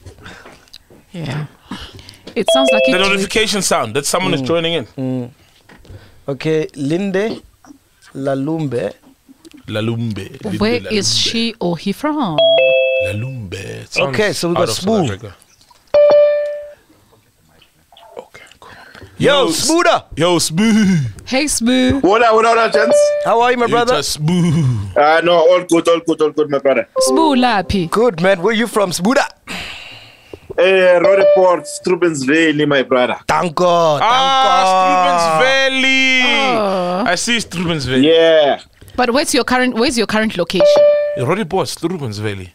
Speaker 3: Yeah. It sounds like
Speaker 4: The
Speaker 3: it.
Speaker 4: notification sound that someone is joining in.
Speaker 2: Okay, Linde Lalumbe.
Speaker 4: Lalumbe. Linde
Speaker 3: Where
Speaker 4: Lalumbe.
Speaker 3: is she or he from?
Speaker 4: Lalumbe. It sounds
Speaker 2: Okay, so we got
Speaker 4: out of South
Speaker 2: Smooth.
Speaker 4: Africa. Okay, cool.
Speaker 2: Yo,
Speaker 4: Yo,
Speaker 2: Oh, Smuda.
Speaker 4: Yo, Smooth.
Speaker 3: Hey, Smooth.
Speaker 9: What up, what up, what up, gents?
Speaker 2: How are you, my
Speaker 4: Brother.
Speaker 2: brother?
Speaker 4: Smooth.
Speaker 9: Uh, no, all good, all good, all good, my brother.
Speaker 3: Smooth lapi.
Speaker 2: Good, man. Where you from, Smuda?
Speaker 9: Hey, Rodeport, Strubensville, my brother.
Speaker 2: Tanko.
Speaker 4: Ah, Strubens
Speaker 2: Tanko.
Speaker 4: Valley.
Speaker 3: Oh.
Speaker 4: I see Strubens Valley.
Speaker 9: Yeah.
Speaker 3: But where's your current? Where's your current location?
Speaker 4: Yeah. Roddy Boss, Strubens Valley.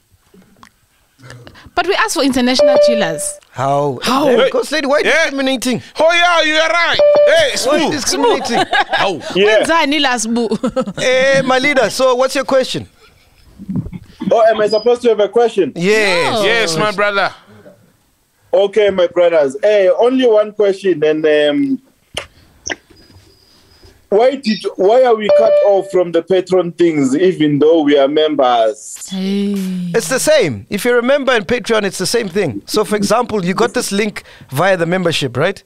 Speaker 3: But we asked for international dealers.
Speaker 2: How? How?
Speaker 4: Hey.
Speaker 2: Because lady, why
Speaker 4: Yeah.
Speaker 2: discriminating?
Speaker 4: Oh, yeah, you are right. Hey,
Speaker 2: Why
Speaker 4: Smooth.
Speaker 2: discriminating?
Speaker 4: Oh.
Speaker 9: Yeah.
Speaker 3: Zani lasbu.
Speaker 2: hey, my leader. So, what's your question?
Speaker 9: Oh, am I supposed to have a question?
Speaker 2: Yes.
Speaker 3: No.
Speaker 4: Yes, my brother.
Speaker 9: Okay, my brothers. Hey, only one question. And um, why did why are we cut off from the patron things, even though we are members?
Speaker 3: Hey.
Speaker 2: It's the same. If you remember in Patreon, it's the same thing. So, for example, you got this link via the membership, right?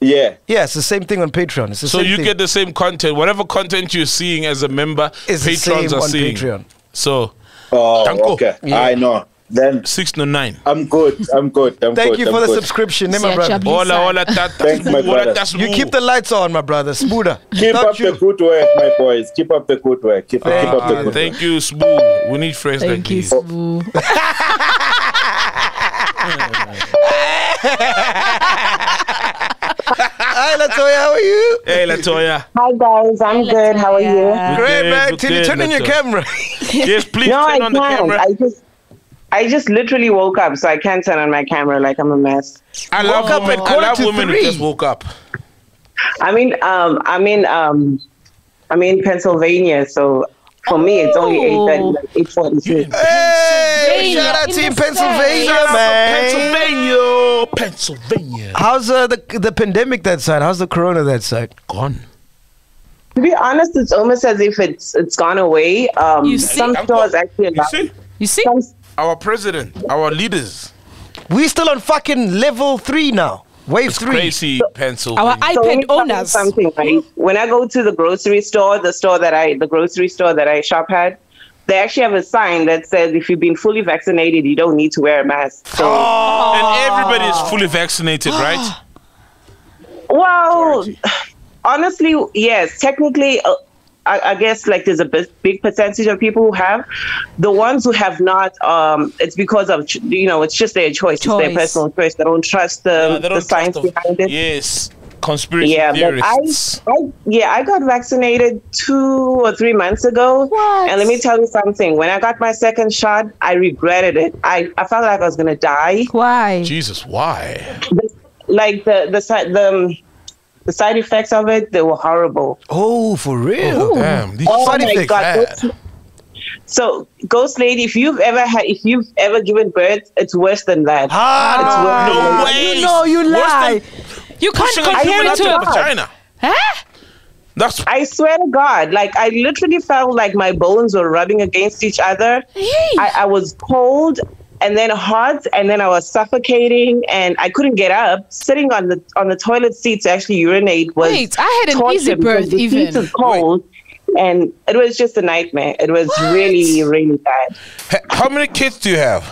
Speaker 9: Yeah.
Speaker 2: Yeah, it's the same thing on Patreon. It's the
Speaker 4: So
Speaker 2: same
Speaker 4: you
Speaker 2: thing.
Speaker 4: get the same content, whatever content you're seeing as a member,
Speaker 2: It's the
Speaker 4: patrons
Speaker 2: same
Speaker 4: are
Speaker 2: on
Speaker 4: seeing.
Speaker 2: Patreon.
Speaker 4: So
Speaker 9: Oh,
Speaker 4: Tanko.
Speaker 9: okay.
Speaker 2: Yeah.
Speaker 9: I know. Then
Speaker 4: six to nine.
Speaker 7: Uh,
Speaker 9: I'm good. I'm good. I'm
Speaker 2: Thank
Speaker 9: good.
Speaker 2: you
Speaker 9: I'm
Speaker 2: for the
Speaker 9: good.
Speaker 2: subscription, eh,
Speaker 3: Siya
Speaker 2: my brother.
Speaker 3: Jabli.
Speaker 4: Hola,
Speaker 3: Lisa.
Speaker 4: hola, tata.
Speaker 9: Thanks, my brother.
Speaker 2: You keep the lights on, my brother. Smuda.
Speaker 9: Keep
Speaker 2: Not
Speaker 9: up
Speaker 2: you.
Speaker 9: the good work, my boys. Keep up the good work. Keep, keep up the
Speaker 4: Ah,
Speaker 9: good work.
Speaker 4: thank you, Smooth. We need friends like
Speaker 3: Thank you,
Speaker 4: these.
Speaker 3: Smooth.
Speaker 2: Hi, Latoya. How are you?
Speaker 4: Hey, Latoya.
Speaker 10: Hi guys, I'm good. How are you?
Speaker 4: Look
Speaker 2: Great,
Speaker 4: there,
Speaker 2: man.
Speaker 4: look
Speaker 2: Till you
Speaker 4: there,
Speaker 2: turn on your
Speaker 4: Latoya.
Speaker 2: camera.
Speaker 4: Yes, please
Speaker 10: No, I
Speaker 4: turn on the
Speaker 10: can't.
Speaker 4: camera.
Speaker 10: I just, I just literally woke up, so I can't turn on my camera. Like I'm a mess.
Speaker 4: I, love
Speaker 2: Woke up at
Speaker 4: women. I love
Speaker 2: quarter to
Speaker 4: women
Speaker 2: three.
Speaker 4: who just woke up.
Speaker 10: I mean, um, I'm in, um, I'm in Pennsylvania, so for me it's only
Speaker 3: Oh.
Speaker 10: 8:30, like 8:46.
Speaker 2: hey,
Speaker 3: Pennsylvania,
Speaker 2: shout out
Speaker 3: in
Speaker 2: to you,
Speaker 3: the
Speaker 2: Pennsylvania,
Speaker 3: States.
Speaker 2: man.
Speaker 4: Pennsylvania, Pennsylvania.
Speaker 2: How's uh, the the pandemic that side? How's the corona that side?
Speaker 4: Gone.
Speaker 10: To be honest, it's almost as if it's it's gone away. Um,
Speaker 3: You see?
Speaker 10: some stores actually
Speaker 4: You
Speaker 10: allow.
Speaker 4: see,
Speaker 3: You see?
Speaker 10: Some,
Speaker 4: our president, our leaders.
Speaker 2: We still on fucking level three now. Wave
Speaker 4: It's
Speaker 2: three.
Speaker 4: crazy, Pennsylvania.
Speaker 3: Our
Speaker 10: so let me
Speaker 3: iPad
Speaker 10: tell you
Speaker 3: owners.
Speaker 10: Something right?
Speaker 4: Mm-hmm.
Speaker 10: When I go to the grocery store, the store that I, the grocery store that I shop at, they actually have a sign that says if you've been fully vaccinated, you don't need to wear a mask. So,
Speaker 4: and everybody
Speaker 2: Oh.
Speaker 4: is fully vaccinated, right?
Speaker 10: well, honestly, yes, technically. Uh, I, I guess like there's a big, big percentage of people who have. The ones who have not, um, it's because of ch- you know it's just their choice, it's
Speaker 3: Choice.
Speaker 10: their personal choice. They don't trust the,
Speaker 4: Yeah, they
Speaker 10: the
Speaker 4: don't
Speaker 10: science
Speaker 4: trust the-
Speaker 10: behind it.
Speaker 4: Yes, conspiracy
Speaker 10: yeah, but I,
Speaker 4: theorists.
Speaker 10: I, yeah, I got vaccinated two or three months ago.
Speaker 3: What?
Speaker 10: And let me tell you something. When I got my second shot, I regretted it. I, I felt like I was gonna die.
Speaker 3: Why?
Speaker 4: Jesus, why?
Speaker 10: Like the the side the, um, the side effects of it, they were horrible.
Speaker 2: Oh, for real?
Speaker 4: Damn, these
Speaker 10: Oh
Speaker 2: Side
Speaker 10: my
Speaker 2: effects.
Speaker 10: god. Ghost- So, ghost lady, if you've ever had, if you've ever given birth, it's worse than that.
Speaker 2: Ah,
Speaker 10: It's worse than
Speaker 4: no
Speaker 10: that.
Speaker 4: way.
Speaker 3: You know you
Speaker 4: Worse
Speaker 3: lie.
Speaker 4: than
Speaker 3: You can't
Speaker 4: pushing a
Speaker 3: compare
Speaker 4: human
Speaker 3: it
Speaker 4: out
Speaker 10: into
Speaker 4: of the
Speaker 10: a-
Speaker 3: to.
Speaker 4: vagina.
Speaker 3: Huh?
Speaker 4: That's
Speaker 10: I swear to God, like I literally felt like my bones were rubbing against each other. I, I was cold and then hot and then I was suffocating and I couldn't get up. Sitting on the on the toilet seat to actually urinate was
Speaker 3: Wait, I had an
Speaker 10: torture
Speaker 3: easy
Speaker 10: because
Speaker 3: birth
Speaker 10: the seat
Speaker 3: even.
Speaker 10: was cold. And it was just a nightmare. It was really, really bad.
Speaker 4: H- how many kids do you have?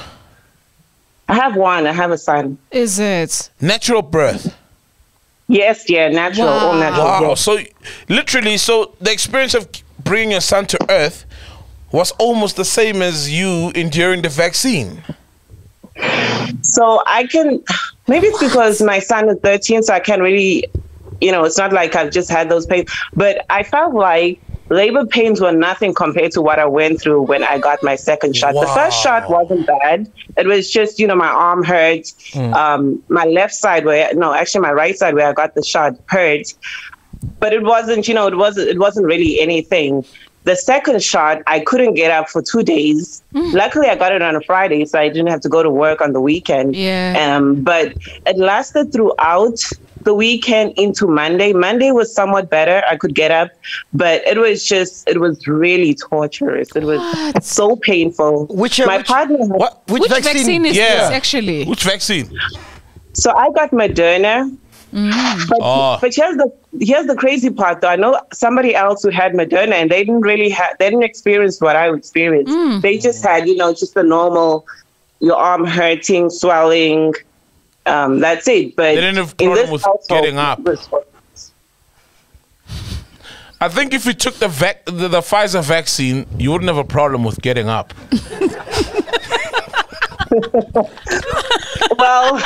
Speaker 10: I have one. I have a son.
Speaker 3: Is it?
Speaker 4: Natural birth.
Speaker 10: Yes, yeah, natural, all
Speaker 3: Wow.
Speaker 10: natural.
Speaker 4: Wow. So literally, so the experience of bringing your son to Earth was almost the same as you enduring the vaccine.
Speaker 10: So I can, maybe it's because my son is 13, so I can't really, you know, it's not like I've just had those pains, but I felt like labor pains were nothing compared to what I went through when I got my second shot. The first shot wasn't bad. It was just, you know, my arm hurt.
Speaker 11: Mm.
Speaker 10: Um, my left side where, no, actually my right side where I got the shot hurt. But it wasn't, you know, it wasn't, it wasn't really anything. The second shot, I couldn't get up for two days. Luckily, I got it on a Friday, so I didn't have to go to work on the weekend.
Speaker 3: Yeah.
Speaker 10: Um, but it lasted throughout the weekend into Monday. Monday was somewhat better. I could get up, but it was just, it was really torturous. It was so painful. Which my partner, had-
Speaker 3: which Which vaccine? vaccine is Yeah. this actually?
Speaker 4: Which vaccine?
Speaker 10: So I got Moderna.
Speaker 3: Mm.
Speaker 10: But,
Speaker 4: Oh.
Speaker 10: but here's the here's the crazy part though. I know somebody else who had Moderna and they didn't really have they didn't experience what I experienced.
Speaker 3: Mm.
Speaker 10: They just had you know just the normal, your arm hurting, swelling, um, that's it. But
Speaker 4: They didn't have
Speaker 10: in
Speaker 4: problem
Speaker 10: this
Speaker 4: with
Speaker 10: household,
Speaker 4: getting up.
Speaker 10: it was-
Speaker 4: I think if you took the, vac- the the Pfizer vaccine, you wouldn't have a problem with getting up.
Speaker 10: well,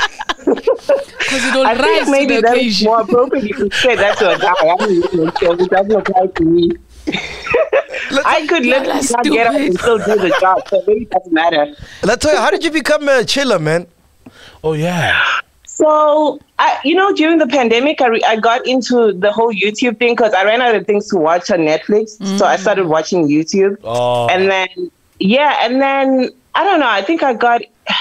Speaker 10: I
Speaker 3: rise
Speaker 10: think
Speaker 3: to
Speaker 10: maybe
Speaker 3: the
Speaker 10: that's more appropriate if you say that to a guy. I'm not even sure. It doesn't apply to me. I could literally not get up and still do the job, so it really doesn't matter.
Speaker 2: Let's tell you, how did you become a chiller, man?
Speaker 4: Oh yeah.
Speaker 10: So, I, you know, during the pandemic, I, re- I got into the whole YouTube thing because I ran out of things to watch on Netflix. So I started watching YouTube.
Speaker 4: Oh.
Speaker 10: And then, yeah, and then I don't know. I think I got,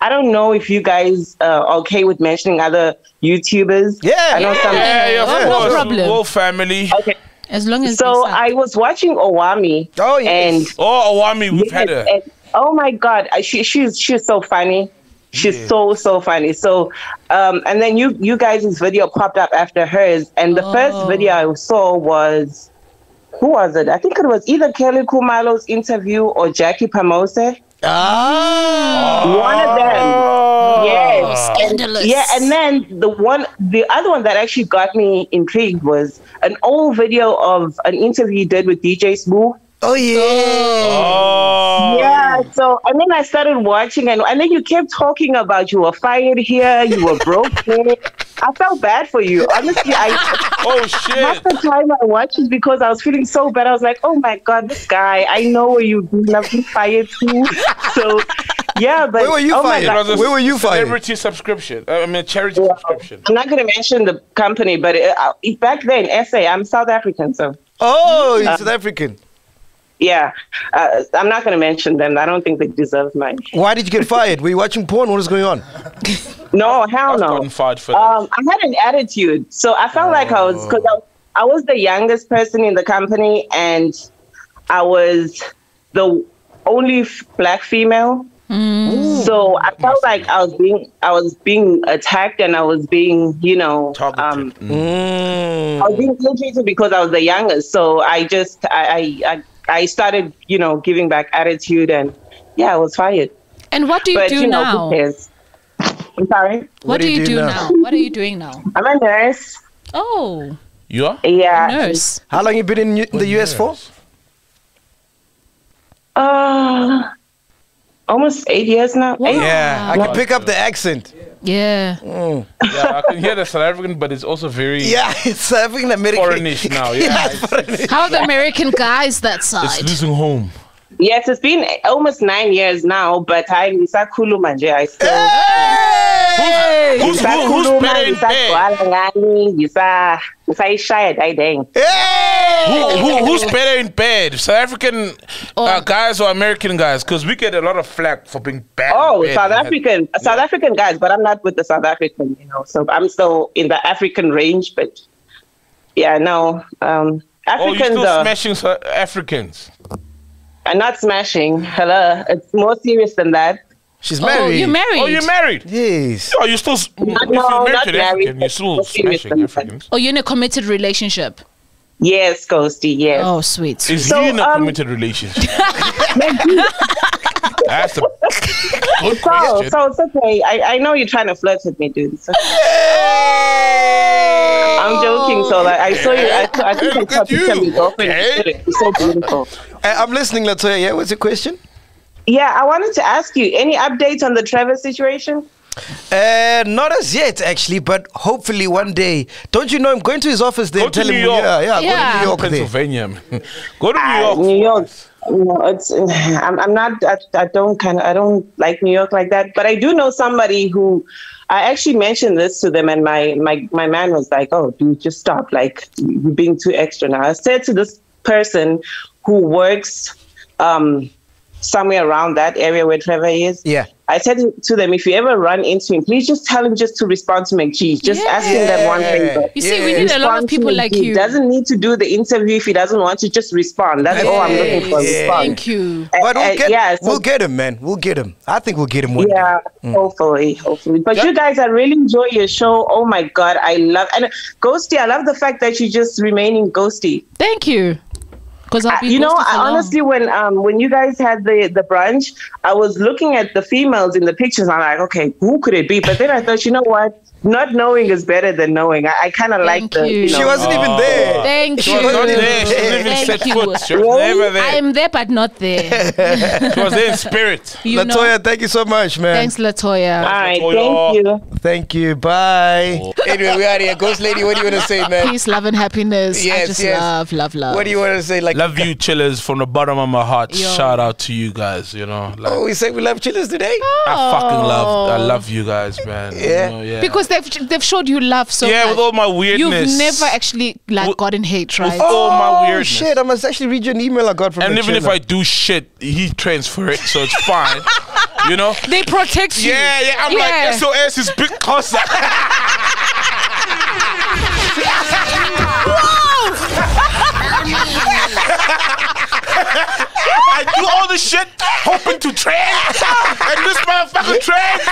Speaker 10: I don't know if you guys are okay with mentioning other YouTubers. Yeah. I know some.
Speaker 4: yeah, yeah, of
Speaker 10: Yeah.
Speaker 4: course.
Speaker 10: No problem.
Speaker 4: Whole family.
Speaker 10: Okay.
Speaker 3: As long as
Speaker 10: So I was watching Owami.
Speaker 2: Oh,
Speaker 10: yes. And
Speaker 4: Oh, Awami, we've had her.
Speaker 10: Yes, and- oh my God, I- she she's she's so funny. She's so so funny. So, um, and then you you guys' video popped up after hers, and the first video I saw was who was it? I think it was either Kelly Kumalo's interview or Jackie Pamose.
Speaker 2: Ah,
Speaker 10: one of them. Yes, And-
Speaker 3: Scandalous.
Speaker 10: yeah, and then the one, the other one that actually got me intrigued was an old video of an interview he did with DJ Smooth.
Speaker 2: Oh yeah.
Speaker 4: Oh.
Speaker 10: Yeah. So and then I started watching and and then you kept talking about you were fired here, you were broke here. I felt bad for you. Honestly, I
Speaker 4: Oh shit.
Speaker 10: half the time I watched is because I was feeling so bad. I was like, oh my god, this guy, I know where you've been fired to. So yeah, but oh my
Speaker 4: It was
Speaker 10: god,
Speaker 4: a Celebrity subscription. Uh, I mean, a charity subscription.
Speaker 10: I'm not going to mention the company, but uh, uh, back then, SA, I'm South African, so.
Speaker 2: Oh,
Speaker 10: Uh,
Speaker 2: you're South African.
Speaker 10: Yeah, uh, I'm not going to mention them. I don't think they deserve my
Speaker 2: Why did you get fired? Were you watching porn? What is going on?
Speaker 10: No, hell no.
Speaker 4: gotten fired for
Speaker 10: um, I had an attitude, so I felt like I was because I, I was the youngest person in the company, and I was the only f- black female.
Speaker 3: Mm. Hmm.
Speaker 10: So I felt like I was being I was being attacked, and I was being you know um,
Speaker 4: Mm.
Speaker 10: I was being irritated because I was the youngest. So I just I I, I I started you know giving back attitude, and yeah, I was fired.
Speaker 3: And what do you
Speaker 10: But,
Speaker 3: do
Speaker 10: you know,
Speaker 3: now?
Speaker 10: who cares? I'm sorry.
Speaker 3: What, do you do, now? What are you doing now?
Speaker 10: I'm a nurse.
Speaker 3: Oh,
Speaker 4: You are?
Speaker 10: Yeah.
Speaker 3: nurse.
Speaker 2: How long you been in, U- in the US for?
Speaker 10: Uh, almost eight years now. Eight?
Speaker 4: Yeah,
Speaker 2: I can pick up the accent.
Speaker 3: Yeah.
Speaker 4: yeah, I can hear the South African, but it's also very
Speaker 2: Yeah, it's South African American.
Speaker 4: foreignish now. Yeah, it's,
Speaker 3: How are the American guys that
Speaker 4: it's
Speaker 3: side?
Speaker 4: losing home.
Speaker 10: Yes, it's been almost nine years now, but I'm Isakulu Manje. I still. Hey!
Speaker 4: Who's- who's- who- who's paying Who, who, who's better in bed, South African uh, guys or American guys? Because we get a lot of flack for being bad. in
Speaker 10: Oh,
Speaker 4: bed.
Speaker 10: South African, South African guys, but I'm not with the South African, you know. So I'm still in the African range, but yeah, no. Um,
Speaker 4: Oh, you're
Speaker 10: Africans
Speaker 4: still
Speaker 10: are,
Speaker 4: smashing South Africans.
Speaker 10: are not smashing. Hello, it's more serious than that.
Speaker 2: She's
Speaker 3: Oh,
Speaker 2: married.
Speaker 3: you're married.
Speaker 4: Oh, you're married.
Speaker 2: Yes.
Speaker 4: Oh, you're still. s- if
Speaker 10: no,
Speaker 4: you're married
Speaker 10: not
Speaker 4: to an African,
Speaker 10: married.
Speaker 4: you're still
Speaker 10: Just serious
Speaker 4: smashing Africans.
Speaker 3: Oh, you're in a committed relationship.
Speaker 10: Yes, Ghosty. Yes.
Speaker 3: Oh, sweet. sweet.
Speaker 4: Is he in a
Speaker 10: um,
Speaker 4: committed relationship? That's the good
Speaker 10: So,
Speaker 4: question.
Speaker 10: so it's okay. I, I know you're trying to flirt with me, dude. It's okay. I'm joking. So like, I saw you. I, I think I saw a picture of your girlfriend. It's so beautiful.
Speaker 2: Uh, I'm listening, Latoya. Yeah, what's your question?
Speaker 10: Yeah, I wanted to ask you any updates on the Trevor situation.
Speaker 2: Uh, not as yet, actually, but hopefully one day. Don't you know? I'm going to his office there.
Speaker 4: Go
Speaker 2: and tell
Speaker 4: to New
Speaker 2: him,
Speaker 4: York.
Speaker 2: yeah, yeah, go to New York. there.
Speaker 4: Oh, Pennsylvania. man. go to New York.
Speaker 10: New York. No, it's, I'm, I'm not. I, I don't kind of. I don't like New York like that. But I do know somebody who. I actually mentioned this to them, and my my my man was like, "Oh, dude, just stop! Like, you're being too extra now." I said to this person who works um, somewhere around that area where Trevor is.
Speaker 2: Yeah.
Speaker 10: I said to them, if you ever run into him, please just tell him just to respond to McGee. Just ask him that one favor.
Speaker 3: You see, we need a lot of
Speaker 10: Respond to
Speaker 3: people like
Speaker 10: McGee.
Speaker 3: you.
Speaker 10: doesn't need to do the interview if he doesn't want to. Just respond. That's all Oh, I'm looking for.
Speaker 2: Yeah.
Speaker 10: Respond.
Speaker 3: Thank you.
Speaker 10: Uh,
Speaker 2: But
Speaker 10: uh,
Speaker 2: we'll get,
Speaker 10: yeah, so-
Speaker 2: we'll get him, man. We'll get him. I think we'll get him one
Speaker 10: yeah,
Speaker 2: day. Mm.
Speaker 10: hopefully, hopefully. But you guys, I really enjoy your show. Oh my god, I love and Ghosty. I love the fact that you just remaining Ghosty.
Speaker 3: Thank you. Because
Speaker 10: I- Uh, you know, I honestly, when um when you guys had the the brunch, I was looking at the females in the pictures. I'm like, okay, who could it be? But then I thought, you know what? Not knowing is better than knowing. I, I kind of like the.
Speaker 3: you.
Speaker 10: You know,
Speaker 2: She wasn't
Speaker 4: Oh.
Speaker 2: even there.
Speaker 3: Thank
Speaker 4: She
Speaker 3: you.
Speaker 4: was not there. She didn't even
Speaker 3: Thank
Speaker 4: set
Speaker 3: you.
Speaker 4: foot. She was never there.
Speaker 3: I'm there, but not there.
Speaker 4: She was there in spirit.
Speaker 3: You know.
Speaker 2: Latoya, thank you so much, man.
Speaker 3: Thanks, Latoya.
Speaker 10: all right,
Speaker 4: Oh,
Speaker 10: thank you.
Speaker 2: Thank you. Bye. Anyway, we out here. Ghost lady, what do you want to say, man?
Speaker 3: Peace, love, and happiness. I
Speaker 2: Yes,
Speaker 3: just
Speaker 2: yes.
Speaker 3: love, love, love.
Speaker 2: What do you want to say? Like,
Speaker 4: Love you, chillers, from the bottom of my heart.
Speaker 3: Yo.
Speaker 4: Shout out to you guys. You know, like,
Speaker 2: oh, we say we love chillers today.
Speaker 3: Oh.
Speaker 4: I fucking love. I love you guys, man. You
Speaker 2: Yeah.
Speaker 4: know, yeah.
Speaker 3: Because they've they've showed you love so
Speaker 4: yeah, with
Speaker 3: much.
Speaker 4: all my weirdness,
Speaker 3: You've never actually like
Speaker 4: With-
Speaker 3: gotten hate, right?
Speaker 4: all- Oh, my weirdness.
Speaker 2: shit! I must actually read you an email I got from.
Speaker 4: And
Speaker 2: the
Speaker 4: even if
Speaker 2: chiller.
Speaker 4: I do shit, he transfer it, so it's fine. you know.
Speaker 3: They protect you.
Speaker 4: Yeah, yeah. I'm
Speaker 3: Yeah.
Speaker 4: like SOS is big cause. I do all the shit hoping to trend, and this motherfucker trend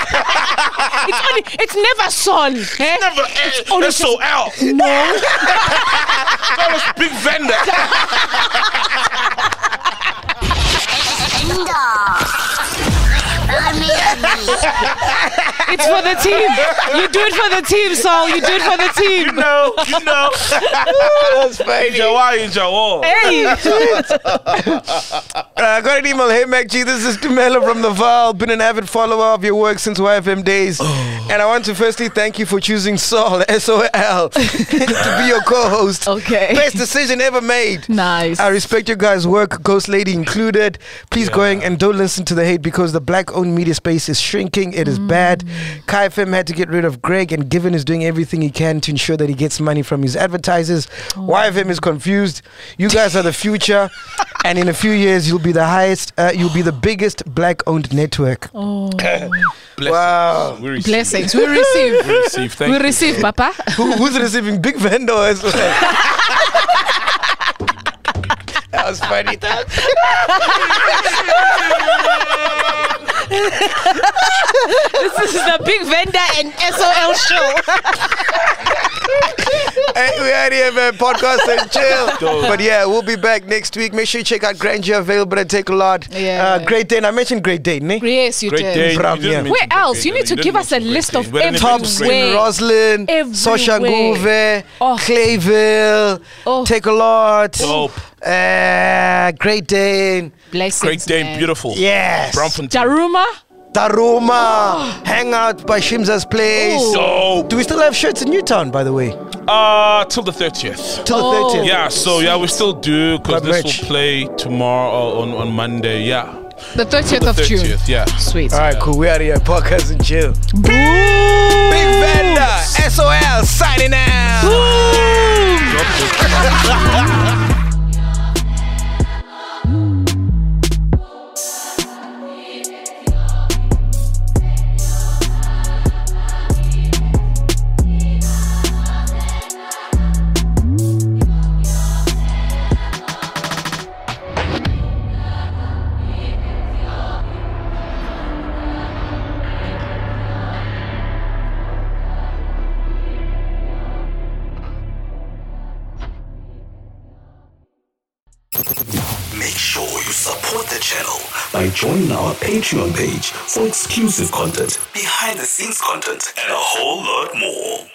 Speaker 3: It's only, it's never son. eh?
Speaker 4: never
Speaker 3: only
Speaker 4: ends. So out.
Speaker 3: No.
Speaker 4: That was big vendor.
Speaker 3: It's for the team. You do it for the team, Saul. You do it for the
Speaker 4: You
Speaker 3: team.
Speaker 4: know, you know.
Speaker 2: That's funny.
Speaker 4: Jawai in Jawar.
Speaker 3: Hey.
Speaker 2: Uh, I got an email. Hey, Mac G, this is Dumela from The Val. Been an avid follower of your work since YFM days. And I want to firstly thank you for choosing Sol, S-O-L, to be your co-host.
Speaker 3: Okay.
Speaker 2: Best decision ever made.
Speaker 3: Nice.
Speaker 2: I respect your guys' work, Ghost Lady included. Please go in and don't listen to the hate because the black-owned media space is shrinking. It is bad. Kai FM had to get rid of Greg and Given is doing everything he can to ensure that he gets money from his advertisers. YFM is confused. You guys are the future. and in a few years, you'll be the highest, uh, you'll be the biggest black-owned network. Wow.
Speaker 4: Oh, We receive.
Speaker 3: Eh, Blessings. We receive.
Speaker 4: We receive. Thank
Speaker 3: we
Speaker 4: you.
Speaker 3: receive, Papa.
Speaker 2: Who, who's receiving big vendors? that was funny.
Speaker 3: This is the big vendor and SOL show.
Speaker 2: Hey, we out here, man. Podcast and chill.
Speaker 4: Dope.
Speaker 2: but yeah, we'll be back next week. Make sure you check out Grandeur available at Take a Lot.
Speaker 3: Yeah.
Speaker 2: Uh, great Dane. I mentioned Great Dane, ne?
Speaker 3: Yes, you
Speaker 4: Great
Speaker 3: did.
Speaker 4: day.
Speaker 2: Bram, yeah.
Speaker 3: Where else? You need to give us a list of every
Speaker 2: Thompson,
Speaker 3: Way.
Speaker 2: Roslyn,
Speaker 3: Everywhere.
Speaker 2: Sosha Nguve,
Speaker 3: Oh.
Speaker 2: Clayville,
Speaker 3: Oh.
Speaker 2: Take a Lot,
Speaker 4: Dope.
Speaker 2: uh, Great Dane,
Speaker 3: Blessings.
Speaker 4: Great day,
Speaker 3: man.
Speaker 4: beautiful.
Speaker 2: yes,
Speaker 4: Bramford.
Speaker 3: Daruma. Oh.
Speaker 2: Daruma, Hangout by Shimza's Place.
Speaker 4: Dope.
Speaker 2: Do we still have shirts in Newtown, by the way?
Speaker 4: Uh, till the 30th.
Speaker 2: Till
Speaker 3: Oh.
Speaker 2: the 30th.
Speaker 4: Yeah, so yeah, we still do because
Speaker 2: But
Speaker 4: this
Speaker 2: merch.
Speaker 4: will play tomorrow uh, on on Monday. Yeah,
Speaker 3: The 30th
Speaker 4: the
Speaker 3: of June.
Speaker 4: thirtieth. Yeah.
Speaker 3: Sweet.
Speaker 2: All right, cool. We out of here. Podcast and chill. Big Vendor, SOL, signing out.
Speaker 1: Make sure you support the channel by joining our Patreon page for exclusive content, behind the scenes content, and a whole lot more.